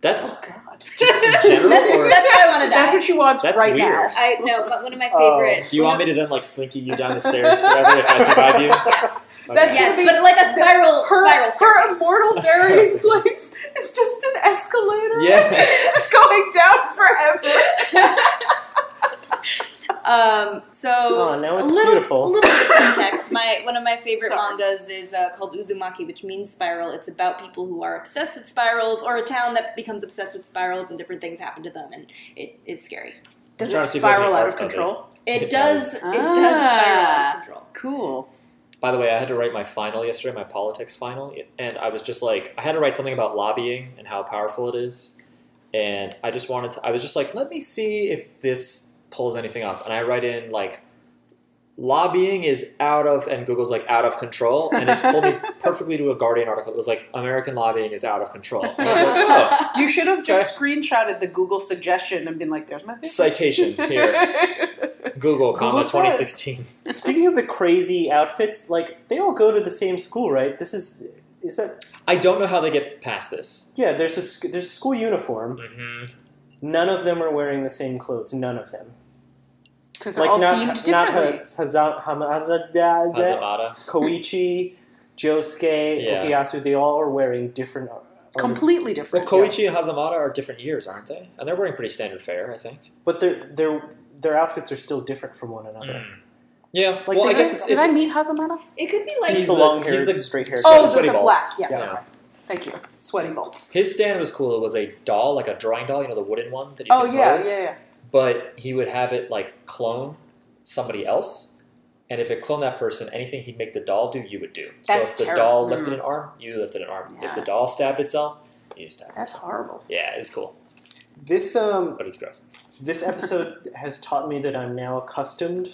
[SPEAKER 1] That's
[SPEAKER 5] oh god.
[SPEAKER 1] just in general.
[SPEAKER 2] Mm. That's,
[SPEAKER 1] or-
[SPEAKER 2] that's how I want to die.
[SPEAKER 5] That's what she wants
[SPEAKER 1] That's
[SPEAKER 5] right
[SPEAKER 1] weird.
[SPEAKER 5] now.
[SPEAKER 2] I know, but one of my
[SPEAKER 3] Oh.
[SPEAKER 2] favorites.
[SPEAKER 1] do you want me to then like slinky you down the stairs forever if I survive you?
[SPEAKER 2] Yes,
[SPEAKER 1] Okay.
[SPEAKER 5] That's
[SPEAKER 2] yes,
[SPEAKER 5] gonna be-
[SPEAKER 2] but like a spiral,
[SPEAKER 5] Her,
[SPEAKER 2] spiral
[SPEAKER 5] her
[SPEAKER 2] staircase.
[SPEAKER 5] immortal
[SPEAKER 1] That's what I was
[SPEAKER 5] burying
[SPEAKER 1] thinking.
[SPEAKER 5] place is just an escalator.
[SPEAKER 1] Yeah.
[SPEAKER 5] Just going down forever.
[SPEAKER 2] Um, so
[SPEAKER 3] Oh, now
[SPEAKER 2] a
[SPEAKER 3] it's
[SPEAKER 2] little,
[SPEAKER 3] beautiful.
[SPEAKER 2] a little bit of context. My one of my favorite
[SPEAKER 5] Sorry.
[SPEAKER 2] mangas is uh, called Uzumaki, which means spiral. It's about people who are obsessed with spirals, or a town that becomes obsessed with spirals, and different things happen to them, and it is scary.
[SPEAKER 5] Does
[SPEAKER 1] trying
[SPEAKER 5] it
[SPEAKER 1] to see if I can
[SPEAKER 5] spiral out
[SPEAKER 1] art
[SPEAKER 5] of
[SPEAKER 1] of
[SPEAKER 5] control?
[SPEAKER 2] It,
[SPEAKER 1] It
[SPEAKER 2] does.
[SPEAKER 1] does.
[SPEAKER 2] It does spiral out
[SPEAKER 5] Ah.
[SPEAKER 2] of control.
[SPEAKER 5] Cool.
[SPEAKER 1] By the way, I had to write my final yesterday, my politics final, and I was just like, I had to write something about lobbying and how powerful it is. And I just wanted to, I was just like, let me see if this pulls anything up. And I write in, like, lobbying is out of, and Google's like, out of control. And it pulled me perfectly to a Guardian article. It was like, American lobbying is out of control. And I was like, oh,
[SPEAKER 5] You should have just screenshotted the Google suggestion and been like, "There's my picture."
[SPEAKER 1] citation here. Google, comma,
[SPEAKER 5] says.
[SPEAKER 1] 2016.
[SPEAKER 3] Speaking of the crazy outfits, like they all go to the same school, right? This is is that
[SPEAKER 1] I don't know how they get past this.
[SPEAKER 3] yeah? There's a sc- there's a school uniform.
[SPEAKER 1] Mm-hmm.
[SPEAKER 3] None of them are wearing the same clothes. None of them.
[SPEAKER 5] because they're
[SPEAKER 3] Like
[SPEAKER 5] all
[SPEAKER 3] not
[SPEAKER 5] themed
[SPEAKER 3] not
[SPEAKER 5] differently.
[SPEAKER 3] Haza- Hamazada,
[SPEAKER 1] Hazamada.
[SPEAKER 3] Koichi, Josuke,
[SPEAKER 1] Yeah.
[SPEAKER 3] Okuyasu. They all are wearing different. ar-
[SPEAKER 5] Completely
[SPEAKER 1] Well,
[SPEAKER 5] different.
[SPEAKER 1] Koichi and Hazamada are different years, aren't they? And they're wearing pretty standard fare, I think.
[SPEAKER 3] but their their their outfits are still different from one
[SPEAKER 1] Mm.
[SPEAKER 3] another.
[SPEAKER 1] Yeah.
[SPEAKER 3] Like,
[SPEAKER 1] well, I
[SPEAKER 3] did
[SPEAKER 1] guess
[SPEAKER 3] I-
[SPEAKER 1] it's,
[SPEAKER 5] Did
[SPEAKER 1] it's
[SPEAKER 5] I meet Hazamata?
[SPEAKER 2] It could be
[SPEAKER 3] He's,
[SPEAKER 2] like
[SPEAKER 1] He's
[SPEAKER 3] the
[SPEAKER 1] the-
[SPEAKER 3] long hair,
[SPEAKER 1] he's the-
[SPEAKER 3] straight hair.
[SPEAKER 1] Oh,
[SPEAKER 5] Oh,
[SPEAKER 1] the
[SPEAKER 5] with
[SPEAKER 1] sweaty
[SPEAKER 5] the
[SPEAKER 1] balls.
[SPEAKER 5] black. Yes,
[SPEAKER 3] Yeah.
[SPEAKER 5] okay. Thank you. Sweaty balls.
[SPEAKER 1] his stand was cool. It was a doll, like a drawing doll, you know, the wooden one that you
[SPEAKER 5] Oh
[SPEAKER 1] could
[SPEAKER 5] yeah,
[SPEAKER 1] close.
[SPEAKER 5] yeah, yeah.
[SPEAKER 1] But he would have it like clone somebody else, and if it cloned that person, anything he'd make the doll do, you would do.
[SPEAKER 5] That's
[SPEAKER 1] so if the
[SPEAKER 5] terrible. Hmm.
[SPEAKER 1] doll lifted an arm, you lifted an arm.
[SPEAKER 5] Yeah.
[SPEAKER 1] If the doll stabbed itself, you stabbed.
[SPEAKER 5] That's horrible.
[SPEAKER 1] Yeah, it was cool,
[SPEAKER 3] This um
[SPEAKER 1] but it's gross.
[SPEAKER 3] this episode has taught me that I'm now accustomed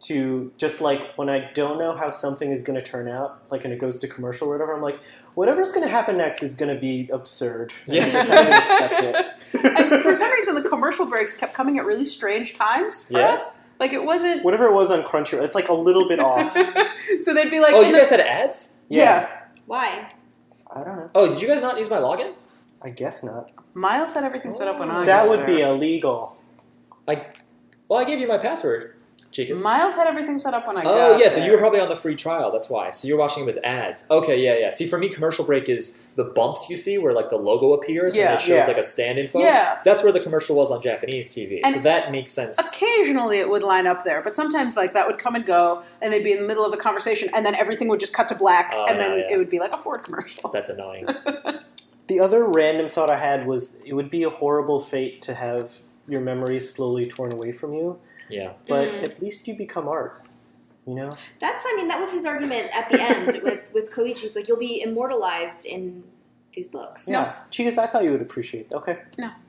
[SPEAKER 3] to just like when I don't know how something is going to turn out, like and it goes to commercial or whatever, I'm like, whatever's going to happen next is going to be absurd. And
[SPEAKER 1] Yeah.
[SPEAKER 3] you just have to accept it.
[SPEAKER 5] and for some reason, the commercial breaks kept coming at really strange times for
[SPEAKER 1] Yeah.
[SPEAKER 5] us. Like it wasn't.
[SPEAKER 3] Whatever it was on Crunchyroll, it's like a little bit off. Yeah.
[SPEAKER 5] so they'd be like,
[SPEAKER 1] oh,
[SPEAKER 5] in
[SPEAKER 1] you
[SPEAKER 5] the-
[SPEAKER 1] guys had ads?
[SPEAKER 5] yeah.
[SPEAKER 2] why?
[SPEAKER 3] I don't know.
[SPEAKER 1] Oh, did you guys not use my login?
[SPEAKER 3] I guess not.
[SPEAKER 5] Miles had everything set up when I.
[SPEAKER 3] that
[SPEAKER 5] got
[SPEAKER 3] would be
[SPEAKER 5] there.
[SPEAKER 3] illegal.
[SPEAKER 1] Well, I gave you my password, Chicas.
[SPEAKER 5] Miles had everything set up when I.
[SPEAKER 1] Oh
[SPEAKER 5] got
[SPEAKER 1] yeah, so you
[SPEAKER 5] there.
[SPEAKER 1] were probably on the free trial. That's why. So you're watching it with ads. Okay, yeah, yeah. See, for me, commercial break is the bumps you see where like the logo appears
[SPEAKER 5] Yeah.
[SPEAKER 1] and it shows
[SPEAKER 3] Yeah.
[SPEAKER 1] like a stand info.
[SPEAKER 5] Yeah.
[SPEAKER 1] that's where the commercial was on Japanese TV. so
[SPEAKER 5] And-
[SPEAKER 1] that makes sense.
[SPEAKER 5] occasionally it would line up there, but sometimes like that would come and go, and they'd be in the middle of a conversation, and then everything would just cut to black,
[SPEAKER 1] Oh,
[SPEAKER 5] and
[SPEAKER 1] no,
[SPEAKER 5] then
[SPEAKER 1] yeah.
[SPEAKER 5] it would be like a Ford commercial.
[SPEAKER 1] That's annoying.
[SPEAKER 3] The other random thought I had was it would be a horrible fate to have your memories slowly torn away from you,
[SPEAKER 1] Yeah,
[SPEAKER 3] but
[SPEAKER 2] Mm.
[SPEAKER 3] at least you become art. You know?
[SPEAKER 2] That's I mean that was his argument at the end with with Koichi. It's like you'll be immortalized in these books.
[SPEAKER 3] Yeah. Cheetahs, I thought you would appreciate. Okay.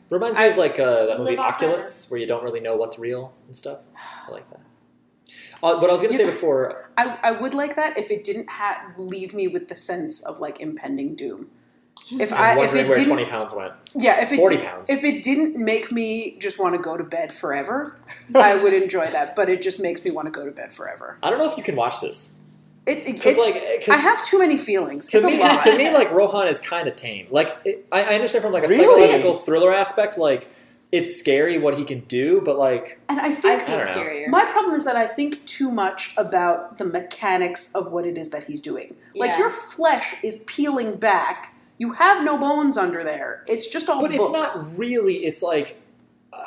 [SPEAKER 1] reminds me of like uh, that
[SPEAKER 2] Live
[SPEAKER 1] movie
[SPEAKER 2] on
[SPEAKER 1] Oculus, where you don't really know what's real and stuff. I like that. Uh, what I was going to
[SPEAKER 5] You-
[SPEAKER 1] say before,
[SPEAKER 5] I, I would like that if it didn't ha- leave me with the sense of like impending doom. If
[SPEAKER 1] Hmm. I'm
[SPEAKER 5] I if
[SPEAKER 1] wondering
[SPEAKER 5] it
[SPEAKER 1] where
[SPEAKER 5] didn't
[SPEAKER 1] 20 pounds went.
[SPEAKER 5] yeah if it
[SPEAKER 1] 40
[SPEAKER 5] di-
[SPEAKER 1] pounds.
[SPEAKER 5] if it didn't make me just want to go to bed forever, I would enjoy that. But it just makes me want to go to bed forever.
[SPEAKER 1] I don't know if you can watch this.
[SPEAKER 5] It, it
[SPEAKER 1] 'Cause,
[SPEAKER 5] it's,
[SPEAKER 1] like, 'cause
[SPEAKER 5] I have too many feelings.
[SPEAKER 1] To
[SPEAKER 5] it's
[SPEAKER 1] me,
[SPEAKER 5] a lot.
[SPEAKER 1] to me, like Rohan is kind of tame. Like it, I, I understand from like a
[SPEAKER 3] Really?
[SPEAKER 1] psychological thriller aspect, like it's scary what he can do, but like
[SPEAKER 5] and I think
[SPEAKER 2] I've
[SPEAKER 1] I
[SPEAKER 2] seen
[SPEAKER 1] don't know.
[SPEAKER 2] scarier.
[SPEAKER 5] My problem is that I think too much about the mechanics of what it is that he's doing. Like
[SPEAKER 2] Yeah.
[SPEAKER 5] your flesh is peeling back. You have no bones under there. It's just all
[SPEAKER 1] but it's
[SPEAKER 5] book.
[SPEAKER 1] not really. It's like uh,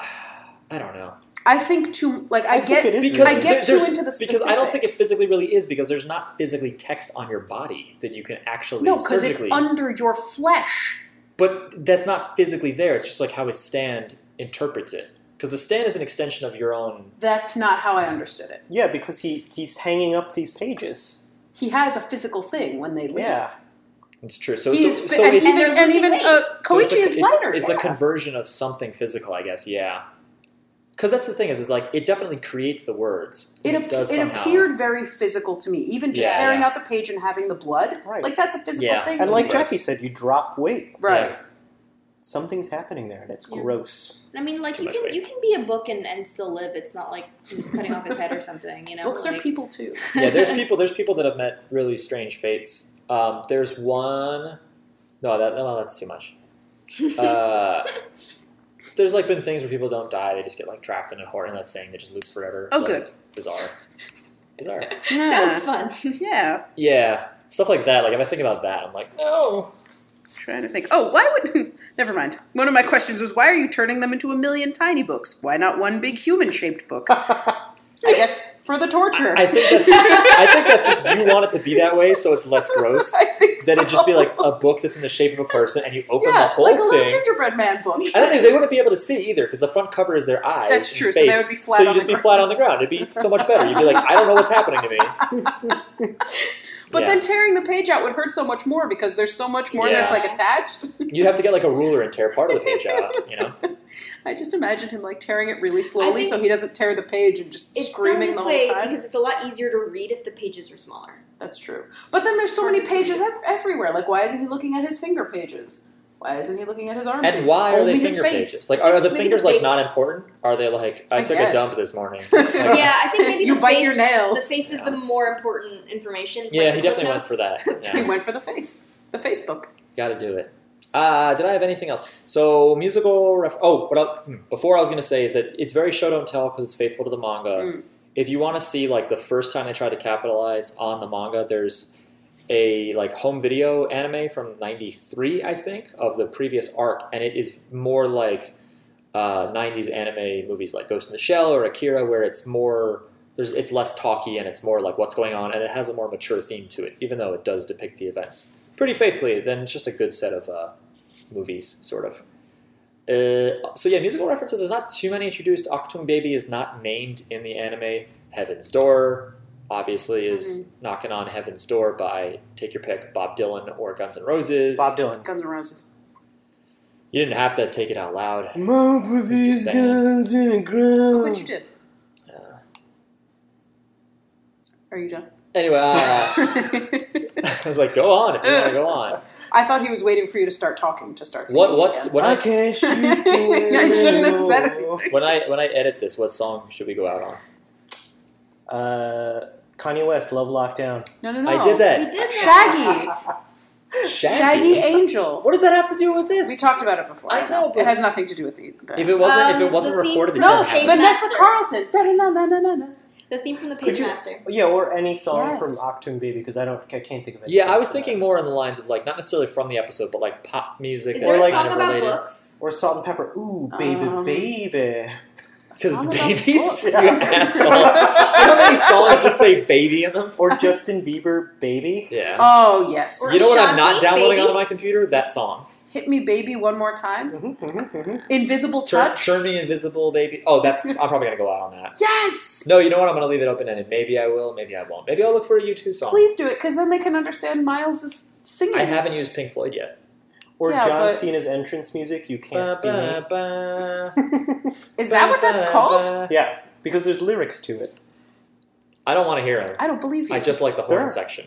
[SPEAKER 1] I don't know
[SPEAKER 5] I think too like I,
[SPEAKER 3] I think
[SPEAKER 5] get
[SPEAKER 3] it is
[SPEAKER 1] because
[SPEAKER 5] I get too
[SPEAKER 1] there's-
[SPEAKER 5] into the
[SPEAKER 1] because I don't think it
[SPEAKER 5] specifics.
[SPEAKER 1] physically really is because there's not physically text on your body that you can actually
[SPEAKER 5] no because it's
[SPEAKER 1] surgically.
[SPEAKER 5] under your flesh.
[SPEAKER 1] but that's not physically there. It's just like how his stand interprets it because the stand is an extension of your own.
[SPEAKER 5] That's not how I understood it.
[SPEAKER 3] Yeah, because he he's hanging up these pages.
[SPEAKER 5] He has a physical thing when they leave.
[SPEAKER 3] Yeah.
[SPEAKER 1] It's true. So
[SPEAKER 5] He
[SPEAKER 1] so,
[SPEAKER 5] is,
[SPEAKER 1] so
[SPEAKER 5] and
[SPEAKER 1] it's,
[SPEAKER 5] even,
[SPEAKER 2] they're
[SPEAKER 5] and even
[SPEAKER 2] losing
[SPEAKER 5] uh,
[SPEAKER 1] So
[SPEAKER 5] Koichi
[SPEAKER 1] it's a-
[SPEAKER 5] is
[SPEAKER 1] it's-
[SPEAKER 5] lighter.
[SPEAKER 1] It's
[SPEAKER 5] yeah.
[SPEAKER 1] a conversion of something physical, I guess. Yeah, because that's the thing is, is like it definitely creates the words.
[SPEAKER 5] it, ap-
[SPEAKER 1] does
[SPEAKER 5] it
[SPEAKER 1] somehow.
[SPEAKER 5] appeared very physical to me. Even just
[SPEAKER 1] Yeah,
[SPEAKER 5] tearing
[SPEAKER 1] yeah.
[SPEAKER 5] out the page and having the blood,
[SPEAKER 3] Right.
[SPEAKER 5] like that's a physical
[SPEAKER 1] Yeah.
[SPEAKER 5] thing.
[SPEAKER 3] And
[SPEAKER 5] to
[SPEAKER 3] like
[SPEAKER 5] me.
[SPEAKER 3] Jackie said, you drop weight.
[SPEAKER 5] right?
[SPEAKER 1] Yeah.
[SPEAKER 3] Something's happening there, and it's
[SPEAKER 2] Yeah.
[SPEAKER 3] gross.
[SPEAKER 2] I mean, like
[SPEAKER 1] too
[SPEAKER 2] you
[SPEAKER 1] much
[SPEAKER 2] can
[SPEAKER 1] weight.
[SPEAKER 2] you can be a book and, and still live. It's not like he's cutting off his head or something. You know,
[SPEAKER 5] Books are
[SPEAKER 2] like-
[SPEAKER 5] people too.
[SPEAKER 1] yeah, there's people. There's people that have met really strange fates. Um, there's one. No, that no, that's too much. Uh, there's like been things where people don't die; they just get like trapped in a horror in that thing that just loops forever. It's,
[SPEAKER 5] Oh,
[SPEAKER 1] like,
[SPEAKER 5] good.
[SPEAKER 1] Bizarre. Bizarre.
[SPEAKER 2] Sounds fun.
[SPEAKER 5] Yeah,
[SPEAKER 1] Yeah, stuff like that. Like if I think about that, I'm like, no.
[SPEAKER 5] trying to think. Oh, why would? Never mind. One of my questions was, why are you turning them into a million tiny books? Why not one big human-shaped book? I guess for the torture.
[SPEAKER 1] I think that's just, I think that's just you want it to be that way, so it's less gross.
[SPEAKER 5] I think
[SPEAKER 1] Then it'd just be
[SPEAKER 5] so.
[SPEAKER 1] like a book that's in the shape of a person, and you open
[SPEAKER 5] yeah,
[SPEAKER 1] the whole
[SPEAKER 5] like a little
[SPEAKER 1] thing.
[SPEAKER 5] gingerbread man book.
[SPEAKER 1] I don't think they wouldn't be able to see either because the front cover is their eyes.
[SPEAKER 5] That's
[SPEAKER 1] and
[SPEAKER 5] true, so
[SPEAKER 1] Face.
[SPEAKER 5] they would be flat
[SPEAKER 1] So you'd
[SPEAKER 5] on
[SPEAKER 1] just
[SPEAKER 5] the
[SPEAKER 1] be flat on the ground. It'd be so much better. You'd be like, I don't know what's happening to me.
[SPEAKER 5] But
[SPEAKER 1] Yeah.
[SPEAKER 5] then tearing the page out would hurt so much more because there's so much more
[SPEAKER 1] Yeah.
[SPEAKER 5] that's like attached.
[SPEAKER 1] You'd have to get like a ruler and tear part of the page out. You know,
[SPEAKER 5] I just imagine him like tearing it really slowly
[SPEAKER 2] think
[SPEAKER 5] so he doesn't tear the page and just
[SPEAKER 2] It's done
[SPEAKER 5] screaming
[SPEAKER 2] this
[SPEAKER 5] the whole
[SPEAKER 2] way
[SPEAKER 5] time.
[SPEAKER 2] because it's a lot easier to read if the pages are smaller.
[SPEAKER 5] That's true. But then there's so many pages ev- everywhere. Like, why isn't he looking at his finger pages? Why isn't he looking at his arm
[SPEAKER 1] and
[SPEAKER 5] pages?
[SPEAKER 1] why are
[SPEAKER 5] Only
[SPEAKER 1] they
[SPEAKER 5] his
[SPEAKER 1] finger
[SPEAKER 5] face.
[SPEAKER 1] pages? Like, are, are the
[SPEAKER 2] Maybe
[SPEAKER 1] fingers
[SPEAKER 2] the
[SPEAKER 1] like
[SPEAKER 2] face-
[SPEAKER 1] not important? Are they like I,
[SPEAKER 5] I
[SPEAKER 1] took
[SPEAKER 5] guess.
[SPEAKER 1] a dump this morning?
[SPEAKER 2] yeah, I think maybe
[SPEAKER 5] you
[SPEAKER 2] the
[SPEAKER 5] bite
[SPEAKER 2] face,
[SPEAKER 5] your nails.
[SPEAKER 2] The face is the more important information. It's
[SPEAKER 1] Yeah,
[SPEAKER 2] like
[SPEAKER 1] he
[SPEAKER 2] the
[SPEAKER 1] definitely went
[SPEAKER 2] Cliff
[SPEAKER 1] for
[SPEAKER 2] Notes.
[SPEAKER 1] that.
[SPEAKER 5] He
[SPEAKER 1] Yeah.
[SPEAKER 5] went for the face. The Facebook.
[SPEAKER 1] Got to do it. Uh, did I have anything else? So musical. Ref- oh, what up? hmm, Before I was going to say is that it's very show don't tell because it's faithful to the manga.
[SPEAKER 5] Mm.
[SPEAKER 1] If you want to see like the first time they tried to capitalize on the manga, there's a like home video anime from '93, I think, of the previous arc, and it is more like uh, '90s anime movies like Ghost in the Shell or Akira, where it's more there's it's less talky and it's more like what's going on, and it has a more mature theme to it, even though it does depict the events pretty faithfully. Then it's just a good set of uh, movies, sort of. Uh, so yeah, musical references. There's not too many introduced. Octung Baby is not named in the anime. Heaven's Door obviously is knocking on Heaven's Door by take your pick, Bob Dylan or Guns N' Roses.
[SPEAKER 3] Bob Dylan.
[SPEAKER 5] Guns N' Roses.
[SPEAKER 1] You didn't have to take it out loud.
[SPEAKER 3] Mom put
[SPEAKER 1] these guns
[SPEAKER 3] in the ground.
[SPEAKER 5] What you did? Are you done?
[SPEAKER 1] Anyway, uh, I was like, go on if you want to go on.
[SPEAKER 5] I thought he was waiting for you to start talking to start.
[SPEAKER 1] What
[SPEAKER 5] singing
[SPEAKER 1] what's
[SPEAKER 5] again.
[SPEAKER 1] when I
[SPEAKER 3] can't shoot
[SPEAKER 5] I shouldn't have said anything.
[SPEAKER 1] when I when I edit this? What song should we go out on?
[SPEAKER 3] Uh, Kanye West, Love Lockdown.
[SPEAKER 5] No, no, no.
[SPEAKER 1] I did
[SPEAKER 2] We
[SPEAKER 1] that.
[SPEAKER 2] did that.
[SPEAKER 5] Shaggy,
[SPEAKER 1] Shaggy.
[SPEAKER 5] Shaggy Angel.
[SPEAKER 1] What does that have to do with this?
[SPEAKER 5] We talked about it before.
[SPEAKER 1] I know, but-
[SPEAKER 5] it has nothing to do with the. the-
[SPEAKER 1] If it wasn't, if
[SPEAKER 2] Um,
[SPEAKER 1] it wasn't
[SPEAKER 2] the theme
[SPEAKER 1] recorded, it
[SPEAKER 2] from
[SPEAKER 5] no,
[SPEAKER 1] didn't
[SPEAKER 2] Hey
[SPEAKER 1] happen.
[SPEAKER 5] Vanessa
[SPEAKER 2] Master.
[SPEAKER 5] Carlton. Da-na-na-na-na-na.
[SPEAKER 2] The theme from the
[SPEAKER 3] Could
[SPEAKER 2] Page
[SPEAKER 3] you-
[SPEAKER 2] Master.
[SPEAKER 3] Yeah, or any song
[SPEAKER 5] Yes.
[SPEAKER 3] from Octoon Baby because I don't, I can't think of it.
[SPEAKER 1] Yeah, I was thinking more on the lines of like not necessarily from the episode, but like pop music.
[SPEAKER 2] Is
[SPEAKER 1] that's
[SPEAKER 2] there a
[SPEAKER 3] like-
[SPEAKER 2] song
[SPEAKER 1] kind of
[SPEAKER 2] about
[SPEAKER 1] related.
[SPEAKER 2] books?
[SPEAKER 3] Or Salt and Pepper. Ooh, baby,
[SPEAKER 5] Um,
[SPEAKER 3] baby.
[SPEAKER 1] Because
[SPEAKER 5] Song
[SPEAKER 1] it's
[SPEAKER 5] about
[SPEAKER 1] babies,
[SPEAKER 5] books.
[SPEAKER 1] you asshole. Do you know how many songs just say baby in them?
[SPEAKER 3] Or Justin Bieber, baby.
[SPEAKER 1] Yeah.
[SPEAKER 5] Oh yes.
[SPEAKER 2] Or
[SPEAKER 1] you know what I'm not
[SPEAKER 2] Ashanti,
[SPEAKER 1] downloading
[SPEAKER 2] baby?
[SPEAKER 1] onto my computer? That song.
[SPEAKER 5] Hit me, baby, one more time.
[SPEAKER 3] Mhm, mhm,
[SPEAKER 5] mm-hmm.
[SPEAKER 3] mhm.
[SPEAKER 5] Invisible
[SPEAKER 1] Turn,
[SPEAKER 5] touch.
[SPEAKER 1] turn me invisible, baby. Oh, that's I'm probably gonna go out on that.
[SPEAKER 5] Yes.
[SPEAKER 1] No, you know what? I'm gonna leave it open ended. Maybe I will. Maybe I won't. Maybe I'll look for a U2 song.
[SPEAKER 5] Please do it, because then they can understand Miles' singing.
[SPEAKER 1] I haven't used Pink Floyd yet.
[SPEAKER 3] Or
[SPEAKER 5] Yeah,
[SPEAKER 3] John
[SPEAKER 5] but-
[SPEAKER 3] Cena's entrance music, You Can't See Me.
[SPEAKER 1] Ba-ba-ba,
[SPEAKER 5] Is that what that's
[SPEAKER 1] ba-ba-ba.
[SPEAKER 5] called?
[SPEAKER 3] Yeah, because there's lyrics to it.
[SPEAKER 1] I don't want to hear him.
[SPEAKER 5] I don't believe you.
[SPEAKER 1] I just like the
[SPEAKER 3] There
[SPEAKER 1] horn
[SPEAKER 3] are-
[SPEAKER 1] section.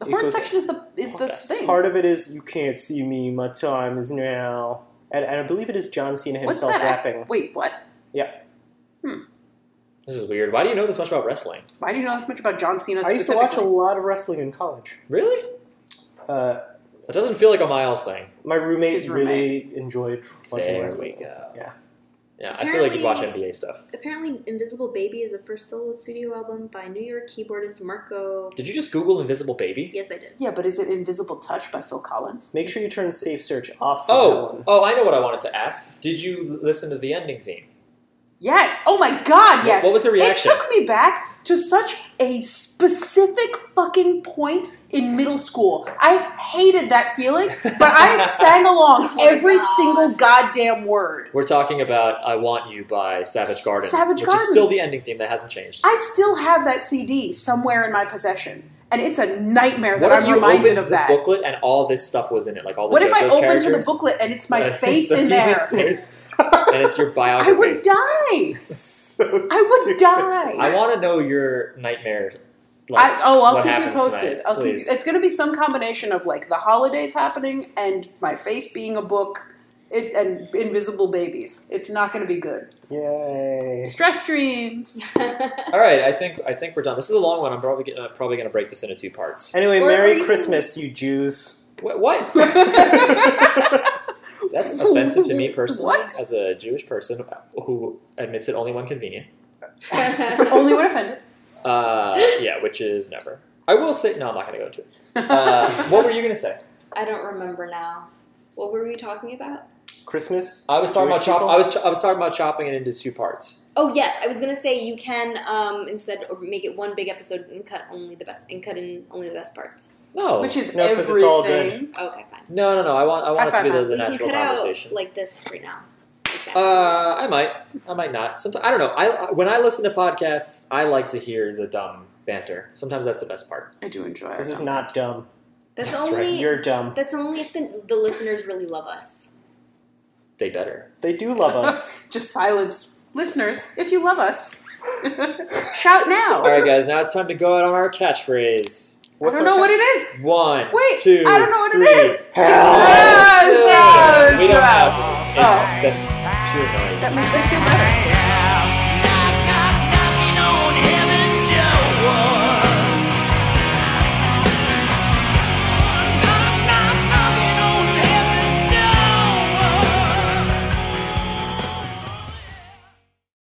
[SPEAKER 5] the
[SPEAKER 3] it
[SPEAKER 5] horn
[SPEAKER 3] goes-
[SPEAKER 5] section is the is the thing.
[SPEAKER 3] Part of it is you can't see me. My time is now. And, and I believe it is John Cena
[SPEAKER 5] What's
[SPEAKER 3] himself
[SPEAKER 5] that? act-
[SPEAKER 3] rapping.
[SPEAKER 5] Wait, what?
[SPEAKER 3] Yeah,
[SPEAKER 1] This is weird. Why do you know this much about wrestling?
[SPEAKER 5] Why do you know this much about John Cena?
[SPEAKER 3] I used to watch a
[SPEAKER 5] specifically?
[SPEAKER 3] lot of wrestling in college.
[SPEAKER 1] Really?
[SPEAKER 3] Uh,
[SPEAKER 1] It doesn't feel like a Miles thing.
[SPEAKER 3] my roommate,
[SPEAKER 5] His roommate.
[SPEAKER 3] really enjoyed watching
[SPEAKER 1] There
[SPEAKER 3] wrestling.
[SPEAKER 1] we go.
[SPEAKER 3] Yeah.
[SPEAKER 1] Yeah, I feel like you'd watch
[SPEAKER 6] Apparently-
[SPEAKER 1] NBA stuff.
[SPEAKER 6] Apparently, Invisible Baby is the first solo studio album by New York keyboardist Marco.
[SPEAKER 1] Did you just Google Invisible Baby?
[SPEAKER 6] Yes, I did.
[SPEAKER 5] Yeah, but is it Invisible Touch by Phil Collins?
[SPEAKER 3] Make sure you turn safe search off. For that
[SPEAKER 1] Oh,
[SPEAKER 3] one.
[SPEAKER 1] oh, I know what I wanted to ask. Did you l- listen to the ending theme?
[SPEAKER 5] Yes. Oh my God.
[SPEAKER 1] What-
[SPEAKER 5] Yes.
[SPEAKER 1] what was the reaction?
[SPEAKER 5] It took me back to such a specific fucking point in middle school. I hated that feeling, but I sang along
[SPEAKER 6] Oh my
[SPEAKER 5] every
[SPEAKER 6] God.
[SPEAKER 5] single goddamn word.
[SPEAKER 1] We're talking about "I Want You" by Savage Garden,
[SPEAKER 5] Savage
[SPEAKER 1] which
[SPEAKER 5] Garden.
[SPEAKER 1] is still the ending theme that hasn't changed.
[SPEAKER 5] I still have that CD somewhere in my possession, and it's a nightmare that
[SPEAKER 1] what if
[SPEAKER 5] I'm
[SPEAKER 1] you
[SPEAKER 5] reminded
[SPEAKER 1] opened
[SPEAKER 5] of
[SPEAKER 1] the
[SPEAKER 5] that.
[SPEAKER 1] booklet and all this stuff was in it, like all the
[SPEAKER 5] What if I
[SPEAKER 1] JoJo's
[SPEAKER 5] open to the
[SPEAKER 1] characters?
[SPEAKER 5] booklet and it's my
[SPEAKER 1] Uh,
[SPEAKER 5] face
[SPEAKER 1] so
[SPEAKER 5] in
[SPEAKER 1] you
[SPEAKER 5] there?
[SPEAKER 1] would face- and it's your biography.
[SPEAKER 5] I would die.
[SPEAKER 3] So
[SPEAKER 5] I would
[SPEAKER 3] stupid.
[SPEAKER 5] die.
[SPEAKER 1] I want to know your nightmare. Like,
[SPEAKER 5] I, oh, I'll
[SPEAKER 1] what
[SPEAKER 5] keep you
[SPEAKER 1] happens
[SPEAKER 5] posted.
[SPEAKER 1] tonight,
[SPEAKER 5] I'll keep
[SPEAKER 1] please.
[SPEAKER 5] you. It's going to be some combination of like the holidays happening and my face being a book it, and invisible babies. It's not going to be good.
[SPEAKER 3] Yay.
[SPEAKER 5] Stress dreams.
[SPEAKER 1] All right, I think I think we're done. This is a long one. I'm probably gonna, probably going to break this into two parts.
[SPEAKER 3] Anyway,
[SPEAKER 2] Or
[SPEAKER 3] Merry
[SPEAKER 2] even-
[SPEAKER 3] Christmas, you Jews.
[SPEAKER 1] What? what? That's offensive to me personally,
[SPEAKER 5] What?
[SPEAKER 1] as a Jewish person who admits it only when convenient.
[SPEAKER 5] Only when offended.
[SPEAKER 1] Uh, yeah, which is never. I will say no. I'm not going to go into it. Uh, what were you going to say?
[SPEAKER 2] I don't remember now. What were we talking about?
[SPEAKER 3] Christmas.
[SPEAKER 1] I was talking about
[SPEAKER 3] Jewish
[SPEAKER 1] chop.
[SPEAKER 3] people?
[SPEAKER 1] I was ch- I was talking about chopping it into two parts.
[SPEAKER 2] Oh yes, I was gonna say you can um, instead or make it one big episode and cut only the best and cut in only the best parts. Oh,
[SPEAKER 1] No,
[SPEAKER 5] Which is
[SPEAKER 3] No, 'cause
[SPEAKER 5] everything.
[SPEAKER 3] it's all
[SPEAKER 2] Okay, fine.
[SPEAKER 1] no, no, no. I want I want
[SPEAKER 5] High
[SPEAKER 1] it to be
[SPEAKER 5] five,
[SPEAKER 1] the,
[SPEAKER 5] Matt.
[SPEAKER 1] the
[SPEAKER 2] so you can
[SPEAKER 1] natural
[SPEAKER 2] cut out
[SPEAKER 1] conversation.
[SPEAKER 2] like this right now. Like that.
[SPEAKER 1] Uh, I might, I might not. Sometimes I don't know. I when I listen to podcasts, I like to hear the dumb banter. Sometimes that's the best part.
[SPEAKER 5] I do enjoy
[SPEAKER 3] This
[SPEAKER 5] it.
[SPEAKER 3] is not dumb.
[SPEAKER 2] that's,
[SPEAKER 1] that's
[SPEAKER 2] only
[SPEAKER 1] right.
[SPEAKER 3] You're dumb.
[SPEAKER 2] that's only if the, the listeners really love us.
[SPEAKER 1] They better.
[SPEAKER 3] They do love us.
[SPEAKER 5] Just silence. Listeners, if you love us, shout now.
[SPEAKER 1] All right, guys. Now it's time to go out on our catchphrase.
[SPEAKER 5] I
[SPEAKER 3] What's
[SPEAKER 5] don't know
[SPEAKER 3] our-
[SPEAKER 5] what it is.
[SPEAKER 1] One,
[SPEAKER 5] Wait,
[SPEAKER 1] two,
[SPEAKER 5] I don't know what it
[SPEAKER 1] three.
[SPEAKER 5] is.
[SPEAKER 3] Hell.
[SPEAKER 5] Ah,
[SPEAKER 1] We don't
[SPEAKER 5] ah, Oh.
[SPEAKER 1] have. It's, That's pure noise.
[SPEAKER 5] That makes me feel better.